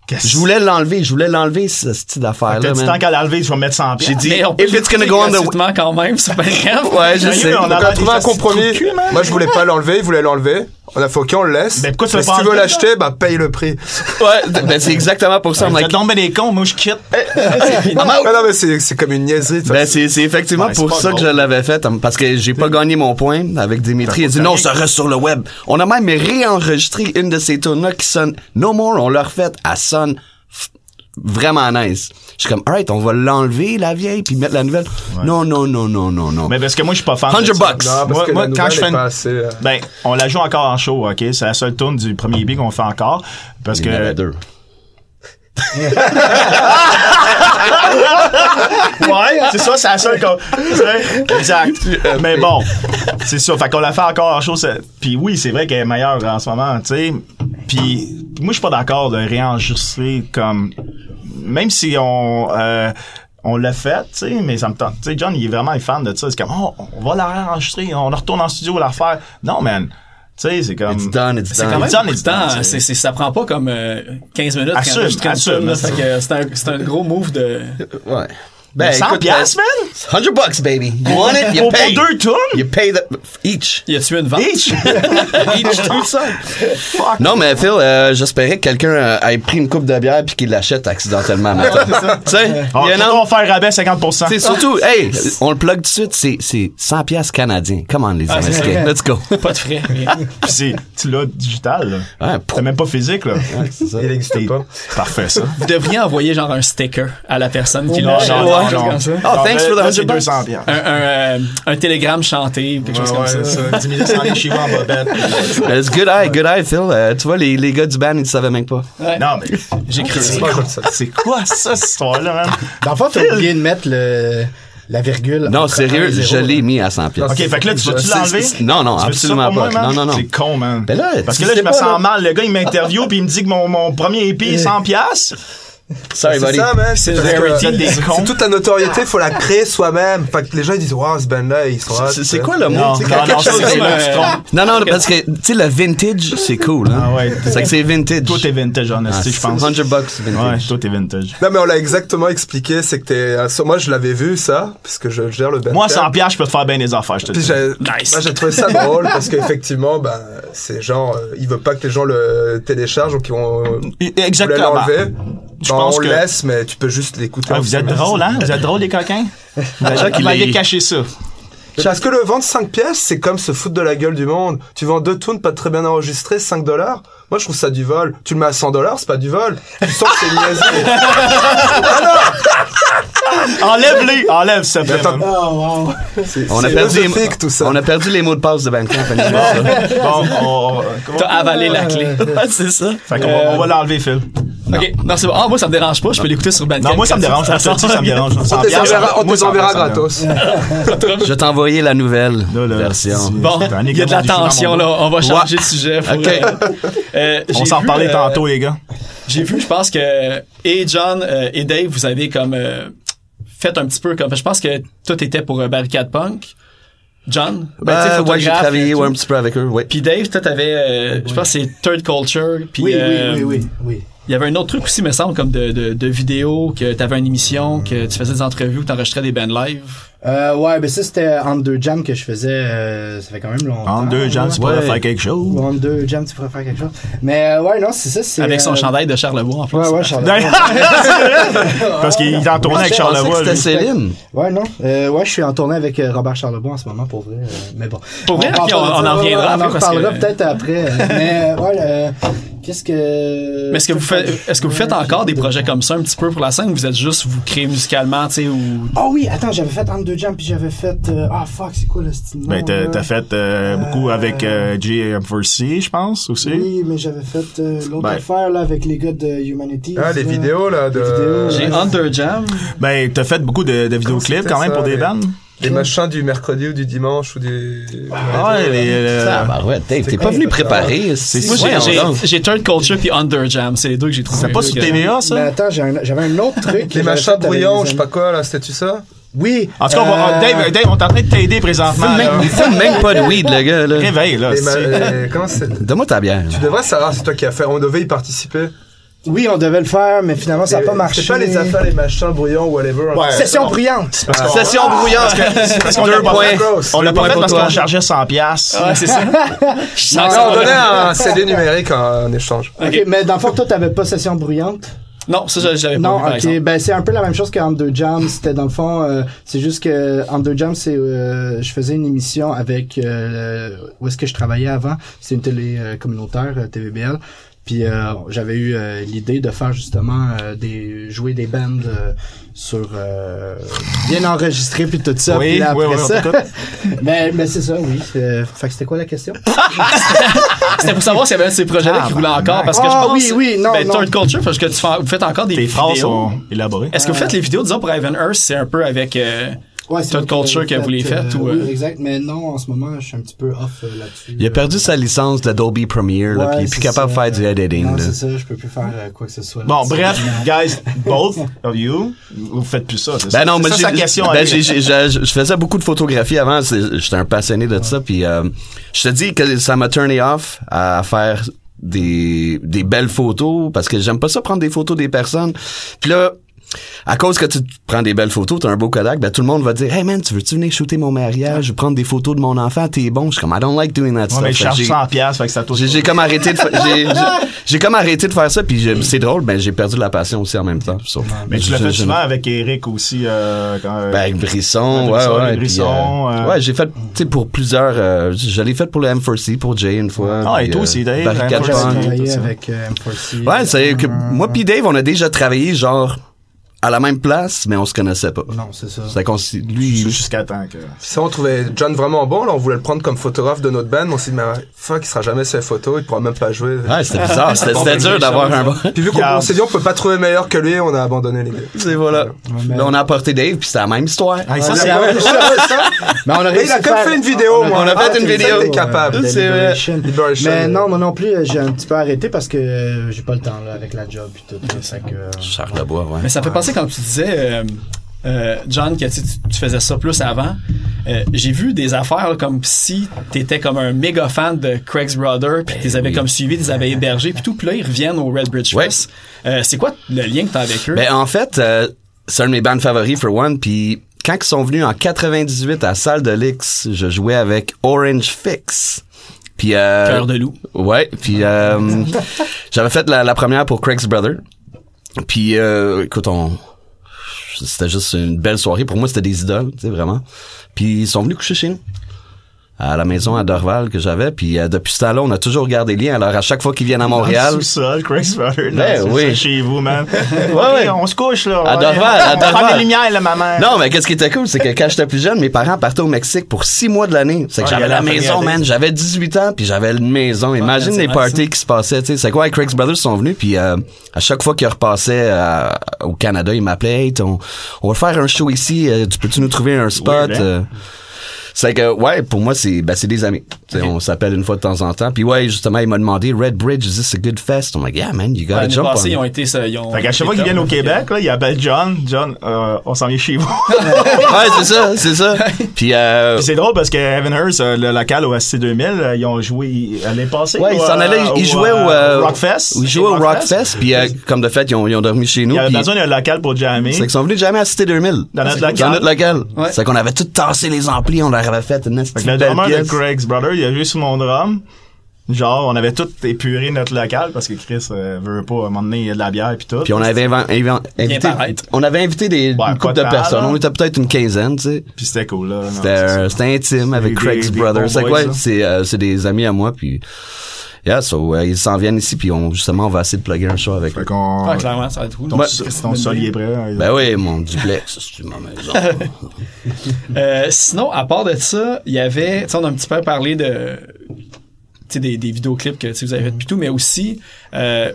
Speaker 4: Qu'est-ce-
Speaker 2: je voulais l'enlever, je voulais l'enlever, ce style
Speaker 4: T'as
Speaker 2: d'affaire-là,
Speaker 4: dit, tant
Speaker 2: man.
Speaker 4: qu'à l'enlever, je vais mettre 100 piastres.
Speaker 2: J'ai dit,
Speaker 1: Mais on peut
Speaker 2: if it's gonna
Speaker 1: l'écouter
Speaker 2: go on the...
Speaker 1: gratuitement quand même sur Bandcamp.
Speaker 2: Ouais, je
Speaker 4: Sérieux,
Speaker 2: sais.
Speaker 4: on a
Speaker 5: Donc, on a
Speaker 4: l'air
Speaker 5: trouvé
Speaker 4: des
Speaker 5: un compromis.
Speaker 4: fesses de cul, man.
Speaker 5: Moi, je voulais pas l'enlever, il voulait l'enlever. On a fait OK, on le laisse.
Speaker 4: Ben, pourquoi tu l'as
Speaker 5: si
Speaker 4: pas
Speaker 5: tu veux
Speaker 4: enlevé,
Speaker 5: l'acheter, bah paye le prix.
Speaker 2: Ouais, d- ben c'est exactement pour ça. I'm
Speaker 4: Vous
Speaker 2: like,
Speaker 4: êtes donc ben des cons, moi je quitte.
Speaker 5: Ah non, mais c'est c'est comme une niaiserie. de
Speaker 2: Ben
Speaker 5: façon.
Speaker 2: c'est c'est effectivement
Speaker 4: Ouais, c'est
Speaker 2: pour
Speaker 4: pas
Speaker 2: ça que
Speaker 4: drôle. Ben,
Speaker 2: je l'avais fait hein, parce que j'ai pas gagné mon point avec Dimitri. Il a dit non, ça reste sur le web. On a même réenregistré une de ces tunes là qui sonne No More, on l'a refaite, elle sonne f- vraiment nice. Je suis comme alright, on va l'enlever la vieille puis mettre la nouvelle. Non non non non non non.
Speaker 4: Mais parce que moi je suis pas fan.
Speaker 2: 100
Speaker 4: de ça.
Speaker 2: bucks.
Speaker 5: non, parce
Speaker 4: Moi-
Speaker 5: que
Speaker 4: moi,
Speaker 5: la
Speaker 4: quand je
Speaker 5: nouvelle
Speaker 4: fais
Speaker 5: est
Speaker 4: une-
Speaker 5: pas assez, euh,
Speaker 4: Ben, on la joue encore en show, ok? C'est la seule tourne du premier B qu'on fait encore. Parce
Speaker 2: Il y en avait
Speaker 4: que.
Speaker 2: deux.
Speaker 4: Ouais, c'est ça, c'est la seule qu'on. c'est- Exact. Mais bon, c'est ça. Fait qu'on la fait encore en show. c'est- Puis oui, c'est vrai qu'elle est meilleure en ce moment, tu sais. Puis moi, je suis pas d'accord de réenregistrer comme. Même si on. euh, on l'a fait, tu sais, mais ça me tente. Tu sais, John, il est vraiment fan de ça. C'est comme, oh, on va la réenregistrer, on retourne en studio la refaire. Non, man. Tu sais, c'est comme.
Speaker 2: It's done, it's
Speaker 1: C'est quand
Speaker 2: done.
Speaker 1: même
Speaker 4: It's done,
Speaker 1: beaucoup de
Speaker 4: it's
Speaker 6: Ah,
Speaker 4: done,
Speaker 1: temps.
Speaker 4: ah,
Speaker 1: C'est,
Speaker 4: c'est-
Speaker 1: c'est, ça prend pas comme euh, 15 minutes.
Speaker 4: Assume,
Speaker 1: qu'enregistrer une
Speaker 4: assume,
Speaker 1: tune, là.
Speaker 4: assume.
Speaker 1: Fait que c'est, un, c'est un gros move de.
Speaker 2: Ouais. Ben
Speaker 4: 100
Speaker 2: écoute,
Speaker 4: piastres, man!
Speaker 2: 100 bucks baby. You want it, you
Speaker 4: Pour,
Speaker 2: pay.
Speaker 4: pour deux tonnes?
Speaker 2: You pay the each.
Speaker 1: Y a-tu une vente?
Speaker 4: Each! Each, tout ça. Fuck.
Speaker 2: Non, mais Phil, euh, j'espérais que quelqu'un euh, ait pris une coupe de bière puis qu'il l'achète accidentellement. matin. tu sais,
Speaker 4: Ah,
Speaker 2: il y en a-
Speaker 4: on va faire rabais 50%.
Speaker 2: C'est surtout, hey, on le plug tout de suite, c'est, c'est 100 piastres canadiens. Come on,
Speaker 4: Ah,
Speaker 2: les Américains. Let's go.
Speaker 1: Pas de frais. rien.
Speaker 4: Puis c'est, tu l'as digital, là.
Speaker 2: Ouais, pour-
Speaker 4: T'as même pas physique, là.
Speaker 2: c'est ça.
Speaker 5: il n'existe
Speaker 4: C'est
Speaker 5: pas.
Speaker 4: Parfait, ça.
Speaker 1: Vous devriez envoyer genre un sticker à la personne qui l'a
Speaker 4: Non, non,
Speaker 1: genre,
Speaker 4: non, non.
Speaker 1: comme ça.
Speaker 2: Oh, thanks
Speaker 4: là,
Speaker 2: for the
Speaker 4: là, c'est
Speaker 2: 100 bucks.
Speaker 4: 200 bières.
Speaker 1: un, un, euh, un télégramme chanté ou quelque chose comme ça.
Speaker 4: Diminue sans aller chez moi en bobette.
Speaker 2: Mais it's good eye, good eye, Phil. Euh, tu vois, les, les gars du band, ils le savaient même pas.
Speaker 1: Ouais.
Speaker 4: Non, mais
Speaker 1: J'ai cru.
Speaker 5: C'est pas comme ça.
Speaker 2: Ah,
Speaker 4: c'est quoi ça, cette histoire-là, man?
Speaker 6: Dans le fond, t'as oublié de mettre le, la virgule.
Speaker 2: Non,
Speaker 6: entre un
Speaker 2: sérieux,
Speaker 6: et zéro,
Speaker 2: je l'ai
Speaker 6: là.
Speaker 2: mis à 100 pièces.
Speaker 4: Ok, fait que là, tu vas-tu
Speaker 2: C'est-
Speaker 4: l'enlever?
Speaker 2: c'est- Non, non,
Speaker 4: Tu veux
Speaker 2: absolument
Speaker 4: ça pour
Speaker 2: pas.
Speaker 4: moi, man?
Speaker 2: non, non, non.
Speaker 4: C'est con, man.
Speaker 2: Ben là,
Speaker 4: Parce
Speaker 2: tu
Speaker 4: que là,
Speaker 2: sais
Speaker 4: je me
Speaker 2: pas,
Speaker 4: sens
Speaker 2: là.
Speaker 4: mal. Le gars, il m'interview puis il me dit que mon, mon premier E EP, 100 piastres.
Speaker 2: Sorry,
Speaker 5: C'est
Speaker 2: buddy.
Speaker 5: ça, man.
Speaker 1: C'est
Speaker 5: parce que-
Speaker 1: rarity
Speaker 4: des
Speaker 5: c'est
Speaker 4: cons.
Speaker 5: toute la notoriété, faut la créer soi-même. Fait que les gens, ils disent, waouh, ce band-là, ils sont
Speaker 2: C'est-
Speaker 5: hot,
Speaker 2: c'est- C'est
Speaker 5: tu
Speaker 2: quoi
Speaker 5: sais.
Speaker 2: le mot?
Speaker 4: Non,
Speaker 2: C'est
Speaker 4: non,
Speaker 2: quelque
Speaker 4: non, ça,
Speaker 2: chose-
Speaker 4: c'est là, tu trompes.
Speaker 2: Non, non, parce que, tu sais, le vintage, c'est cool, hein.
Speaker 4: Ah ouais.
Speaker 2: C'est que c'est vintage.
Speaker 4: Toi, t'es vintage, en
Speaker 2: Ah,
Speaker 4: esti, je pense.
Speaker 2: 100 bucks
Speaker 4: Ouais,
Speaker 2: vintage.
Speaker 4: toi, t'es vintage.
Speaker 5: Non, mais on l'a exactement expliqué. C'est que t'es, ça, moi, je l'avais vu, ça, parce que je gère le band.
Speaker 4: Moi, 100 piastres, je peux te faire bien des affaires, je te
Speaker 5: Puis
Speaker 4: dis.
Speaker 5: j'ai,
Speaker 1: Nice.
Speaker 5: moi, j'ai trouvé ça drôle parce qu'effectivement, bah, c'est genre, euh, il veut pas que les gens le téléchargent ou qu'ils vont euh, voulaient
Speaker 4: Exactement.
Speaker 5: l'enlever.
Speaker 4: Je
Speaker 5: Bah,
Speaker 4: pense
Speaker 5: on
Speaker 4: que-
Speaker 5: laisse, mais tu peux juste l'écouter.
Speaker 4: Ah,
Speaker 5: en
Speaker 4: vous êtes
Speaker 5: streaming.
Speaker 4: drôles, hein? Vous êtes drôles, les coquins? Vous avez-
Speaker 2: qu'il
Speaker 4: Vous m'avez
Speaker 2: est-
Speaker 4: caché ça.
Speaker 5: Mais Parce que le vendre 5 pièces, c'est comme se foutre de la gueule du monde. Tu vends deux tunes pas très bien enregistrées, 5 dollars. Moi, je trouve ça du vol. Tu le mets à 100 dollars, c'est pas du vol. Tu sens que c'est niaisé.
Speaker 4: Enlève-les! Enlève, ça
Speaker 5: Mais
Speaker 4: plaît,
Speaker 5: attends,
Speaker 4: man.
Speaker 6: Oh, wow.
Speaker 5: c'est,
Speaker 2: On a
Speaker 5: c'est
Speaker 2: perdu les
Speaker 5: philosophique, tout ça.
Speaker 2: On a perdu les mots de passe de Bandcamp. anyway, ça.
Speaker 4: Bon, on, on- comment-
Speaker 1: T'as avalé la clé. Ouais, c'est ça.
Speaker 4: Fait qu'on va- on va l'enlever, Phil.
Speaker 1: OK. Non, c'est bon. Ah, moi, ça me dérange pas. Je peux l'écouter sur Bandcamp.
Speaker 4: Non, moi, ça me
Speaker 1: quand
Speaker 4: dérange. Ça, ça, ça me dérange.
Speaker 5: On te les enverra, on te les enverra gratos.
Speaker 2: Je vais t'envoyer la nouvelle
Speaker 4: Là, là,
Speaker 2: version. Euh,
Speaker 4: c'est-
Speaker 1: Bon,
Speaker 4: Putain,
Speaker 1: il y a de la
Speaker 4: Nicolas, on
Speaker 1: tension,
Speaker 4: dit,
Speaker 1: là. On va changer
Speaker 2: Ouais.
Speaker 1: de sujet. Pour,
Speaker 2: Ok.
Speaker 1: euh, euh,
Speaker 4: On
Speaker 1: j'ai
Speaker 4: s'en
Speaker 1: vu,
Speaker 4: reparlait
Speaker 1: euh,
Speaker 4: tantôt, les gars.
Speaker 1: J'ai vu, je pense que et John euh, et Dave, vous avez comme euh, fait un petit peu comme. Je pense que tout était pour euh, Barricade Punk. John, ben, tu sais,
Speaker 2: Ben, ouais, j'ai
Speaker 1: photographe,
Speaker 2: travaillé
Speaker 1: tout.
Speaker 2: ouais, un petit peu avec eux, ouais.
Speaker 1: Puis Dave, toi, t'avais, euh, je pense, que c'est Third Culture. Puis
Speaker 6: Oui,
Speaker 1: euh,
Speaker 6: oui, oui, oui, oui.
Speaker 1: Il y avait un autre truc aussi, me semble, comme de, de, de vidéo, que t'avais une émission, que tu faisais des entrevues, que t'enregistrais des bands live.
Speaker 6: Euh, ouais, ben ça, c'était entre deux jams que je faisais, euh, ça fait quand même longtemps.
Speaker 4: En deux gens, tu
Speaker 6: là.
Speaker 4: pourrais
Speaker 2: Ouais.
Speaker 4: faire quelque chose.
Speaker 6: Ou entre deux jams, tu pourrais faire quelque chose. Mais euh, ouais, non, c'est ça, c'est...
Speaker 1: Avec son
Speaker 6: euh,
Speaker 1: chandail de Charlevoix, en plus.
Speaker 6: Ouais, ouais, Charlevoix.
Speaker 4: Parce qu'il est en tournée avec
Speaker 2: Je pensais que
Speaker 4: Charlevoix.
Speaker 2: c'était
Speaker 4: lui.
Speaker 2: Céline.
Speaker 6: Ouais, non. Euh, ouais, je suis en tournée avec euh, Robert Charlebois en ce moment, pour vrai. euh, mais bon.
Speaker 1: Pour vrai? Ok, on-
Speaker 6: reparlera-
Speaker 1: on en reviendra
Speaker 6: On en
Speaker 1: après, parce
Speaker 6: reparlera
Speaker 1: que-
Speaker 6: peut-être après. euh, mais euh, ouais, euh, qu'est-ce que...
Speaker 1: Mais est-ce que vous faites, est-ce que vous faites encore des projets comme ça un petit peu pour la scène ou vous êtes juste vous créez musicalement, tu sais, ou
Speaker 6: Ah oui, attends, j'avais fait entre deux jams, puis j'avais fait... euh, Ah, fuck, c'est quoi le style
Speaker 4: Ben, t'as t'as fait euh, beaucoup avec euh, JM4C, je pense, aussi.
Speaker 6: Oui, mais j'avais fait euh, l'autre
Speaker 4: Ben.
Speaker 6: affaire là, avec les gars de Humanity.
Speaker 5: Ah, les
Speaker 6: là.
Speaker 5: vidéos, là,
Speaker 6: Les
Speaker 5: de,
Speaker 6: vidéos,
Speaker 1: j'ai Under Jam.
Speaker 4: Ben, t'as fait beaucoup de, de vidéoclips
Speaker 5: c'était
Speaker 4: quand même
Speaker 5: ça,
Speaker 4: pour des
Speaker 5: les-
Speaker 4: bandes.
Speaker 5: des machins du mercredi ou du dimanche ou du...
Speaker 4: Ouais, les, euh,
Speaker 2: Ah, bah ouais, Dave, t'es pas
Speaker 5: quoi,
Speaker 2: venu
Speaker 5: ça?
Speaker 2: préparer. C'est
Speaker 1: Moi, j'ai,
Speaker 2: voyons
Speaker 1: j'ai,
Speaker 2: donc.
Speaker 1: j'ai Third Culture puis Under Jam, c'est les deux que j'ai trouvé.
Speaker 4: c'est pas sur TVA,
Speaker 6: Mais
Speaker 4: ça?
Speaker 6: attends, j'ai un- j'avais un autre truc. que
Speaker 5: Les
Speaker 6: j'avais fait
Speaker 5: machins
Speaker 6: avec mes
Speaker 5: bruyants,
Speaker 6: amis.
Speaker 5: je sais pas quoi, là, c'était-tu ça?
Speaker 6: Oui.
Speaker 4: En tout cas, on va-
Speaker 6: euh,
Speaker 4: Dave, Dave, on est en train de t'aider présentement. là.
Speaker 2: Il fume même pas de weed, le gars, là.
Speaker 4: Réveille, là.
Speaker 5: Les ma-
Speaker 4: c'est-
Speaker 5: les- Comment c'est?
Speaker 2: Donne-moi ta bière.
Speaker 5: Tu devrais savoir, ah, c'est toi qui as fait. On devait y participer.
Speaker 6: Oui, on devait le faire, mais finalement, ça n'a pas marché.
Speaker 5: C'est pas les affaires, les machins bruyants, whatever.
Speaker 4: Ouais.
Speaker 6: Session bruyante.
Speaker 2: Session brouillante.
Speaker 4: Parce qu'on l'a
Speaker 2: Deux
Speaker 4: pas
Speaker 2: points.
Speaker 4: fait. On l'a
Speaker 2: Deux
Speaker 4: pas
Speaker 2: points
Speaker 4: fait
Speaker 2: pour
Speaker 4: parce
Speaker 2: toi.
Speaker 4: qu'on chargeait 100 piastres.
Speaker 1: Ouais, c'est ça. Je sens que ça
Speaker 5: Non, Ah, on
Speaker 1: va-
Speaker 5: donnait un CD numérique en, en échange.
Speaker 6: OK, mais dans le fond, toi, t'avais pas session bruyante.
Speaker 1: Non, ça, je- je l'avais pas
Speaker 6: Non,
Speaker 1: vu, par
Speaker 6: ok,
Speaker 1: exemple.
Speaker 6: ben c'est un peu la même chose qu'en deux jams. C'était dans le fond, euh, c'est juste que en deux jams, c'est euh, je faisais une émission avec euh, le- où est-ce que je travaillais avant. C'est une télé euh, communautaire euh, TVBL. Puis euh, j'avais eu euh, l'idée de faire justement euh, des jouer des bands euh, sur euh, bien enregistré puis tout ça.
Speaker 4: Oui,
Speaker 6: puis là,
Speaker 4: oui,
Speaker 6: après
Speaker 4: oui, on
Speaker 6: ça. mais mais c'est ça, oui. Euh, fait que c'était quoi la question
Speaker 1: Ah, C'était pour savoir s'il y avait un de ces projets-là qui roulait encore, parce que je
Speaker 6: Ah,
Speaker 1: pense.
Speaker 6: oui, oui, non,
Speaker 1: ben,
Speaker 6: non.
Speaker 1: Third Culture, parce que tu fais- vous faites encore des
Speaker 4: Tes phrases
Speaker 1: vidéos.
Speaker 4: sont élaborées.
Speaker 1: Est-ce que vous faites les vidéos, disons, pour Ivan Earth, c'est un peu avec, euh,
Speaker 6: Euh. Ouais, c'est
Speaker 1: T'as
Speaker 6: moi
Speaker 1: le culture
Speaker 6: qui l'ai
Speaker 1: que vous les faites,
Speaker 6: euh,
Speaker 1: ou,
Speaker 6: oui,
Speaker 1: euh?
Speaker 6: exact. Mais non, en ce moment, je suis un petit peu off euh, là-dessus.
Speaker 2: Il a
Speaker 6: Euh,
Speaker 2: perdu sa licence d'Adobe Premiere, là,
Speaker 6: Ouais,
Speaker 2: puis il est plus
Speaker 6: c'est
Speaker 2: capable de
Speaker 6: ça.
Speaker 2: faire du editing,
Speaker 6: Non,
Speaker 2: là.
Speaker 6: c'est ça, je peux plus faire euh, quoi que ce soit.
Speaker 4: Bon,
Speaker 6: là-dessus.
Speaker 4: bref, guys, both of you, vous faites plus ça. c'est ça?
Speaker 2: Ben non,
Speaker 4: C'est
Speaker 2: mais
Speaker 4: ça
Speaker 2: j'ai-
Speaker 4: sa question.
Speaker 2: ben,
Speaker 4: à lui.
Speaker 2: j'ai- j'ai- j'ai- je faisais beaucoup de photographie avant. c'est- J'étais un passionné de ça. Puis euh, je te dis que ça m'a turné off à faire des, des belles photos parce que j'aime pas ça prendre des photos des personnes. Puis là, à cause que tu te prends des belles photos, t'as un beau Kodak, ben tout le monde va dire, hey man, tu veux-tu venir shooter mon mariage, ou prendre des photos de mon enfant, t'es bon. Je suis comme, I don't like doing that
Speaker 4: Ouais,
Speaker 2: stuff.
Speaker 4: mais
Speaker 2: Fait
Speaker 4: je
Speaker 2: que
Speaker 4: charge
Speaker 2: j'ai-
Speaker 4: 100 piastres, fait que ça touche.
Speaker 2: j'ai j'ai comme arrêté de fa- j'ai- j'ai- j'ai comme arrêté de faire ça puis je- c'est drôle ben j'ai perdu la passion aussi en même temps sauf-
Speaker 4: Mais tu l'as
Speaker 2: je-
Speaker 4: fait
Speaker 2: je-
Speaker 4: souvent avec Eric aussi. euh, quand, euh,
Speaker 2: ben, avec Brisson, ouais,
Speaker 4: Avec Brisson,
Speaker 2: ouais.
Speaker 4: avec
Speaker 2: puis,
Speaker 4: Brisson,
Speaker 2: euh,
Speaker 4: euh,
Speaker 2: Ouais, j'ai fait, tu sais, pour plusieurs, euh, je l'ai fait pour le M4C, pour Jay une fois.
Speaker 4: Ah, et
Speaker 2: puis,
Speaker 4: toi
Speaker 2: euh,
Speaker 4: aussi, Dave,
Speaker 2: Barricade
Speaker 4: M4C.
Speaker 6: J'avais
Speaker 2: Punk.
Speaker 6: travaillé
Speaker 4: tout ça.
Speaker 6: avec euh, M4C.
Speaker 2: Ouais, c'est que moi pis Dave, on a déjà travaillé, genre, à la même place, mais on se connaissait pas.
Speaker 6: Non, c'est ça.
Speaker 2: C'est qu'on s'y- lui, il-
Speaker 4: Jusqu'à temps que.
Speaker 5: Ça, on trouvait John vraiment bon. Là, on voulait le prendre comme photographe de notre band. mais On s'est dit, mais fuck, il sera jamais sur les photos. Il pourra même pas jouer.
Speaker 2: Ouais, c'était bizarre. C'était c'était
Speaker 4: ben,
Speaker 2: dur d'avoir un bon.
Speaker 5: Puis vu qu'on
Speaker 4: Garde.
Speaker 5: on s'est dit, on peut pas trouver meilleur que lui, on a abandonné les deux.
Speaker 2: C'est voilà.
Speaker 6: mais-
Speaker 2: Là, on a apporté Dave, puis c'était la même histoire.
Speaker 4: Ah, ça,
Speaker 6: Ouais,
Speaker 4: c'est-
Speaker 6: ouais, ouais, Mais on a
Speaker 5: Mais il a
Speaker 6: réussi
Speaker 5: comme
Speaker 6: à faire-
Speaker 5: fait une vidéo, moi.
Speaker 2: On a fait une
Speaker 6: c'est
Speaker 2: vidéo.
Speaker 6: ça,
Speaker 5: T'es capable.
Speaker 6: de
Speaker 2: C'est vrai.
Speaker 6: Liberation.
Speaker 5: Liberation,
Speaker 6: Mais
Speaker 5: ouais.
Speaker 6: non, moi non plus, euh, j'ai un petit peu arrêté parce que euh, j'ai pas le temps là, avec la job et tout. là, fait que, euh,
Speaker 2: Charles Lebois, ouais.
Speaker 1: Mais ça me fait penser quand tu disais, euh, euh, John, que tu, sais, tu- tu faisais ça plus avant. Euh, J'ai vu des affaires là, comme si t'étais comme un méga fan de Craig's Brother, puis t'es avais
Speaker 2: Ben oui.
Speaker 1: comme suivi, t'es avais hébergé, puis tout, puis là ils reviennent au Red Bridge
Speaker 2: Ouais.
Speaker 1: Fest. Euh, c'est quoi le lien que t'as avec eux
Speaker 2: Ben, en fait, euh, c'est un de mes bands favoris, for one. Puis quand ils sont venus en 98 à Salle de l'Ix, je jouais avec Orange Fix. Puis euh,
Speaker 1: Cœur de loup.
Speaker 2: Ouais. Puis euh, j'avais fait la, la première pour Craig's Brother. Puis euh, écoute, on c'était juste une belle soirée. Pour moi, c'était des idoles, tu sais vraiment. Puis ils sont venus coucher chez nous à la maison à Dorval que j'avais. Puis euh, depuis ce temps-là, on a toujours gardé lien. Alors à chaque fois qu'ils viennent à
Speaker 4: Dans
Speaker 2: Montréal,
Speaker 4: le sous-sol, Craig's Brother. dans
Speaker 2: Ben
Speaker 4: le
Speaker 2: oui.
Speaker 4: sous-sol Chez vous, man. ouais,
Speaker 2: ouais.
Speaker 4: On se couche, là.
Speaker 2: À
Speaker 4: ouais.
Speaker 2: Dorval, à
Speaker 4: On va
Speaker 2: Dorval.
Speaker 4: faire des lumières, là, maman.
Speaker 2: Non, mais qu'est-ce qui était cool, c'est que quand j'étais plus jeune, mes parents partaient au Mexique pour six mois de l'année. C'est que
Speaker 4: Ouais,
Speaker 2: j'avais
Speaker 4: Ah, il y
Speaker 2: la
Speaker 4: a la
Speaker 2: maison,
Speaker 4: famille
Speaker 2: man. J'avais 18 ans, puis j'avais une maison. Imagine
Speaker 1: c'est
Speaker 2: les
Speaker 1: nice,
Speaker 2: parties qui se passaient, tu sais. C'est quoi, les Craig's Brothers sont venus, puis euh, à chaque fois qu'ils repassaient euh, au Canada, ils m'appelaient, Hey, on, on va faire un show ici, euh, tu peux-tu nous trouver un spot?
Speaker 4: Weird, hein?
Speaker 2: Euh, c'est que ouais pour moi c'est ben, c'est des amis Tu sais, on s'appelle une fois de temps en temps puis ouais justement il m'a demandé Red Bridge is this a good fest I'm like yeah man you gotta
Speaker 1: L'année
Speaker 2: jump
Speaker 1: passée, ils
Speaker 2: on
Speaker 1: ont
Speaker 2: it.
Speaker 1: été. ça, Ils ont
Speaker 4: Fait qu'à chaque fois qu'ils viennent au Québec, là, ils appellent John. John, euh, on s'en vient chez vous.
Speaker 2: ouais c'est ça c'est ça puis euh,
Speaker 4: Puis c'est drôle parce que Evan Hurst, euh, le local au SC2000, euh, ils ont joué euh, l'année passée.
Speaker 2: Ouais,
Speaker 4: ou,
Speaker 2: ils s'en
Speaker 4: euh,
Speaker 2: allaient, ils jouaient au
Speaker 4: euh,
Speaker 2: euh,
Speaker 4: Rockfest.
Speaker 2: Ils jouaient au Rockfest, puis euh, comme de fait, ils ont, ils ont dormi chez nous.
Speaker 4: Il y avait
Speaker 2: puis
Speaker 4: besoin d'un local pour jammer.
Speaker 2: C'est qu'ils sont venus jamais à Cité 2000.
Speaker 4: Dans notre
Speaker 2: C'est-
Speaker 4: local.
Speaker 2: local.
Speaker 1: Ouais.
Speaker 2: C'est qu'on avait tout tassé les amplis, on leur avait fait une petite
Speaker 4: Fait que le
Speaker 2: belle
Speaker 4: drummer
Speaker 2: pièce.
Speaker 4: de Craig's Brother, il a joué sous mon drum. Genre, on avait tout épuré notre local parce que Chris euh, veut pas, à un moment donné, il y a de la bière puis tout.
Speaker 2: Puis on avait inven- inven- invité,
Speaker 1: paraître.
Speaker 2: on avait invité des
Speaker 4: Ouais,
Speaker 2: une
Speaker 4: pas
Speaker 2: couple
Speaker 4: de
Speaker 2: de
Speaker 4: parole,
Speaker 2: personnes.
Speaker 4: hein.
Speaker 2: On était peut-être une quinzaine, tu sais.
Speaker 4: Puis c'était cool, là. Non,
Speaker 2: C'était
Speaker 4: c'est ça.
Speaker 2: euh, c'était intime avec
Speaker 4: Des-
Speaker 2: Craig's
Speaker 4: des
Speaker 2: Brothers.
Speaker 4: bons
Speaker 2: C'est
Speaker 4: boys,
Speaker 2: quoi?
Speaker 4: ça.
Speaker 2: C'est euh, c'est des amis à moi, puis yeah, so, euh, ils s'en viennent ici, puis on justement on va essayer de plugger un show avec
Speaker 4: Fait
Speaker 2: eux.
Speaker 4: qu'on.
Speaker 1: Ah, clairement, ça va être cool.
Speaker 4: ton so- ton sol, il est prêt. hein,
Speaker 2: Ben oui, mon duplex, c'est ma maison.
Speaker 1: Euh, sinon, à part de ça, il y avait, tu sais, on a un petit peu parlé de, tu sais, des, des vidéoclips que tu sais, vous avez
Speaker 6: Mhm.
Speaker 1: fait puis tout, mais aussi, euh,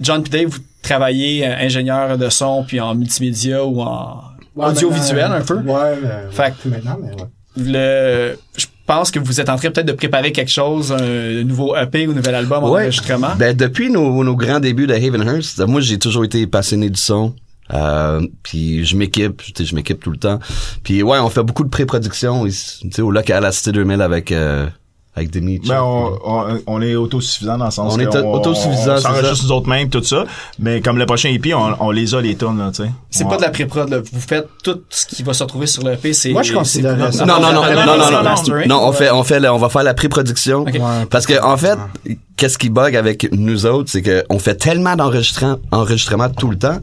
Speaker 1: John P. Dave, vous travaillez euh, ingénieur de son puis en multimédia ou en
Speaker 6: ouais,
Speaker 1: audiovisuel
Speaker 6: maintenant,
Speaker 1: un peu.
Speaker 6: Ouais, mais.
Speaker 1: Fait que-
Speaker 6: plus maintenant, mais ouais.
Speaker 1: Le, je pense que vous êtes en train peut-être de préparer quelque chose, un nouveau EP ou nouvel album en
Speaker 2: Ouais.
Speaker 1: enregistrement.
Speaker 2: Ben, depuis nos, nos grands débuts de Havenhurst, ben, moi, j'ai toujours été passionné du son. Euh, puis je m'équipe, tu sais, je m'équipe tout le temps. Puis ouais, on fait beaucoup de pré-production ici, tu sais, au local à Cité 2000 avec euh, avec Demi.
Speaker 4: Ben, on, on, on est autosuffisant dans le sens
Speaker 2: On
Speaker 4: que
Speaker 2: est autosuffisant,
Speaker 4: on
Speaker 2: c'est
Speaker 4: s'enregistre
Speaker 2: ça.
Speaker 4: nous autres mêmes tout ça mais comme le prochain EP on, on les a les tonnes là tu sais
Speaker 1: C'est
Speaker 4: On-
Speaker 1: pas de la pré-prod, là. Vous faites tout ce qui va se retrouver sur le EP, c'est...
Speaker 6: Moi, je
Speaker 1: c'est-
Speaker 6: considérais ça.
Speaker 2: non, non, non,
Speaker 1: Ah,
Speaker 2: non, non, non, non,
Speaker 1: mastering.
Speaker 2: non, on fait, on fait, le- on va faire la pré-production.
Speaker 1: Ok.
Speaker 6: Ouais.
Speaker 2: Parce que en fait, qu'est-ce qui bug avec nous autres, c'est que on fait tellement d'enregistrements, enregistrements tout le temps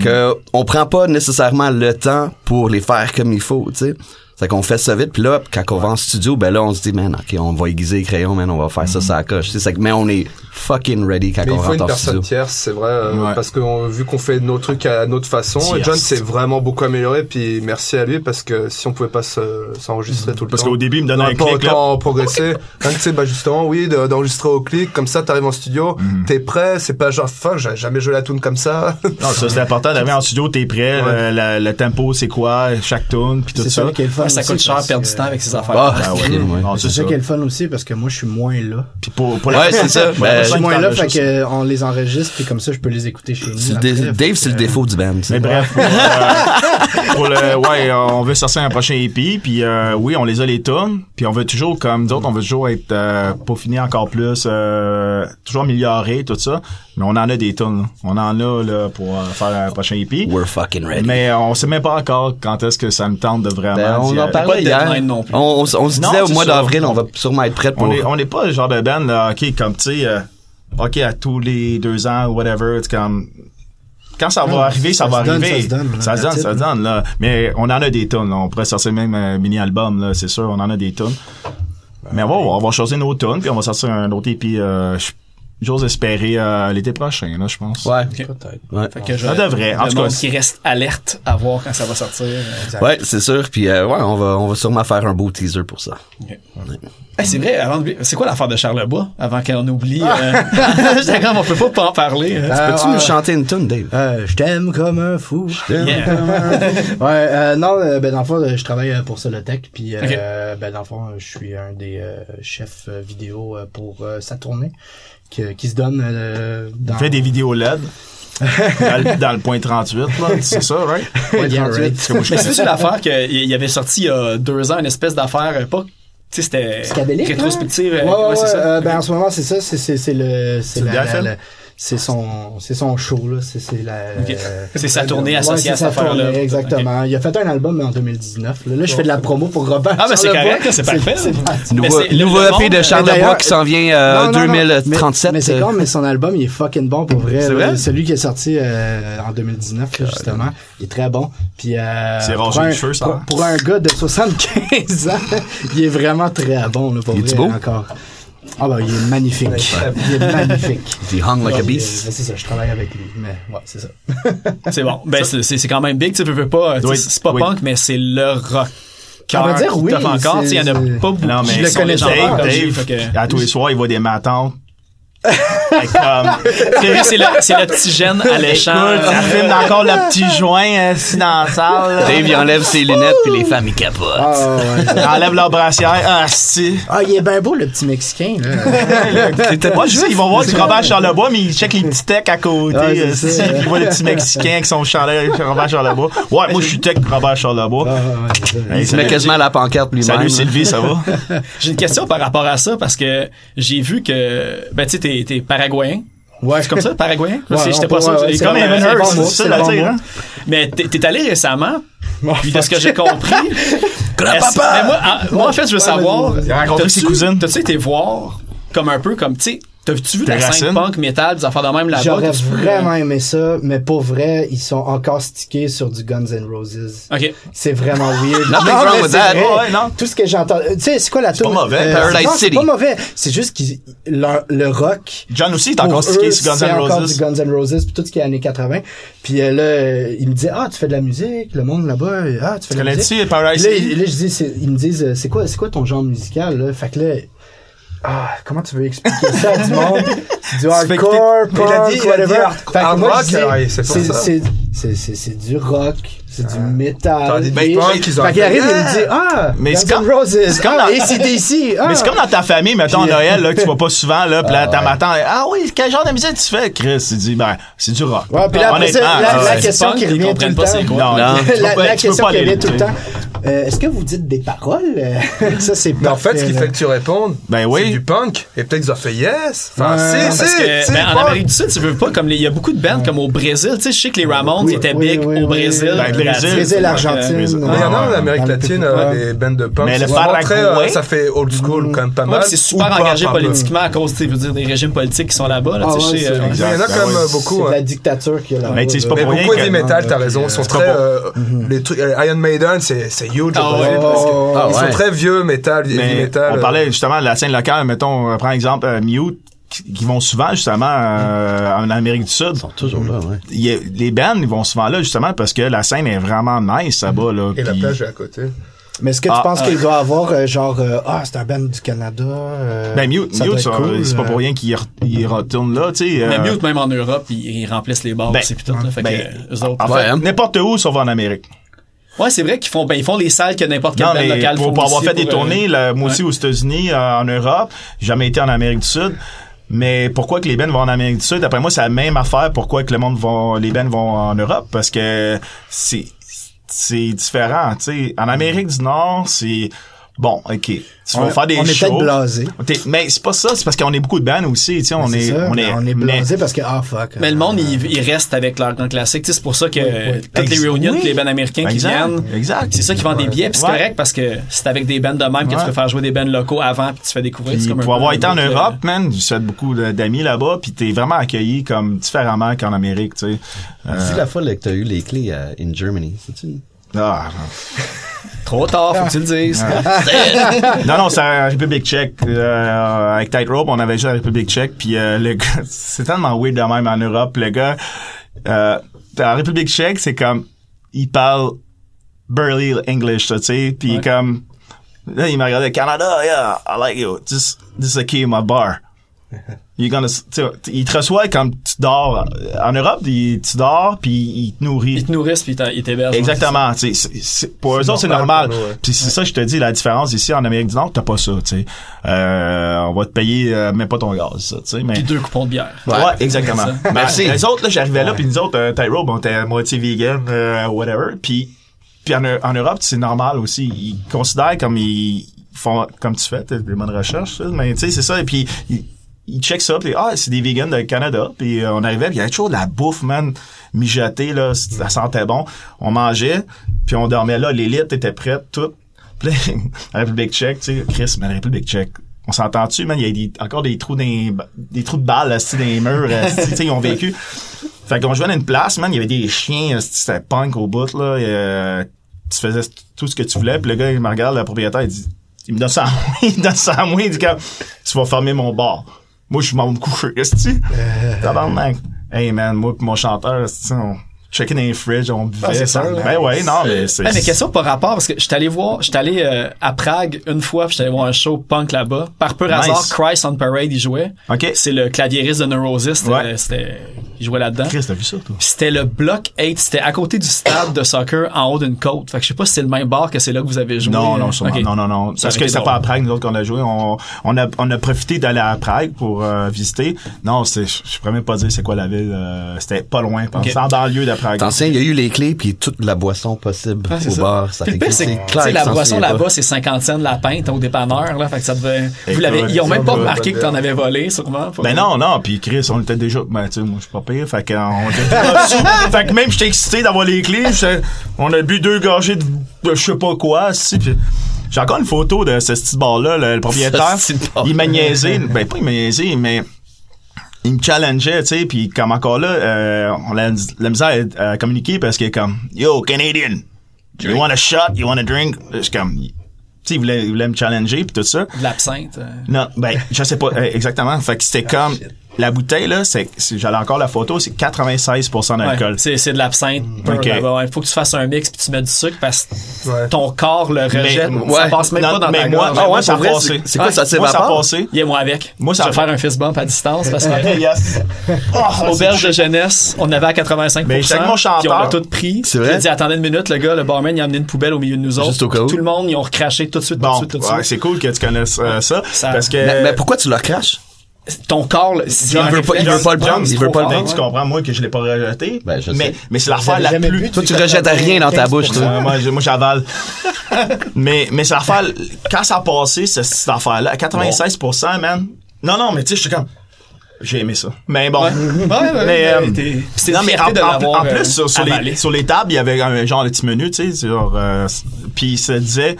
Speaker 2: que on prend pas nécessairement le temps pour les faire comme il faut, tu sais. C'est qu'on fait ça vite, puis là, quand on va en studio, ben là, on se dit, man, ok, on va aiguiser les crayons, man, on va faire ça, ça coche. tu sais. C'est que, mais on est fucking ready quand
Speaker 5: Mm-hmm. Mais
Speaker 2: on
Speaker 5: il faut
Speaker 2: rentre
Speaker 5: une
Speaker 2: en
Speaker 5: personne
Speaker 2: studio.
Speaker 5: tierce, c'est vrai, euh,
Speaker 4: Ouais.
Speaker 5: parce que on- vu qu'on fait nos trucs à notre façon, et
Speaker 4: Tierce.
Speaker 5: John s'est vraiment beaucoup amélioré, puis merci à lui, parce que si on pouvait pas se- s'enregistrer tout le
Speaker 4: Mm. parce
Speaker 5: temps.
Speaker 4: qu'au début il me
Speaker 5: on
Speaker 4: donnait un
Speaker 5: n'aurait pas
Speaker 4: clic là
Speaker 5: autant progressé. Hein, tu sais, bah justement, oui, de- d'enregistrer au clic, comme ça, t'arrives en studio,
Speaker 4: Mm.
Speaker 5: t'es prêt, c'est pas genre, fuck, j'avais jamais joué la tune comme ça.
Speaker 4: non ça c'est important d'arriver en studio t'es prêt
Speaker 5: Ouais.
Speaker 4: le, la- le tempo c'est quoi chaque tune puis tout
Speaker 6: C'est
Speaker 4: ça
Speaker 6: ça qui est le fun.
Speaker 1: Ouais, ça
Speaker 6: aussi,
Speaker 1: coûte cher
Speaker 6: parce
Speaker 1: perdre du
Speaker 6: que- Bah.
Speaker 1: temps avec ces affaires.
Speaker 2: Ah,
Speaker 4: Ah ouais.
Speaker 2: crime, ouais.
Speaker 4: Non,
Speaker 6: C'est
Speaker 4: c'est
Speaker 6: ça
Speaker 4: ça
Speaker 6: qui est le fun aussi parce que moi, je suis moins là.
Speaker 4: Puis pour, pour
Speaker 2: Ouais, c'est ça.
Speaker 4: Ouais,
Speaker 2: Ben,
Speaker 6: Je suis
Speaker 4: le
Speaker 6: moins
Speaker 4: temps
Speaker 6: là,
Speaker 4: de
Speaker 6: fait
Speaker 4: juste-
Speaker 6: que on les enregistre puis comme ça, je peux les écouter chez nous.
Speaker 2: C'est le
Speaker 6: après,
Speaker 2: dé-
Speaker 6: fait
Speaker 2: Dave, c'est le
Speaker 5: euh,
Speaker 6: que-
Speaker 2: défaut du band. tu sais.
Speaker 4: Mais bref, pour, euh, pour le, ouais, euh, on veut sortir un prochain EP, puis euh, oui, on les a les tonnes, puis on veut toujours, comme d'autres, on veut toujours être euh, peaufiné encore plus, euh, toujours améliorer tout ça, mais on en a des tonnes, on en a là, pour euh, faire un prochain EP.
Speaker 2: We're fucking ready.
Speaker 4: Mais on sait même pas encore quand est-ce que ça me tente de vraiment. euh,
Speaker 2: Ben, on
Speaker 4: d'y
Speaker 2: en
Speaker 4: aller.
Speaker 1: pas de
Speaker 2: parlait hier.
Speaker 1: deadline non plus.
Speaker 2: On, on s- on se
Speaker 4: Non,
Speaker 2: disait au
Speaker 4: c'est
Speaker 2: mois
Speaker 4: ça.
Speaker 2: d'avril, on va sûrement être prêt pour.
Speaker 4: On est, on est pas le genre de band, là, ok, comme, tu sais, euh, ok, à tous les deux ans, whatever, c'est comme, quand ça va
Speaker 6: Non,
Speaker 4: arriver, ça,
Speaker 6: ça
Speaker 4: va
Speaker 6: se donne,
Speaker 4: arriver.
Speaker 6: ça se donne, là,
Speaker 4: ça se donne,
Speaker 6: that's
Speaker 4: ça
Speaker 6: it.
Speaker 4: se donne, là. Mais on en a des tonnes, là. On pourrait sortir même un mini-album, là, c'est sûr, on en a des tonnes. Mais on va, voir, on va choisir nos tonnes, puis on va sortir un autre, et puis, euh, je- j'ose espérer euh, l'été prochain, là, je pense.
Speaker 2: Ouais.
Speaker 1: Peut-être.
Speaker 2: Ouais.
Speaker 1: Fait que je,
Speaker 4: Ça devrait, en
Speaker 1: le
Speaker 4: tout
Speaker 1: monde
Speaker 4: cas.
Speaker 1: qui reste alerte à voir quand ça va sortir. euh, exact.
Speaker 2: Ouais, c'est sûr. Puis euh, ouais, on va, on va sûrement faire un beau teaser pour ça.
Speaker 1: Hey, c'est vrai, avant d'oublier- c'est quoi l'affaire de Charlebois avant qu'on oublie? Euh, j'étais comme, on peut pas pas en parler. hein.
Speaker 6: Euh,
Speaker 2: Peux-tu
Speaker 6: ouais.
Speaker 2: nous chanter une tune, Dave?
Speaker 6: Euh, je t'aime comme un fou.
Speaker 1: Yeah.
Speaker 6: Ouais, euh, non, euh, ben dans le fond, euh, je travaille euh, pour Solotech, puis euh,
Speaker 1: Ok.
Speaker 6: ben dans le fond, euh, je suis un des euh, chefs euh, vidéo euh, pour euh, sa tournée qui, qui se donne euh, dans
Speaker 4: On fait des vidéos LED. dans, le, dans le point 38, là. C'est ça, right?
Speaker 6: Ouais, yeah, right.
Speaker 4: Parce que moi, je
Speaker 1: Mais c'est l'affaire qu'il y avait sorti il y a deux ans une espèce d'affaire, euh, pas, tu sais, c'était
Speaker 6: Psychédélique,
Speaker 1: rétrospective. euh,
Speaker 6: hein? Ouais, ouais,
Speaker 1: ouais, c'est
Speaker 6: ouais,
Speaker 1: ça.
Speaker 6: euh, ben en ce moment, c'est ça, c'est c'est c'est le c'est
Speaker 4: C'est le
Speaker 6: la- la-
Speaker 4: DFL?
Speaker 6: la- c'est son c'est son show là, c'est c'est la
Speaker 1: Ok.
Speaker 6: euh,
Speaker 1: C'est sa tournée
Speaker 6: Ouais,
Speaker 1: associée
Speaker 6: c'est
Speaker 1: à
Speaker 6: sa
Speaker 1: cette affaire-là.
Speaker 6: tournée, Exactement. Il a fait un album en 2019. Là, Là, je fais de la promo pour Robert.
Speaker 1: Ah, mais c'est
Speaker 6: Charlebois.
Speaker 1: correct, c'est parfait.
Speaker 6: parti.
Speaker 1: Mais
Speaker 2: Nouveau,
Speaker 1: ben, c'est- le-
Speaker 2: nouveau
Speaker 4: E
Speaker 1: le
Speaker 2: EP
Speaker 1: monde-
Speaker 2: de Charlebois
Speaker 6: d'ailleurs,
Speaker 2: qui s'en vient euh,
Speaker 6: Non, non, non.
Speaker 2: 2037.
Speaker 6: Mais, mais c'est
Speaker 2: euh,
Speaker 6: con, mais son album, il est fucking bon pour vrai.
Speaker 2: C'est
Speaker 6: là.
Speaker 2: vrai?
Speaker 6: Celui qui est sorti euh, en 2019, là, justement, il est très bon. Puis, euh,
Speaker 4: C'est
Speaker 6: pour
Speaker 4: rasé
Speaker 6: un-
Speaker 4: les cheveux, ça,
Speaker 6: Pour,
Speaker 4: hein?
Speaker 6: pour un gars de 75 ans, il est vraiment très bon, là, pour
Speaker 2: Il est-tu
Speaker 6: vrai,
Speaker 2: beau?
Speaker 6: encore. Ah ben, il est magnifique. il est magnifique.
Speaker 2: He hung like a
Speaker 6: Donc,
Speaker 2: beast.
Speaker 6: euh, C'est ça, je travaille avec lui, mais ouais, c'est ça.
Speaker 1: C'est bon. Ben, c'est- c'est c'est quand même big, tu sais, veux, veux pas. euh, tu sais,
Speaker 4: Oui,
Speaker 1: C'est pas
Speaker 4: oui.
Speaker 1: punk, mais c'est le rock.
Speaker 6: On va dire oui,
Speaker 1: encore, tu sais, il y en a
Speaker 6: c'est-
Speaker 1: pas beaucoup.
Speaker 4: Non, mais
Speaker 1: qui
Speaker 6: le
Speaker 1: sont
Speaker 6: connais
Speaker 1: légendaires
Speaker 6: pas,
Speaker 4: Dave,
Speaker 1: comme j'ai,
Speaker 4: Dave,
Speaker 1: fait que-
Speaker 4: à tous les soirs, il voit des matantes. Fait que, comme,
Speaker 1: C'est vrai, c'est le, c'est le petit gène alléchant.
Speaker 4: écoute, ça filme encore le petit joint assis dans la salle. là.
Speaker 2: Dave, il enlève ses lunettes puis les femmes, ils capotent.
Speaker 6: Ah, ouais.
Speaker 4: Il enlève leur brassière. Ah, si.
Speaker 6: Ah, il est bien beau, le petit Mexicain, là.
Speaker 2: C'était
Speaker 6: Ah,
Speaker 4: Moi, je sais, ils vont voir du Robert Charlebois, mais ils checkent les petits techs à côté.
Speaker 6: Ouais, c'est
Speaker 4: euh,
Speaker 6: ça.
Speaker 4: si, puis ils voient le petit Mexicain avec son chandail Robert Charlebois. Ouais, moi, je suis tech Robert Charlebois.
Speaker 6: Ah, ouais, c'est ça.
Speaker 4: Hey,
Speaker 2: Il se met
Speaker 4: salut-
Speaker 2: quasiment à la pancarte lui-même. hein.
Speaker 4: Salut Sylvie, ça va?
Speaker 1: J'ai une question par rapport à ça parce que j'ai vu que, ben, tu sais, t'es, t'es paraguayen.
Speaker 6: Ouais.
Speaker 1: C'est comme ça, paraguayen?
Speaker 6: Ouais,
Speaker 1: Si
Speaker 6: on
Speaker 1: J'étais pas
Speaker 6: peut-
Speaker 1: sûr.
Speaker 6: ouais,
Speaker 1: c'est
Speaker 6: ouais, c'est
Speaker 1: comme
Speaker 6: bon,
Speaker 1: un
Speaker 6: c'est
Speaker 1: nerd,
Speaker 6: bon
Speaker 1: c'est
Speaker 6: mot,
Speaker 1: ça,
Speaker 6: c'est
Speaker 1: la
Speaker 6: bon
Speaker 1: dire,
Speaker 6: mot.
Speaker 1: hein? Mais t'es, t'es allé récemment, puis de ce que j'ai compris. est-ce-
Speaker 2: papa!
Speaker 1: mais moi, en, moi, en fait, je veux savoir.
Speaker 6: vas-y, vas-y.
Speaker 4: Il a rencontré
Speaker 1: t'as-tu-
Speaker 4: ses cousines.
Speaker 1: T'as-tu été voir, comme un peu, comme, tu sais, t'as-tu vu
Speaker 4: Tes
Speaker 1: la scène
Speaker 4: racines?
Speaker 1: punk, métal, des affaires de même là-bas?
Speaker 6: J'aurais
Speaker 1: T'as-tu vu-
Speaker 6: vraiment aimé ça, mais pour vrai, ils sont encore stickés sur du Guns N' Roses.
Speaker 1: Ok.
Speaker 6: C'est vraiment
Speaker 2: Nothing
Speaker 6: weird. Non,
Speaker 2: wrong
Speaker 6: mais
Speaker 2: with
Speaker 6: c'est
Speaker 2: that.
Speaker 6: vrai.
Speaker 4: Ouais, ouais, non.
Speaker 6: Tout ce que j'entends. Tu sais, c'est quoi la tour?
Speaker 4: mauvais,
Speaker 2: Paradise
Speaker 6: C'est
Speaker 2: City.
Speaker 6: pas mauvais. C'est juste qu'ils, leur- le rock.
Speaker 4: John aussi, il est
Speaker 6: pour
Speaker 4: encore stické
Speaker 6: eux,
Speaker 4: sur Guns
Speaker 6: c'est
Speaker 4: N'
Speaker 6: encore du
Speaker 4: Roses.
Speaker 6: Guns N' Roses, puis tout ce qui est années 80. Puis euh, là, euh, il me dit, ah, tu fais de la musique, le monde là-bas, euh, ah, tu fais de la musique.
Speaker 4: Connais-tu Paradise
Speaker 6: Là, il-
Speaker 4: City?
Speaker 6: là, je dis, c'est- ils me disent, euh, c'est quoi, c'est quoi ton genre musical, là? Fait que là, ah, comment tu veux expliquer ça à du monde? Du
Speaker 4: fais que
Speaker 6: hardcore,
Speaker 5: Mais il a
Speaker 6: punk,
Speaker 5: dit- il a
Speaker 6: whatever.
Speaker 5: dit hard-
Speaker 6: Fait que
Speaker 5: hard
Speaker 6: moi, je
Speaker 5: rock,
Speaker 6: dis,
Speaker 5: alors, c'est pour
Speaker 6: c'est-
Speaker 5: ça.
Speaker 6: c'est- c'est- c'est- c'est du rock, c'est du
Speaker 5: T'as
Speaker 6: métal.
Speaker 5: des
Speaker 6: Fait
Speaker 5: big punk, ils ont
Speaker 6: qu'il
Speaker 5: fait,
Speaker 6: arrive, il
Speaker 5: Ah!
Speaker 6: me dit, ah,
Speaker 4: Mais
Speaker 6: Guns
Speaker 4: c'est comme-
Speaker 6: N' Roses,
Speaker 4: comme
Speaker 6: ah,
Speaker 4: dans-
Speaker 6: AC/DC, ah.
Speaker 4: Mais c'est comme dans ta famille, mettons, à
Speaker 6: Puis, euh,
Speaker 4: Noël, là, que tu vas pas souvent, là, pis là, ta maman, ah oui, quel genre de musique tu fais, Chris? Il dit, ben, c'est du rock.
Speaker 6: Ouais, puis là, après ça,
Speaker 4: Honnêtement,
Speaker 6: la,
Speaker 4: euh,
Speaker 6: la
Speaker 1: c'est
Speaker 6: question
Speaker 1: punk,
Speaker 6: qui
Speaker 1: ils
Speaker 6: revient tout
Speaker 1: comprennent
Speaker 6: le
Speaker 1: pas c'est
Speaker 6: temps.
Speaker 1: quoi.
Speaker 4: Non,
Speaker 6: La-
Speaker 4: tu peux
Speaker 6: la,
Speaker 4: pas- tu peux
Speaker 6: question
Speaker 4: pas
Speaker 6: qui
Speaker 4: les
Speaker 6: revient tout le
Speaker 4: lutter.
Speaker 6: temps. euh, Est-ce que vous dites des paroles? Euh, ça, c'est
Speaker 5: Mais en fait, ce qui
Speaker 6: parfait,
Speaker 5: fait
Speaker 6: là.
Speaker 5: que tu réponds,
Speaker 4: Ben oui.
Speaker 5: c'est du punk. Et peut-être qu'ils ont fait yes. Enfin,
Speaker 6: Ouais,
Speaker 5: si,
Speaker 1: Parce
Speaker 5: si,
Speaker 1: que,
Speaker 5: si,
Speaker 1: ben, en
Speaker 5: punk.
Speaker 1: Amérique du Sud, tu veux pas, comme les- il y a beaucoup de bands comme au Brésil. Tu sais, je sais que les Ramones
Speaker 6: Oui,
Speaker 1: étaient
Speaker 6: oui,
Speaker 1: big
Speaker 6: oui,
Speaker 1: au
Speaker 6: oui.
Speaker 1: Brésil. euh,
Speaker 6: Ben,
Speaker 4: le Brésil,
Speaker 6: Brésil, l'Argentine.
Speaker 4: Brésil.
Speaker 5: Mais Il y en a
Speaker 4: Ouais,
Speaker 5: en
Speaker 4: ouais,
Speaker 5: Amérique latine, euh, des bands de punk.
Speaker 4: Mais
Speaker 5: c'est
Speaker 4: le
Speaker 5: vraiment
Speaker 4: Paraguay-
Speaker 5: très, euh, ça fait old school quand même pas
Speaker 1: Ouais,
Speaker 5: mal.
Speaker 1: puis c'est super
Speaker 5: Ou pas,
Speaker 1: engagé
Speaker 5: pas peu.
Speaker 1: politiquement à cause, tu sais, je veux dire, des régimes politiques qui sont là-bas. Là,
Speaker 6: Ah
Speaker 1: tu sais,
Speaker 6: ouais,
Speaker 1: chez,
Speaker 6: c'est
Speaker 1: euh,
Speaker 5: Il y en a
Speaker 4: Exact, Ben
Speaker 5: quand
Speaker 4: ouais,
Speaker 5: même
Speaker 4: ouais.
Speaker 5: euh, beaucoup.
Speaker 6: C'est de
Speaker 5: hein.
Speaker 6: la dictature qui est là.
Speaker 4: Mais tu sais, c'est pas
Speaker 5: Mais
Speaker 4: pour rien
Speaker 5: beaucoup
Speaker 4: que-
Speaker 5: heavy metal, t'as raison. Ils sont très.
Speaker 4: pas-
Speaker 5: euh, les trucs, euh, Iron Maiden, c'est c'est huge.
Speaker 1: Ah
Speaker 5: au Brésil,
Speaker 1: ouais.
Speaker 5: parce que
Speaker 2: Mhm. Ah
Speaker 5: Ils
Speaker 2: ouais.
Speaker 5: sont très vieux metal, heavy
Speaker 4: Mais
Speaker 5: metal.
Speaker 4: on
Speaker 5: euh,
Speaker 4: parlait justement de la scène locale, mettons, on prend exemple euh, Mute, qui qui vont souvent justement euh, en Amérique du Sud.
Speaker 2: Toujours là, ouais.
Speaker 4: Il y a- les bands, ils vont souvent là justement parce que la scène est vraiment nice là-bas. Là,
Speaker 5: Et la
Speaker 4: Puis-
Speaker 5: plage euh, est à côté.
Speaker 6: Mais est-ce que tu
Speaker 4: Ah,
Speaker 6: penses qu'il doit avoir, euh, genre, euh, ah, c'est un band du Canada? euh,
Speaker 4: Ben Mute,
Speaker 6: ça
Speaker 4: Mute,
Speaker 6: doit être
Speaker 4: ça,
Speaker 6: cool,
Speaker 4: c'est pas pour
Speaker 6: euh.
Speaker 4: rien qu'ils re- ils retournent là, tu sais. euh,
Speaker 1: Mais Mute, même en Europe, ils, ils remplissent les bars
Speaker 4: Ben,
Speaker 1: aussi, puis tout, là, fait
Speaker 4: ben,
Speaker 1: que, euh, eux autres.
Speaker 4: en fait,
Speaker 2: Ouais, hein.
Speaker 4: n'importe où sauf en Amérique.
Speaker 1: Ouais, c'est vrai qu'ils font, ben, ils font les salles que n'importe quel
Speaker 4: Non,
Speaker 1: band
Speaker 4: mais
Speaker 1: local font
Speaker 4: pour, pour avoir
Speaker 1: aussi
Speaker 4: fait des
Speaker 1: pour, euh,
Speaker 4: tournées, là, moi aussi aux États-Unis, euh, en Europe, j'ai jamais été en Amérique du Sud. Mais pourquoi que les bennes vont en Amérique du Sud D'après moi, c'est la même affaire. Pourquoi que le monde vont, les bennes vont en Europe Parce que c'est c'est différent. Tu sais, en Amérique du Nord, c'est bon, ok. Tu vas
Speaker 6: On-
Speaker 4: faire des
Speaker 6: on est peut-être
Speaker 4: shows.
Speaker 6: blasé.
Speaker 4: T'es- Mais c'est pas ça. C'est parce qu'on est beaucoup de bands aussi. Tu sais, on
Speaker 6: C'est
Speaker 4: est,
Speaker 6: ça,
Speaker 4: on est,
Speaker 6: on est
Speaker 4: mais-
Speaker 6: blasé parce que, ah, fuck.
Speaker 1: Mais le
Speaker 6: euh,
Speaker 1: monde, il, il reste avec leur grand classique. Tu sais, c'est pour ça que
Speaker 6: oui.
Speaker 1: toutes les
Speaker 4: Ex-
Speaker 1: réunions,
Speaker 4: oui.
Speaker 1: tous les bands américains qui
Speaker 4: Exact,
Speaker 1: viennent,
Speaker 4: exact.
Speaker 1: c'est ça qui vend des billets. Puis c'est
Speaker 4: Ouais.
Speaker 1: correct parce que c'est avec des bands de même que tu
Speaker 4: Ouais.
Speaker 1: peux faire jouer des bands locaux avant, puis tu fais découvrir.
Speaker 4: Puis
Speaker 1: c'est comme un
Speaker 4: pour
Speaker 1: peu
Speaker 4: avoir
Speaker 1: un
Speaker 4: été en
Speaker 1: truc, euh,
Speaker 4: Europe, man, j'ai fait beaucoup de- d'amis là-bas, puis t'es vraiment accueilli comme différemment qu'en Amérique, tu sais. Euh,
Speaker 2: C'est la fois là, que t'as eu les clés euh, in Germany, c'est-tu?
Speaker 4: ah,
Speaker 1: Trop tard, faut que tu le dises.
Speaker 4: Non, non, c'est en République tchèque. Euh, avec Tightrope, on avait joué à la République tchèque. Puis euh, le gars, c'est tellement weird de même en Europe. Le gars, euh, en République tchèque, c'est comme, il parle barely English, tu sais. Puis comme, là, il m'a regardé, Canada, yeah, I like you. Just, this is the key in my bar. You're gonna, tu sais, il te reçoit comme tu dors. En Europe, il- tu dors, puis il te nourrit.
Speaker 1: Ils te nourrissent puis ils t'en- ils t'hébergent.
Speaker 4: Exactement. tu sais, c'est- c'est- pour eux autres, c'est normal.
Speaker 5: normal pour nous, ouais.
Speaker 4: Puis c'est ça, que je te dis, la différence ici en Amérique du Nord, t'as pas ça. tu sais. Euh, on va te payer euh, même pas ton gaz, ça, tu sais, mais.
Speaker 1: Puis deux coupons de bière.
Speaker 4: Ouais, exactement.
Speaker 1: C'est
Speaker 2: Merci.
Speaker 4: Ben, Les autres, là, j'arrivais là, puis nous autres, euh, Tyrobe, on était moitié vegan, euh, whatever. Puis, puis en, en Europe, c'est normal aussi. Ils considèrent comme ils font, comme tu fais, t'as des bonnes recherches, ça, mais tu sais, c'est ça. Et puis, ils, ils checkent ça, puis ah, c'est des vegans de Canada. Puis euh, on arrivait, puis il y avait toujours de la bouffe, man, mijotée, là, c- ça sentait bon. On mangeait, puis on dormait là, les lits étaient prêts, tout. Puis là, la République tchèque, tu sais, Chris, mais la République tchèque, on s'entend-tu, man, il y a des- encore des trous, dans les ba- des trous de balles, là, dans les murs, là, tu sais, ils ont vécu. Fait qu'on jouait dans une place, man, il y avait des chiens, esti, c'était punk au bout, là, et, euh, tu faisais tout ce que tu voulais, puis le gars, il me regarde, le propriétaire, il dit, il me donne ça à moi, il me donne ça à moi, il dit, comme, tu vas fermer mon bar. Moi, je m'en vais me coucher, esti. Tabarnak. Hey, man, moi pis mon chanteur, esti, on checkait dans les fridges, on buvait.
Speaker 1: Ah, c'est
Speaker 4: ça.
Speaker 1: sûr, là.
Speaker 4: Ben ouais, non, mais c'est...
Speaker 1: Ah, mais question par rapport, parce que j'étais allé voir, j'étais allé euh, à Prague une fois, puis j'étais allé voir un show punk là-bas. Par pur
Speaker 4: Nice.
Speaker 1: hasard, Christ on Parade, il jouait.
Speaker 4: OK.
Speaker 1: C'est le claviériste de Neurosist,
Speaker 4: Ouais.
Speaker 1: euh, c'était, il jouait là-dedans.
Speaker 4: Chris, t'as vu ça, toi?
Speaker 1: Puis C'était le bloc 8, c'était à côté du stade de soccer en haut d'une côte. Fait que je sais pas si c'est le même bar que c'est là que vous avez joué.
Speaker 4: Non, non,
Speaker 1: sûrement.
Speaker 4: sûrement. Non, non, non.
Speaker 1: Ça
Speaker 4: euh, Parce
Speaker 1: aurait
Speaker 4: que
Speaker 1: été
Speaker 4: c'est
Speaker 1: drôle.
Speaker 4: pas à Prague, nous autres, qu'on a joué. On, on, a, on a profité d'aller à Prague pour euh, visiter. Non, c'est, je je pourrais même pas dire c'est quoi la ville. euh, c'était pas loin.
Speaker 1: Ok.
Speaker 4: C'est en banlieue de Prague.
Speaker 2: Attention, il y a eu les clés puis toute la boisson possible
Speaker 1: Ah, c'est
Speaker 2: au
Speaker 1: ça.
Speaker 2: bar. Ça
Speaker 1: Puis le
Speaker 2: fait
Speaker 1: pire,
Speaker 2: que
Speaker 1: c'est que tu
Speaker 2: clair
Speaker 1: sais,
Speaker 2: qu'il
Speaker 1: la
Speaker 2: s'en
Speaker 1: boisson
Speaker 2: souvient pas.
Speaker 1: là-bas, c'est 50 cents de la pinte au dépanneur, là. Fait que ça devait, vous l'avez, ils ont même pas
Speaker 4: Écoute,
Speaker 1: remarqué que
Speaker 5: ça
Speaker 1: t'en avais volé, sûrement. Faut-
Speaker 4: Ben non, non, puis Chris, on était déjà. Ben tu sais, moi je suis pas pire, fait qu'on était pas sous. Fait que même j'étais excité d'avoir les clés. j'étais- On a bu deux gorgées de, de je sais pas quoi, si. puis J'ai encore une photo de ce petit bar-là, le, le propriétaire.
Speaker 2: Ce petit bar.
Speaker 4: Il m'a niaisé. Ben pas il m'a niaisé, mais il me challengeait, tu sais, puis comme encore là, euh, on a la misère à, à communiquer parce que comme Yo, Canadian! You want a shot? You want a drink? Je comme. Tu sais, il voulait, il voulait me challenger puis tout ça.
Speaker 1: De l'absinthe. euh.
Speaker 4: Non, ben, je sais pas euh, exactement. Fait que c'était comme la bouteille là, c'est si j'avais encore la photo, c'est 96%
Speaker 1: Ouais,
Speaker 4: d'alcool.
Speaker 1: c'est, c'est de l'absinthe. pure,
Speaker 4: Ok.
Speaker 1: là-bas. Ouais, faut que tu fasses un mix puis tu mets du sucre parce que
Speaker 5: Ouais.
Speaker 1: ton corps le rejette. ça
Speaker 2: ouais.
Speaker 1: passe même
Speaker 4: Non,
Speaker 1: pas dans
Speaker 4: mais
Speaker 1: ta
Speaker 4: moi,
Speaker 1: gorge.
Speaker 4: ah
Speaker 2: ouais,
Speaker 4: moi, ça a
Speaker 2: pour vrai,
Speaker 4: passé.
Speaker 2: c'est- c'est quoi, ça
Speaker 4: Moi, ça a
Speaker 2: s'évapore?
Speaker 4: passé.
Speaker 1: Il est moi avec.
Speaker 4: Moi, ça
Speaker 1: je vais
Speaker 4: va.
Speaker 1: faire un fist bump à distance parce que
Speaker 4: Yes. Oh,
Speaker 1: auberge de jeunesse, on avait à 85
Speaker 4: Mais j'étais avec mon chanteur.
Speaker 1: puis on l'a tout pris.
Speaker 2: C'est vrai?
Speaker 1: Il a dit attendez une minute, le gars, le barman, il a amené une poubelle au milieu de nous autres.
Speaker 2: Juste au cas où.
Speaker 1: Tout le monde, ils ont recraché tout de suite,
Speaker 4: Bon,
Speaker 1: tout de suite, tout de
Speaker 4: ouais,
Speaker 1: suite.
Speaker 4: c'est cool que tu connaisses euh, ça,
Speaker 1: Ça-
Speaker 4: parce que
Speaker 2: Mais, mais pourquoi tu leur craches?
Speaker 1: Ton corps, le- c'est
Speaker 2: Il
Speaker 1: un
Speaker 2: veut pas- il
Speaker 1: réflexe.
Speaker 2: veut pas le prendre,
Speaker 1: C'est
Speaker 2: il veut
Speaker 1: trop
Speaker 2: pas le
Speaker 1: fort,
Speaker 4: Ben,
Speaker 2: prendre.
Speaker 1: ouais.
Speaker 4: tu comprends moi que je l'ai pas rejeté.
Speaker 2: Ben, je
Speaker 4: mais
Speaker 2: sais.
Speaker 4: mais c'est l'affaire la
Speaker 6: Jamais
Speaker 4: plus
Speaker 6: bu,
Speaker 2: Toi, tu rejettes rien dans ta bouche, toi.
Speaker 4: Ouais, moi, je- moi, j'avale. mais, mais ça affaire, quand ça a passé, cette, cette affaire-là, à 96%, man. Non, non, mais tu sais, j'étais comme, j'ai aimé ça. Mais bon.
Speaker 1: Ouais, ouais,
Speaker 4: Mais, euh,
Speaker 1: ouais, t'es- c'est
Speaker 4: non,
Speaker 1: une
Speaker 4: mais en,
Speaker 1: fierté de
Speaker 4: en-
Speaker 1: l'avoir,
Speaker 4: en plus,
Speaker 1: euh,
Speaker 4: sur, sur
Speaker 1: avalé.
Speaker 4: les, sur les tables, il y avait un genre de petit menu, tu sais, genre, euh, s- puis ça disait,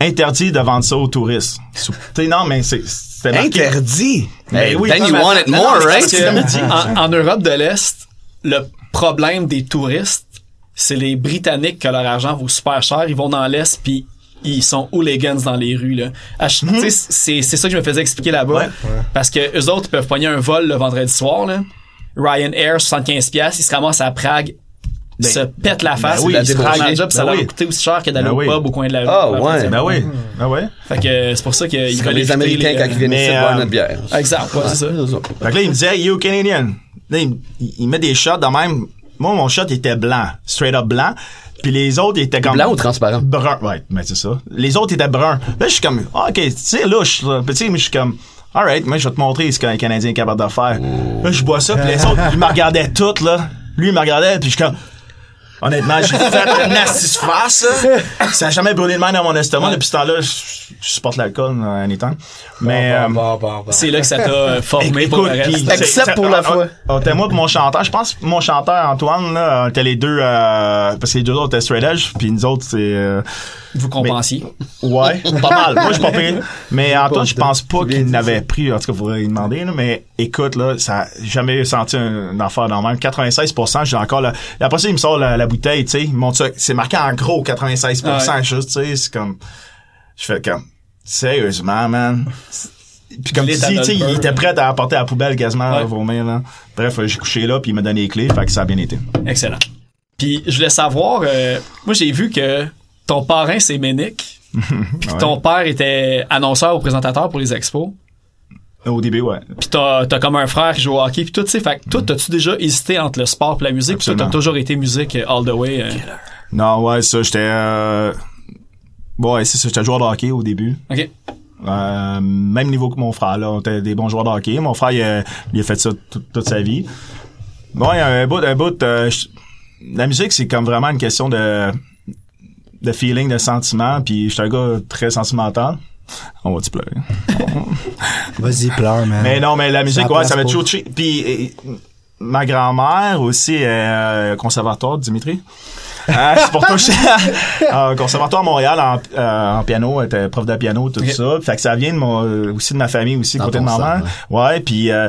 Speaker 4: interdit de vendre ça aux touristes. Sou- Tu sais, non, mais c'est, c'était marqué.
Speaker 2: Interdit!
Speaker 4: Mais
Speaker 2: Hey,
Speaker 4: oui,
Speaker 2: then
Speaker 4: non,
Speaker 2: you
Speaker 4: mais-
Speaker 2: want it
Speaker 4: non,
Speaker 2: more,
Speaker 4: mais
Speaker 2: right?
Speaker 4: c'est parce
Speaker 1: Parce que en, en Europe de l'Est, le problème des touristes, c'est les Britanniques que leur argent vaut super cher. Ils vont dans l'Est, puis ils sont hooligans dans les rues. là. À ch- tu sais, C'est c'est ça que je me faisais expliquer là-bas.
Speaker 4: Mm-hmm. Ouais.
Speaker 1: Parce que eux autres ils peuvent pogner un vol le vendredi soir. Là. Ryanair, 75$, ils se ramassent à Prague, se pètent la face,
Speaker 4: ben oui,
Speaker 1: ils
Speaker 4: c'est
Speaker 1: se prennent
Speaker 4: drogué.
Speaker 1: un job, puis ça
Speaker 4: Ben
Speaker 1: leur
Speaker 4: oui.
Speaker 1: a coûté aussi cher que d'aller
Speaker 4: Ben
Speaker 1: au
Speaker 4: oui.
Speaker 1: pub au coin de la rue.
Speaker 2: Ah,
Speaker 1: Pour la
Speaker 2: ouais.
Speaker 1: partir.
Speaker 4: Ben oui. Ben oui.
Speaker 1: Fait que c'est pour ça qu'ils
Speaker 2: Comme
Speaker 1: veulent éviter
Speaker 2: les Américains
Speaker 1: les-
Speaker 2: quand ils viennent
Speaker 4: mais,
Speaker 2: ici
Speaker 4: euh,
Speaker 2: boire notre bière.
Speaker 1: Exact, ouais, c'est ça.
Speaker 4: Fait que là, il me disait, You Canadian. Là, il, il- il met des shots de même. Moi, mon shot était blanc, straight up blanc. Puis les autres étaient comme.
Speaker 2: Blanc ou transparent?
Speaker 4: Brun, ouais, mais c'est ça. Les autres étaient bruns. Là, je suis comme, Ah, ok, c'est louche, là. Puis, tu sais, moi, je suis comme, alright, moi, je vais te montrer ce qu'un Canadien est capable de faire. Là, je bois ça, puis les autres, ils me regardaient toutes, là. Lui, il me regardait, puis je suis comme, Honnêtement, j'ai fait une astuce face. là. Ça n'a jamais brûlé de main dans mon estomac. Depuis ce temps-là, je je supporte l'alcool euh, anytime. Mais, euh,
Speaker 6: Bon,
Speaker 5: Bah,
Speaker 6: bon, bon.
Speaker 1: C'est là que ça t'a euh, formé pour
Speaker 4: Écoute,
Speaker 1: le
Speaker 4: puis-
Speaker 1: reste.
Speaker 2: Except
Speaker 4: c'est-
Speaker 2: pour la
Speaker 4: on-
Speaker 2: fois.
Speaker 4: on- on était moi pour mon chanteur. Je pense que mon chanteur Antoine là, on était les deux euh, parce que les deux autres étaient straight edge, puis nous autres c'est euh,
Speaker 1: vous compensiez.
Speaker 4: Ouais, pas mal. Moi, je suis pas pire. Mais en
Speaker 6: Pas
Speaker 4: temps, je
Speaker 6: de-
Speaker 4: pense pas
Speaker 6: c'est bien
Speaker 4: qu'il
Speaker 6: dit,
Speaker 4: n'avait pris. En tout cas, faudrait lui demander, là, Mais écoute, là, ça, j'ai jamais senti un- une affaire dans le même. 96%, j'ai encore la, et après ça, il me sort la, la bouteille, tu sais. Il monte ça. C'est marqué en gros, 96%, juste, tu sais. C'est comme, je fais comme, sérieusement, man. C'est- Puis comme tu dis, tu sais, il était prêt à apporter à la poubelle quasiment,
Speaker 1: Ouais.
Speaker 4: là, vomir, là. Bref, j'ai couché là, puis il m'a donné les clés, fait que ça a bien été.
Speaker 1: Excellent. Puis je voulais savoir, euh, moi j'ai vu que ton parrain c'est Ménic, puis
Speaker 4: Ouais.
Speaker 1: ton père était annonceur ou présentateur pour les expos,
Speaker 4: Au début, ouais.
Speaker 1: puis t'as as comme un frère qui joue au hockey, puis tout, tu sais, fait que toi, t'as-tu déjà hésité entre le sport et la musique, puis toi t'as
Speaker 4: Mm. Absolument.
Speaker 1: toujours été musique euh, all the way. euh.
Speaker 4: Non, ouais, ça, j'étais, euh, ouais, c'est ça, j'étais joueur de hockey au début.
Speaker 1: Ok.
Speaker 4: Euh, même niveau que mon frère, là. On était des bons joueurs de hockey. Mon frère, il a, il a fait ça toute- toute sa vie. Bon, il y a un bout, un bout, euh, je- la musique, c'est comme vraiment une question de, de feeling, de sentiment. Puis, je suis un gars très sentimental. On va-tu pleurer?
Speaker 6: Vas-y, pleure, man.
Speaker 4: Mais non, mais la musique,
Speaker 6: la
Speaker 4: ouais,
Speaker 6: place
Speaker 4: ça m'a
Speaker 6: pour-
Speaker 4: toujours touché. Puis et- ma grand-mère aussi, euh, conservatoire, Dimitri. Ah, c'est pour toi, je... Ah, conservatoire à Montréal en, euh, en piano, elle était prof de piano, tout
Speaker 1: Ok.
Speaker 4: ça. Fait que ça vient de mon, euh, aussi de ma famille aussi,
Speaker 2: Dans
Speaker 4: côté de
Speaker 2: ton
Speaker 4: ma
Speaker 2: sang,
Speaker 4: mère. hein? Ouais, puis euh,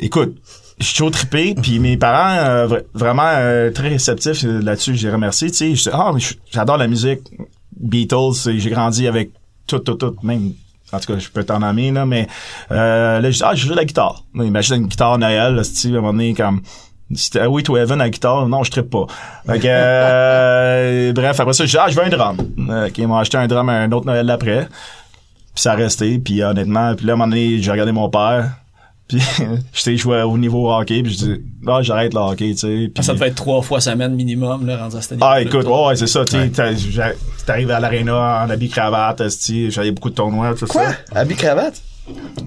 Speaker 4: écoute. Je suis toujours trippé, puis mes parents euh, vra- vraiment euh, très réceptifs euh, là-dessus, je les remercie. Tu sais, je dis, ah, mais je- j'adore la musique Beatles, et j'ai grandi avec tout, tout, tout, même. En tout cas, je peux t'en nommer, là, mais euh, là, je dis, ah, je joue de la guitare. Là, Imagine une guitare Noël, là, si à un moment donné, comme. C'était Oui to Heaven à la guitare, non, je trippe pas. Fait que, euh, bref, après ça, je dis, ah, je veux un drum. Euh, OK, ils m'ont acheté un drum un autre Noël d'après. Puis ça a resté, puis honnêtement, puis là, à un moment donné, j'ai regardé mon père. Puis, je sais, je jouais au niveau hockey, puis je dis, ah, j'arrête le hockey, tu sais. puis-
Speaker 1: Ah, Ça devait être trois fois semaine minimum, là, rendu à cette
Speaker 4: ah,
Speaker 1: époque-là.
Speaker 4: écoute, ouais, ouais, c'est ça, tu sais, t'as- j'a- t'arrives à l'aréna en habit cravate, esti, j'avais beaucoup de tournois, tout ça.
Speaker 2: Habit cravate?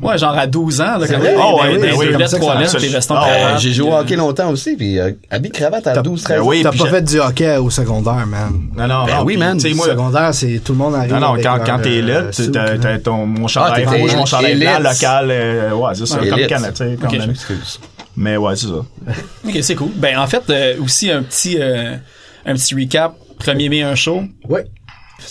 Speaker 1: Ouais, genre à 12 ans, là, quand
Speaker 2: vrai?
Speaker 1: même.
Speaker 2: Ah
Speaker 1: des-
Speaker 4: ouais,
Speaker 1: des
Speaker 4: ben oui,
Speaker 1: deux
Speaker 4: comme
Speaker 1: lettres,
Speaker 4: ça que
Speaker 1: trois
Speaker 4: ça
Speaker 1: lettres,
Speaker 4: marche.
Speaker 1: les restants
Speaker 4: Ah, ouais,
Speaker 1: cravate,
Speaker 2: J'ai joué au
Speaker 1: puis,
Speaker 2: hockey longtemps aussi, puis euh, habit cravate à 12-13
Speaker 4: Ben
Speaker 2: ans.
Speaker 4: oui,
Speaker 6: T'as
Speaker 4: puis
Speaker 6: pas
Speaker 4: j'a-
Speaker 6: fait du hockey au secondaire, man.
Speaker 4: Non, non,
Speaker 2: Ben
Speaker 4: non,
Speaker 2: oui,
Speaker 4: puis,
Speaker 2: man.
Speaker 4: tu sais,
Speaker 6: Au
Speaker 4: moi,
Speaker 6: secondaire, c'est tout le monde arrive.
Speaker 4: non, non,
Speaker 6: avec
Speaker 4: quand,
Speaker 6: leur,
Speaker 4: quand t'es
Speaker 6: euh,
Speaker 4: élite,
Speaker 6: suit,
Speaker 4: t'as,
Speaker 6: là.
Speaker 4: t'as ton, mon chandail
Speaker 2: t'es
Speaker 4: rouge,
Speaker 2: élite,
Speaker 4: mon chandail blanc,
Speaker 2: élite.
Speaker 4: local, euh, ouais, c'est ça,
Speaker 2: Ouais,
Speaker 4: comme
Speaker 2: élite.
Speaker 4: Canada, tu sais, quand
Speaker 1: Ok.
Speaker 4: même.
Speaker 2: Excuse.
Speaker 4: Mais ouais, c'est ça.
Speaker 1: Ok, c'est cool. Ben en fait, euh, aussi un petit euh, un petit recap. 1er mai, un show.
Speaker 6: Ouais.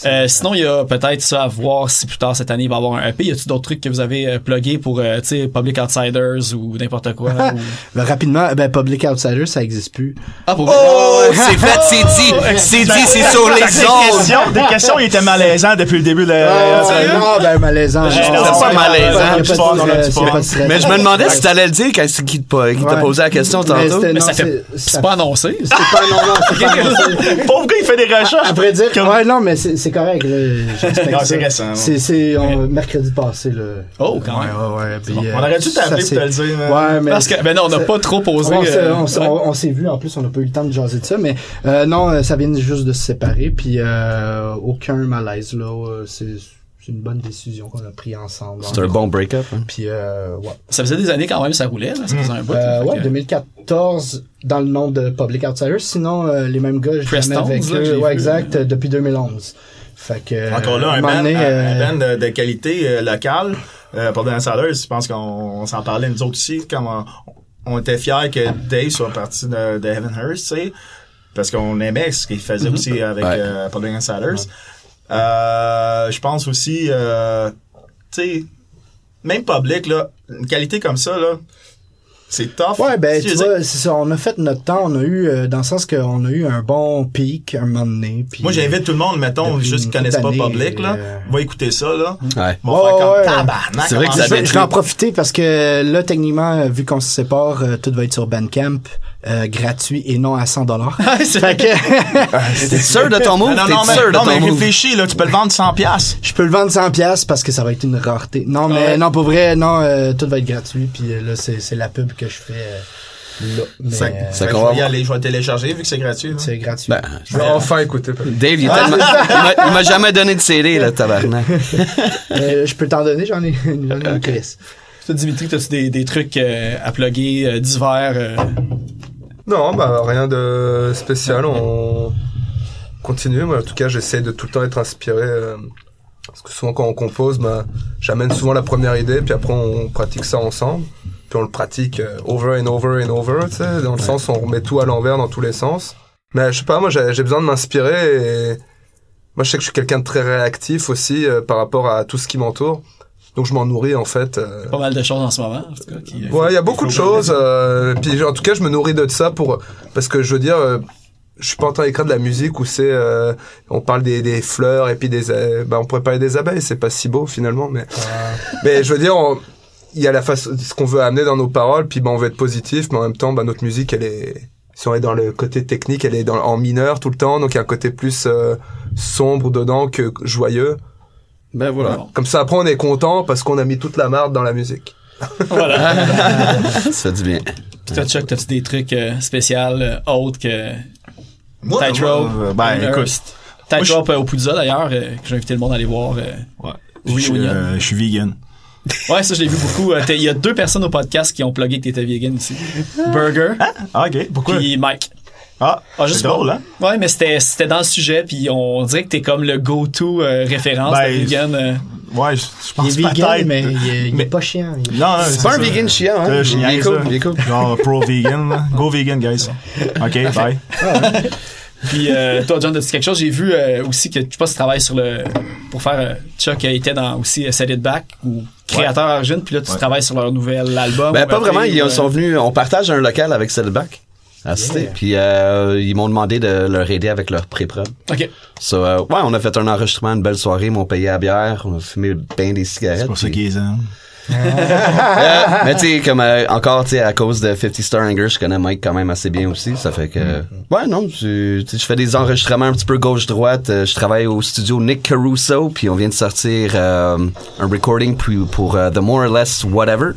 Speaker 1: Euh, sinon, il y a peut-être ça à voir si plus tard cette année il va y avoir un EP. Y a-t-il d'autres trucs que vous avez euh, pluggés pour, euh, tu sais, Public Outsiders ou n'importe quoi? ou-
Speaker 6: Ben, rapidement, ben, Public Outsider, ça existe plus.
Speaker 1: Ah, pour
Speaker 2: Oh, c'est Oh, fait, c'est dit, c'est dit, c'est sur
Speaker 4: Fait
Speaker 2: les
Speaker 4: que des
Speaker 2: ondes.
Speaker 4: questions, des questions, il était malaisant depuis le début de la... Euh,
Speaker 6: Ah, ben, non, ben, malaisant.
Speaker 4: Juste
Speaker 6: Non,
Speaker 4: ça,
Speaker 6: non,
Speaker 4: pas
Speaker 6: non,
Speaker 2: malaisant,
Speaker 6: y a pas
Speaker 4: du
Speaker 6: de
Speaker 4: fun,
Speaker 6: stress,
Speaker 4: on a du
Speaker 6: y a
Speaker 4: fun.
Speaker 6: pas de stress.
Speaker 2: Mais je me demandais si
Speaker 6: Ouais.
Speaker 2: t'allais le dire quand c'est qui te pa- qui t'a
Speaker 6: Ouais.
Speaker 2: posé la question
Speaker 6: Mais
Speaker 2: tantôt.
Speaker 6: c'était-
Speaker 1: Mais
Speaker 6: non,
Speaker 1: ça fait.
Speaker 6: c'est-
Speaker 1: C'est pas annoncé.
Speaker 6: c'est pas- non, non, c'est pas-
Speaker 4: euh, Pauvre gars, il fait des recherches.
Speaker 6: Après dire,
Speaker 4: Comme-
Speaker 6: ouais, non, mais c'est c'est correct. là, j'explique
Speaker 4: Non,
Speaker 6: ça.
Speaker 4: c'est récent, ouais.
Speaker 6: C'est- C'est on- mercredi passé. Là.
Speaker 1: Oh, quand même.
Speaker 6: Ouais, ouais, ouais, puis, euh,
Speaker 4: On aurait dû
Speaker 6: ça,
Speaker 4: t'appeler pour
Speaker 6: c'est-
Speaker 4: te le dire, man.
Speaker 6: Ouais, mais
Speaker 1: Parce que, ben non, on n'a
Speaker 6: c'est-
Speaker 1: pas trop posé.
Speaker 6: on s'est-
Speaker 1: euh,
Speaker 6: on s'est-
Speaker 1: ouais.
Speaker 6: on- on s'est vu en plus, on n'a pas eu le temps de jaser de ça, mais euh, non, euh, ça vient juste de se séparer, puis euh, aucun malaise là. euh, C'est c'est une bonne décision qu'on a prise ensemble.
Speaker 2: C'est un bon break-up. hein.
Speaker 6: Puis euh, ouais.
Speaker 1: Ça faisait des années quand même, ça roulait. Là, ça faisait un bout.
Speaker 6: Euh,
Speaker 1: là, fait
Speaker 6: ouais,
Speaker 1: que-
Speaker 6: 2014 dans le nom de Public Outsiders. Sinon, euh, les mêmes gars, je
Speaker 1: Prestons,
Speaker 6: les avec
Speaker 1: là, que j'ai
Speaker 6: eux. Ouais,
Speaker 1: vu.
Speaker 6: exact, euh, depuis 2011. Fait que. euh,
Speaker 4: Encore là,
Speaker 6: à
Speaker 4: un band,
Speaker 6: moment donné,
Speaker 4: un-
Speaker 6: euh,
Speaker 4: un band de, de qualité euh, locale. Euh, pour Dan Sanders, je pense qu'on on s'en parlait nous autres aussi, comme on, on était fiers que Dave soit parti de, de Heaven Hearst, tu sais, parce qu'on aimait ce qu'il faisait aussi avec
Speaker 2: Ouais.
Speaker 4: euh, Paul Dan Sanders. Euh, je pense aussi, euh, tu sais, même public, là, une qualité comme ça, là, c'est tough.
Speaker 6: Ouais, ben,
Speaker 4: Tu
Speaker 6: tu
Speaker 4: sais,
Speaker 6: vois, c'est ça. On a fait notre temps. On a eu, euh, dans le sens qu'on a eu un bon pic un moment donné. Puis,
Speaker 4: Moi, j'invite tout le monde, mettons,
Speaker 6: Depuis
Speaker 4: juste
Speaker 6: une
Speaker 4: qui connaissent pas
Speaker 6: couple d'années,
Speaker 4: public, là,
Speaker 6: euh,
Speaker 4: va écouter ça, là.
Speaker 2: Ouais.
Speaker 4: Vont
Speaker 6: Ouais,
Speaker 4: faire comme
Speaker 6: ouais.
Speaker 4: tabarnak,
Speaker 2: C'est vrai que
Speaker 4: comment
Speaker 2: ça
Speaker 6: Je
Speaker 2: devait
Speaker 6: vais, je vais en profiter parce que là, techniquement, euh, vu qu'on se sépare, euh, tout va être sur Bandcamp, euh, gratuit et non à 100 dollars. fait que
Speaker 2: T'es sûr de ton move?
Speaker 4: Non, non, non,
Speaker 2: T'es
Speaker 4: mais,
Speaker 2: sûr de
Speaker 4: non, mais
Speaker 2: ton move?
Speaker 4: réfléchis, là, tu peux le vendre 100 piastres.
Speaker 6: je peux le vendre 100 pièces parce que ça va être une rareté. Non, mais
Speaker 1: Ouais.
Speaker 6: non, pour vrai, non, euh, tout va être gratuit. Puis euh, là, c'est c'est la pub que je fais euh, là. Mais,
Speaker 4: Ça,
Speaker 6: euh,
Speaker 2: ça
Speaker 4: fait que
Speaker 2: qu'on
Speaker 4: Ben,
Speaker 2: va
Speaker 4: je vais y
Speaker 2: voir.
Speaker 4: aller, je vais le télécharger vu que c'est gratuit. là.
Speaker 6: c'est gratuit.
Speaker 2: Ben,
Speaker 5: Je vais Bah, enfin écouter.
Speaker 2: Dave, il est tellement- il m'a- il m'a jamais donné de CD, le tabarnak.
Speaker 6: Euh, je peux t'en donner, j'en ai, j'en ai une caisse.
Speaker 1: Toi, Dimitri, t'as-tu des, des trucs euh, à plugger euh, divers? euh,
Speaker 5: Non, bah rien de spécial. On continue. Moi, en tout cas, j'essaie de tout le temps être inspiré. euh, parce que souvent, quand on compose, bah, j'amène souvent la première idée, puis après, on pratique ça ensemble. Puis on le pratique euh, over and over and over, tu sais, dans le sens où on remet tout à l'envers dans tous les sens. Mais je sais pas, moi, j'ai j'ai besoin de m'inspirer et Moi, je sais que je suis quelqu'un de très réactif aussi euh, par rapport à tout ce qui m'entoure. Donc, je m'en nourris en fait. euh.
Speaker 1: Pas mal de choses en ce moment, en tout cas. qui-
Speaker 5: Ouais, il y a beaucoup de choses. euh, puis, en tout cas, je me nourris de ça pour parce que je veux dire, euh, je suis pas en train d'écrire de la musique où c'est euh, on parle des, des fleurs et puis des a- bah on pourrait parler des abeilles. C'est pas si beau finalement, mais mais je veux dire. on- il y a la façon ce qu'on veut amener dans nos paroles puis ben on veut être positif mais en même temps ben notre musique elle est si on est dans le côté technique elle est dans, en mineur tout le temps donc il y a un côté plus euh, sombre dedans que joyeux
Speaker 2: Ben voilà.
Speaker 1: Bon,
Speaker 5: comme ça après on est content parce qu'on a mis toute la marde dans la musique
Speaker 1: voilà.
Speaker 2: Ça fait du bien.
Speaker 1: Puis toi, Chuck, t'as-tu des trucs euh, spéciaux, euh, autres que
Speaker 4: Moi, euh,
Speaker 1: Tightrope?
Speaker 4: ben, écoute, moi, je-
Speaker 1: Tightrope euh, au Puzza, d'ailleurs, euh, que j'ai invité le monde à aller voir. euh.
Speaker 4: Ouais.
Speaker 1: Oui,
Speaker 4: je,
Speaker 1: oui,
Speaker 4: euh, je suis vegan.
Speaker 1: Ouais, ça, je l'ai vu beaucoup. Euh, t'es- Il y a deux personnes au podcast qui ont plugué que t'étais vegan ici. Burger,
Speaker 4: Ah, ok. Pourquoi?
Speaker 1: puis Mike.
Speaker 4: Ah,
Speaker 1: Ah,
Speaker 4: c'est
Speaker 1: juste
Speaker 4: drôle,
Speaker 1: pour-
Speaker 4: hein?
Speaker 1: Ouais, mais c'était c'était dans le sujet, puis on dirait que t'es comme le go-to euh, référence
Speaker 4: Ben,
Speaker 1: de vegan. euh.
Speaker 4: Ouais, je, je
Speaker 6: Il
Speaker 4: pense
Speaker 6: est vegan,
Speaker 4: peut-être.
Speaker 6: mais il est, il est
Speaker 4: Mais-
Speaker 6: pas chiant. Il-
Speaker 4: Non, non,
Speaker 2: C'est pas un
Speaker 4: ça.
Speaker 2: vegan chiant, hein?
Speaker 4: Euh, je
Speaker 2: Il est
Speaker 4: niaise,
Speaker 2: cool,
Speaker 4: là.
Speaker 2: il est cool.
Speaker 4: Genre pro-vegan, là. Go vegan, guys. OK, bye.
Speaker 1: Puis euh, toi, John, t'as-tu quelque chose? J'ai vu euh, aussi que, je sais pas si tu travailles sur le... Pour faire... euh, Chuck euh, était dans aussi euh, Set It Back, ou créateur origine, puis là, tu
Speaker 4: Ouais.
Speaker 1: travailles sur leur nouvel album.
Speaker 2: Ben,
Speaker 1: ou
Speaker 2: pas
Speaker 1: après,
Speaker 2: vraiment. Ils
Speaker 1: euh,
Speaker 2: sont venus, on partage un local avec Cellback à Cité. Puis euh, ils m'ont demandé de leur aider avec leur pré-prod.
Speaker 1: OK.
Speaker 2: So, euh, ouais, on a fait un enregistrement, une belle soirée. Ils m'ont payé à bière. On a fumé bien des cigarettes.
Speaker 4: C'est pour ça
Speaker 2: puis-
Speaker 4: qu'ils aiment.
Speaker 2: Euh, mais tu sais, comme euh, encore, tu sais, à cause de 50 Star Anger, je connais Mike quand même assez bien aussi. Ça fait que. Ouais, non, tu tu sais, je fais des enregistrements un petit peu gauche-droite. Euh, je travaille au studio Nick Caruso, puis on vient de sortir euh, un recording pour, pour euh, The More or Less Whatever.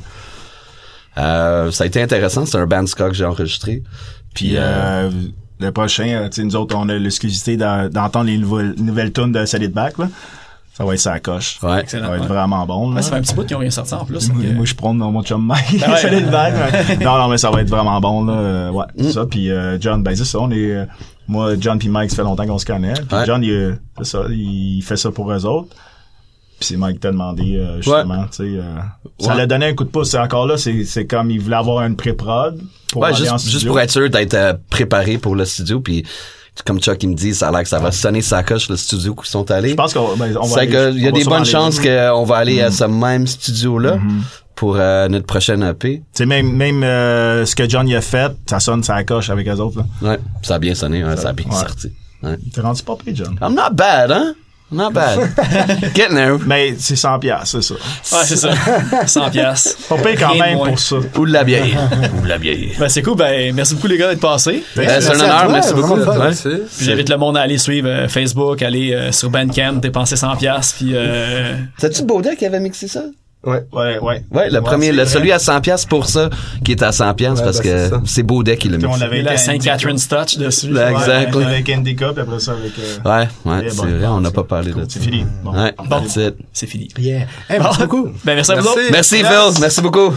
Speaker 2: Euh, ça a été intéressant. C'est un Bandska que j'ai enregistré.
Speaker 4: Puis euh, le prochain, euh, tu sais, nous autres, on a l'exclusivité d'en- d'entendre les nouvelles, nouvelles tunes de Solid Back, là. Ça va être ça coche.
Speaker 2: Ouais.
Speaker 4: Ça
Speaker 1: Excellent.
Speaker 4: va être
Speaker 1: Ouais.
Speaker 4: vraiment bon, là.
Speaker 1: Ouais, ça fait un petit bout qu'ils ont rien sorti en plus. donc,
Speaker 4: Moi,
Speaker 1: euh,
Speaker 4: moi, je prends dans mon chum Mike.
Speaker 1: Ben ouais.
Speaker 4: Solid Back. ouais. non, non, mais ça va être vraiment bon, là. Euh, Ouais,
Speaker 2: Mm.
Speaker 4: c'est ça. Puis euh, John, ben c'est ça, on est... euh, moi, John puis Mike, ça fait longtemps qu'on se connaît. Puis
Speaker 2: Ouais.
Speaker 4: John, il, euh, c'est ça, il fait ça pour eux autres. Puis c'est Mike qui t'a demandé, euh, justement, tu sais... euh, Ça
Speaker 2: Ouais.
Speaker 4: l'a donné un coup de pouce. Encore là, c'est c'est comme il voulait avoir une pré-prod pour
Speaker 2: Ouais,
Speaker 4: aller
Speaker 2: juste,
Speaker 4: en
Speaker 2: juste
Speaker 4: studio.
Speaker 2: pour être sûr d'être euh, préparé pour le studio, puis comme Chuck, il me dit, ça a l'air que ça va sonner sa coche, le studio où ils sont allés.
Speaker 4: Je pense qu'on ben, on va
Speaker 2: C'est que
Speaker 4: aller-
Speaker 2: il y a
Speaker 4: on va
Speaker 2: des
Speaker 4: sûrement
Speaker 2: bonnes
Speaker 4: aller- Mm-hmm.
Speaker 2: chances
Speaker 4: Tu
Speaker 2: qu'on va aller à ce même studio-là pour euh, notre prochaine EP.
Speaker 4: sais, même, même euh, ce que John y a fait, ça sonne, ça coche avec les autres. Là.
Speaker 2: Ouais, ça a bien sonné, ouais, ça a bien
Speaker 4: ouais.
Speaker 2: sorti. Ouais.
Speaker 4: T'es rendu pas pris, John.
Speaker 2: I'm not bad, hein? Not bad. Getting there.
Speaker 4: Mais c'est 100 piastres, c'est ça.
Speaker 1: Ouais, c'est ça. 100 piastres.
Speaker 4: Pas payé quand
Speaker 1: Rien de
Speaker 4: même
Speaker 1: moins.
Speaker 4: pour ça.
Speaker 2: Ou de la bière. Ou de la bière.
Speaker 1: Ben, c'est cool. Ben, merci beaucoup, les gars, d'être passés.
Speaker 2: Ben, c'est un
Speaker 6: Merci à
Speaker 2: honneur,
Speaker 6: toi,
Speaker 2: merci beaucoup.
Speaker 6: vraiment fun.
Speaker 2: Ouais.
Speaker 5: Merci.
Speaker 1: Puis J'invite le monde à aller suivre euh, Facebook, aller euh, sur Bandcamp, dépenser 100 piastres, puis... Euh,
Speaker 2: C'est-tu Baudet qui avait mixé ça?
Speaker 5: ouais
Speaker 4: Ouais, ouais.
Speaker 2: Ouais, le premier,
Speaker 4: c'est
Speaker 2: le,
Speaker 4: vrai.
Speaker 2: celui à 100 pièces pour ça, qui est à 100 pièces
Speaker 5: Ouais,
Speaker 2: parce
Speaker 5: ben, c'est ça.
Speaker 2: que c'est Baudet qui l'a
Speaker 4: on
Speaker 2: mixé.
Speaker 4: l'avait
Speaker 1: et la
Speaker 4: été à
Speaker 1: Saint
Speaker 4: Indica.
Speaker 1: Catherine's Touch dessus.
Speaker 2: Là,
Speaker 4: Ouais,
Speaker 2: exact,
Speaker 4: on
Speaker 2: ouais.
Speaker 4: l'avait avec Indica, puis après ça avec... euh,
Speaker 2: Ouais, ouais,
Speaker 4: Et
Speaker 2: c'est
Speaker 4: bon,
Speaker 2: vrai, on n'a
Speaker 4: c'est-
Speaker 2: pas parlé
Speaker 4: cool,
Speaker 2: de ça.
Speaker 4: C'est fini. Bon.
Speaker 2: Ouais,
Speaker 1: Bon.
Speaker 2: that's it.
Speaker 1: C'est fini.
Speaker 6: Yeah. Hey, merci beaucoup.
Speaker 1: Ben, merci à vous
Speaker 5: Merci.
Speaker 1: autres.
Speaker 2: Merci Phil, merci beaucoup.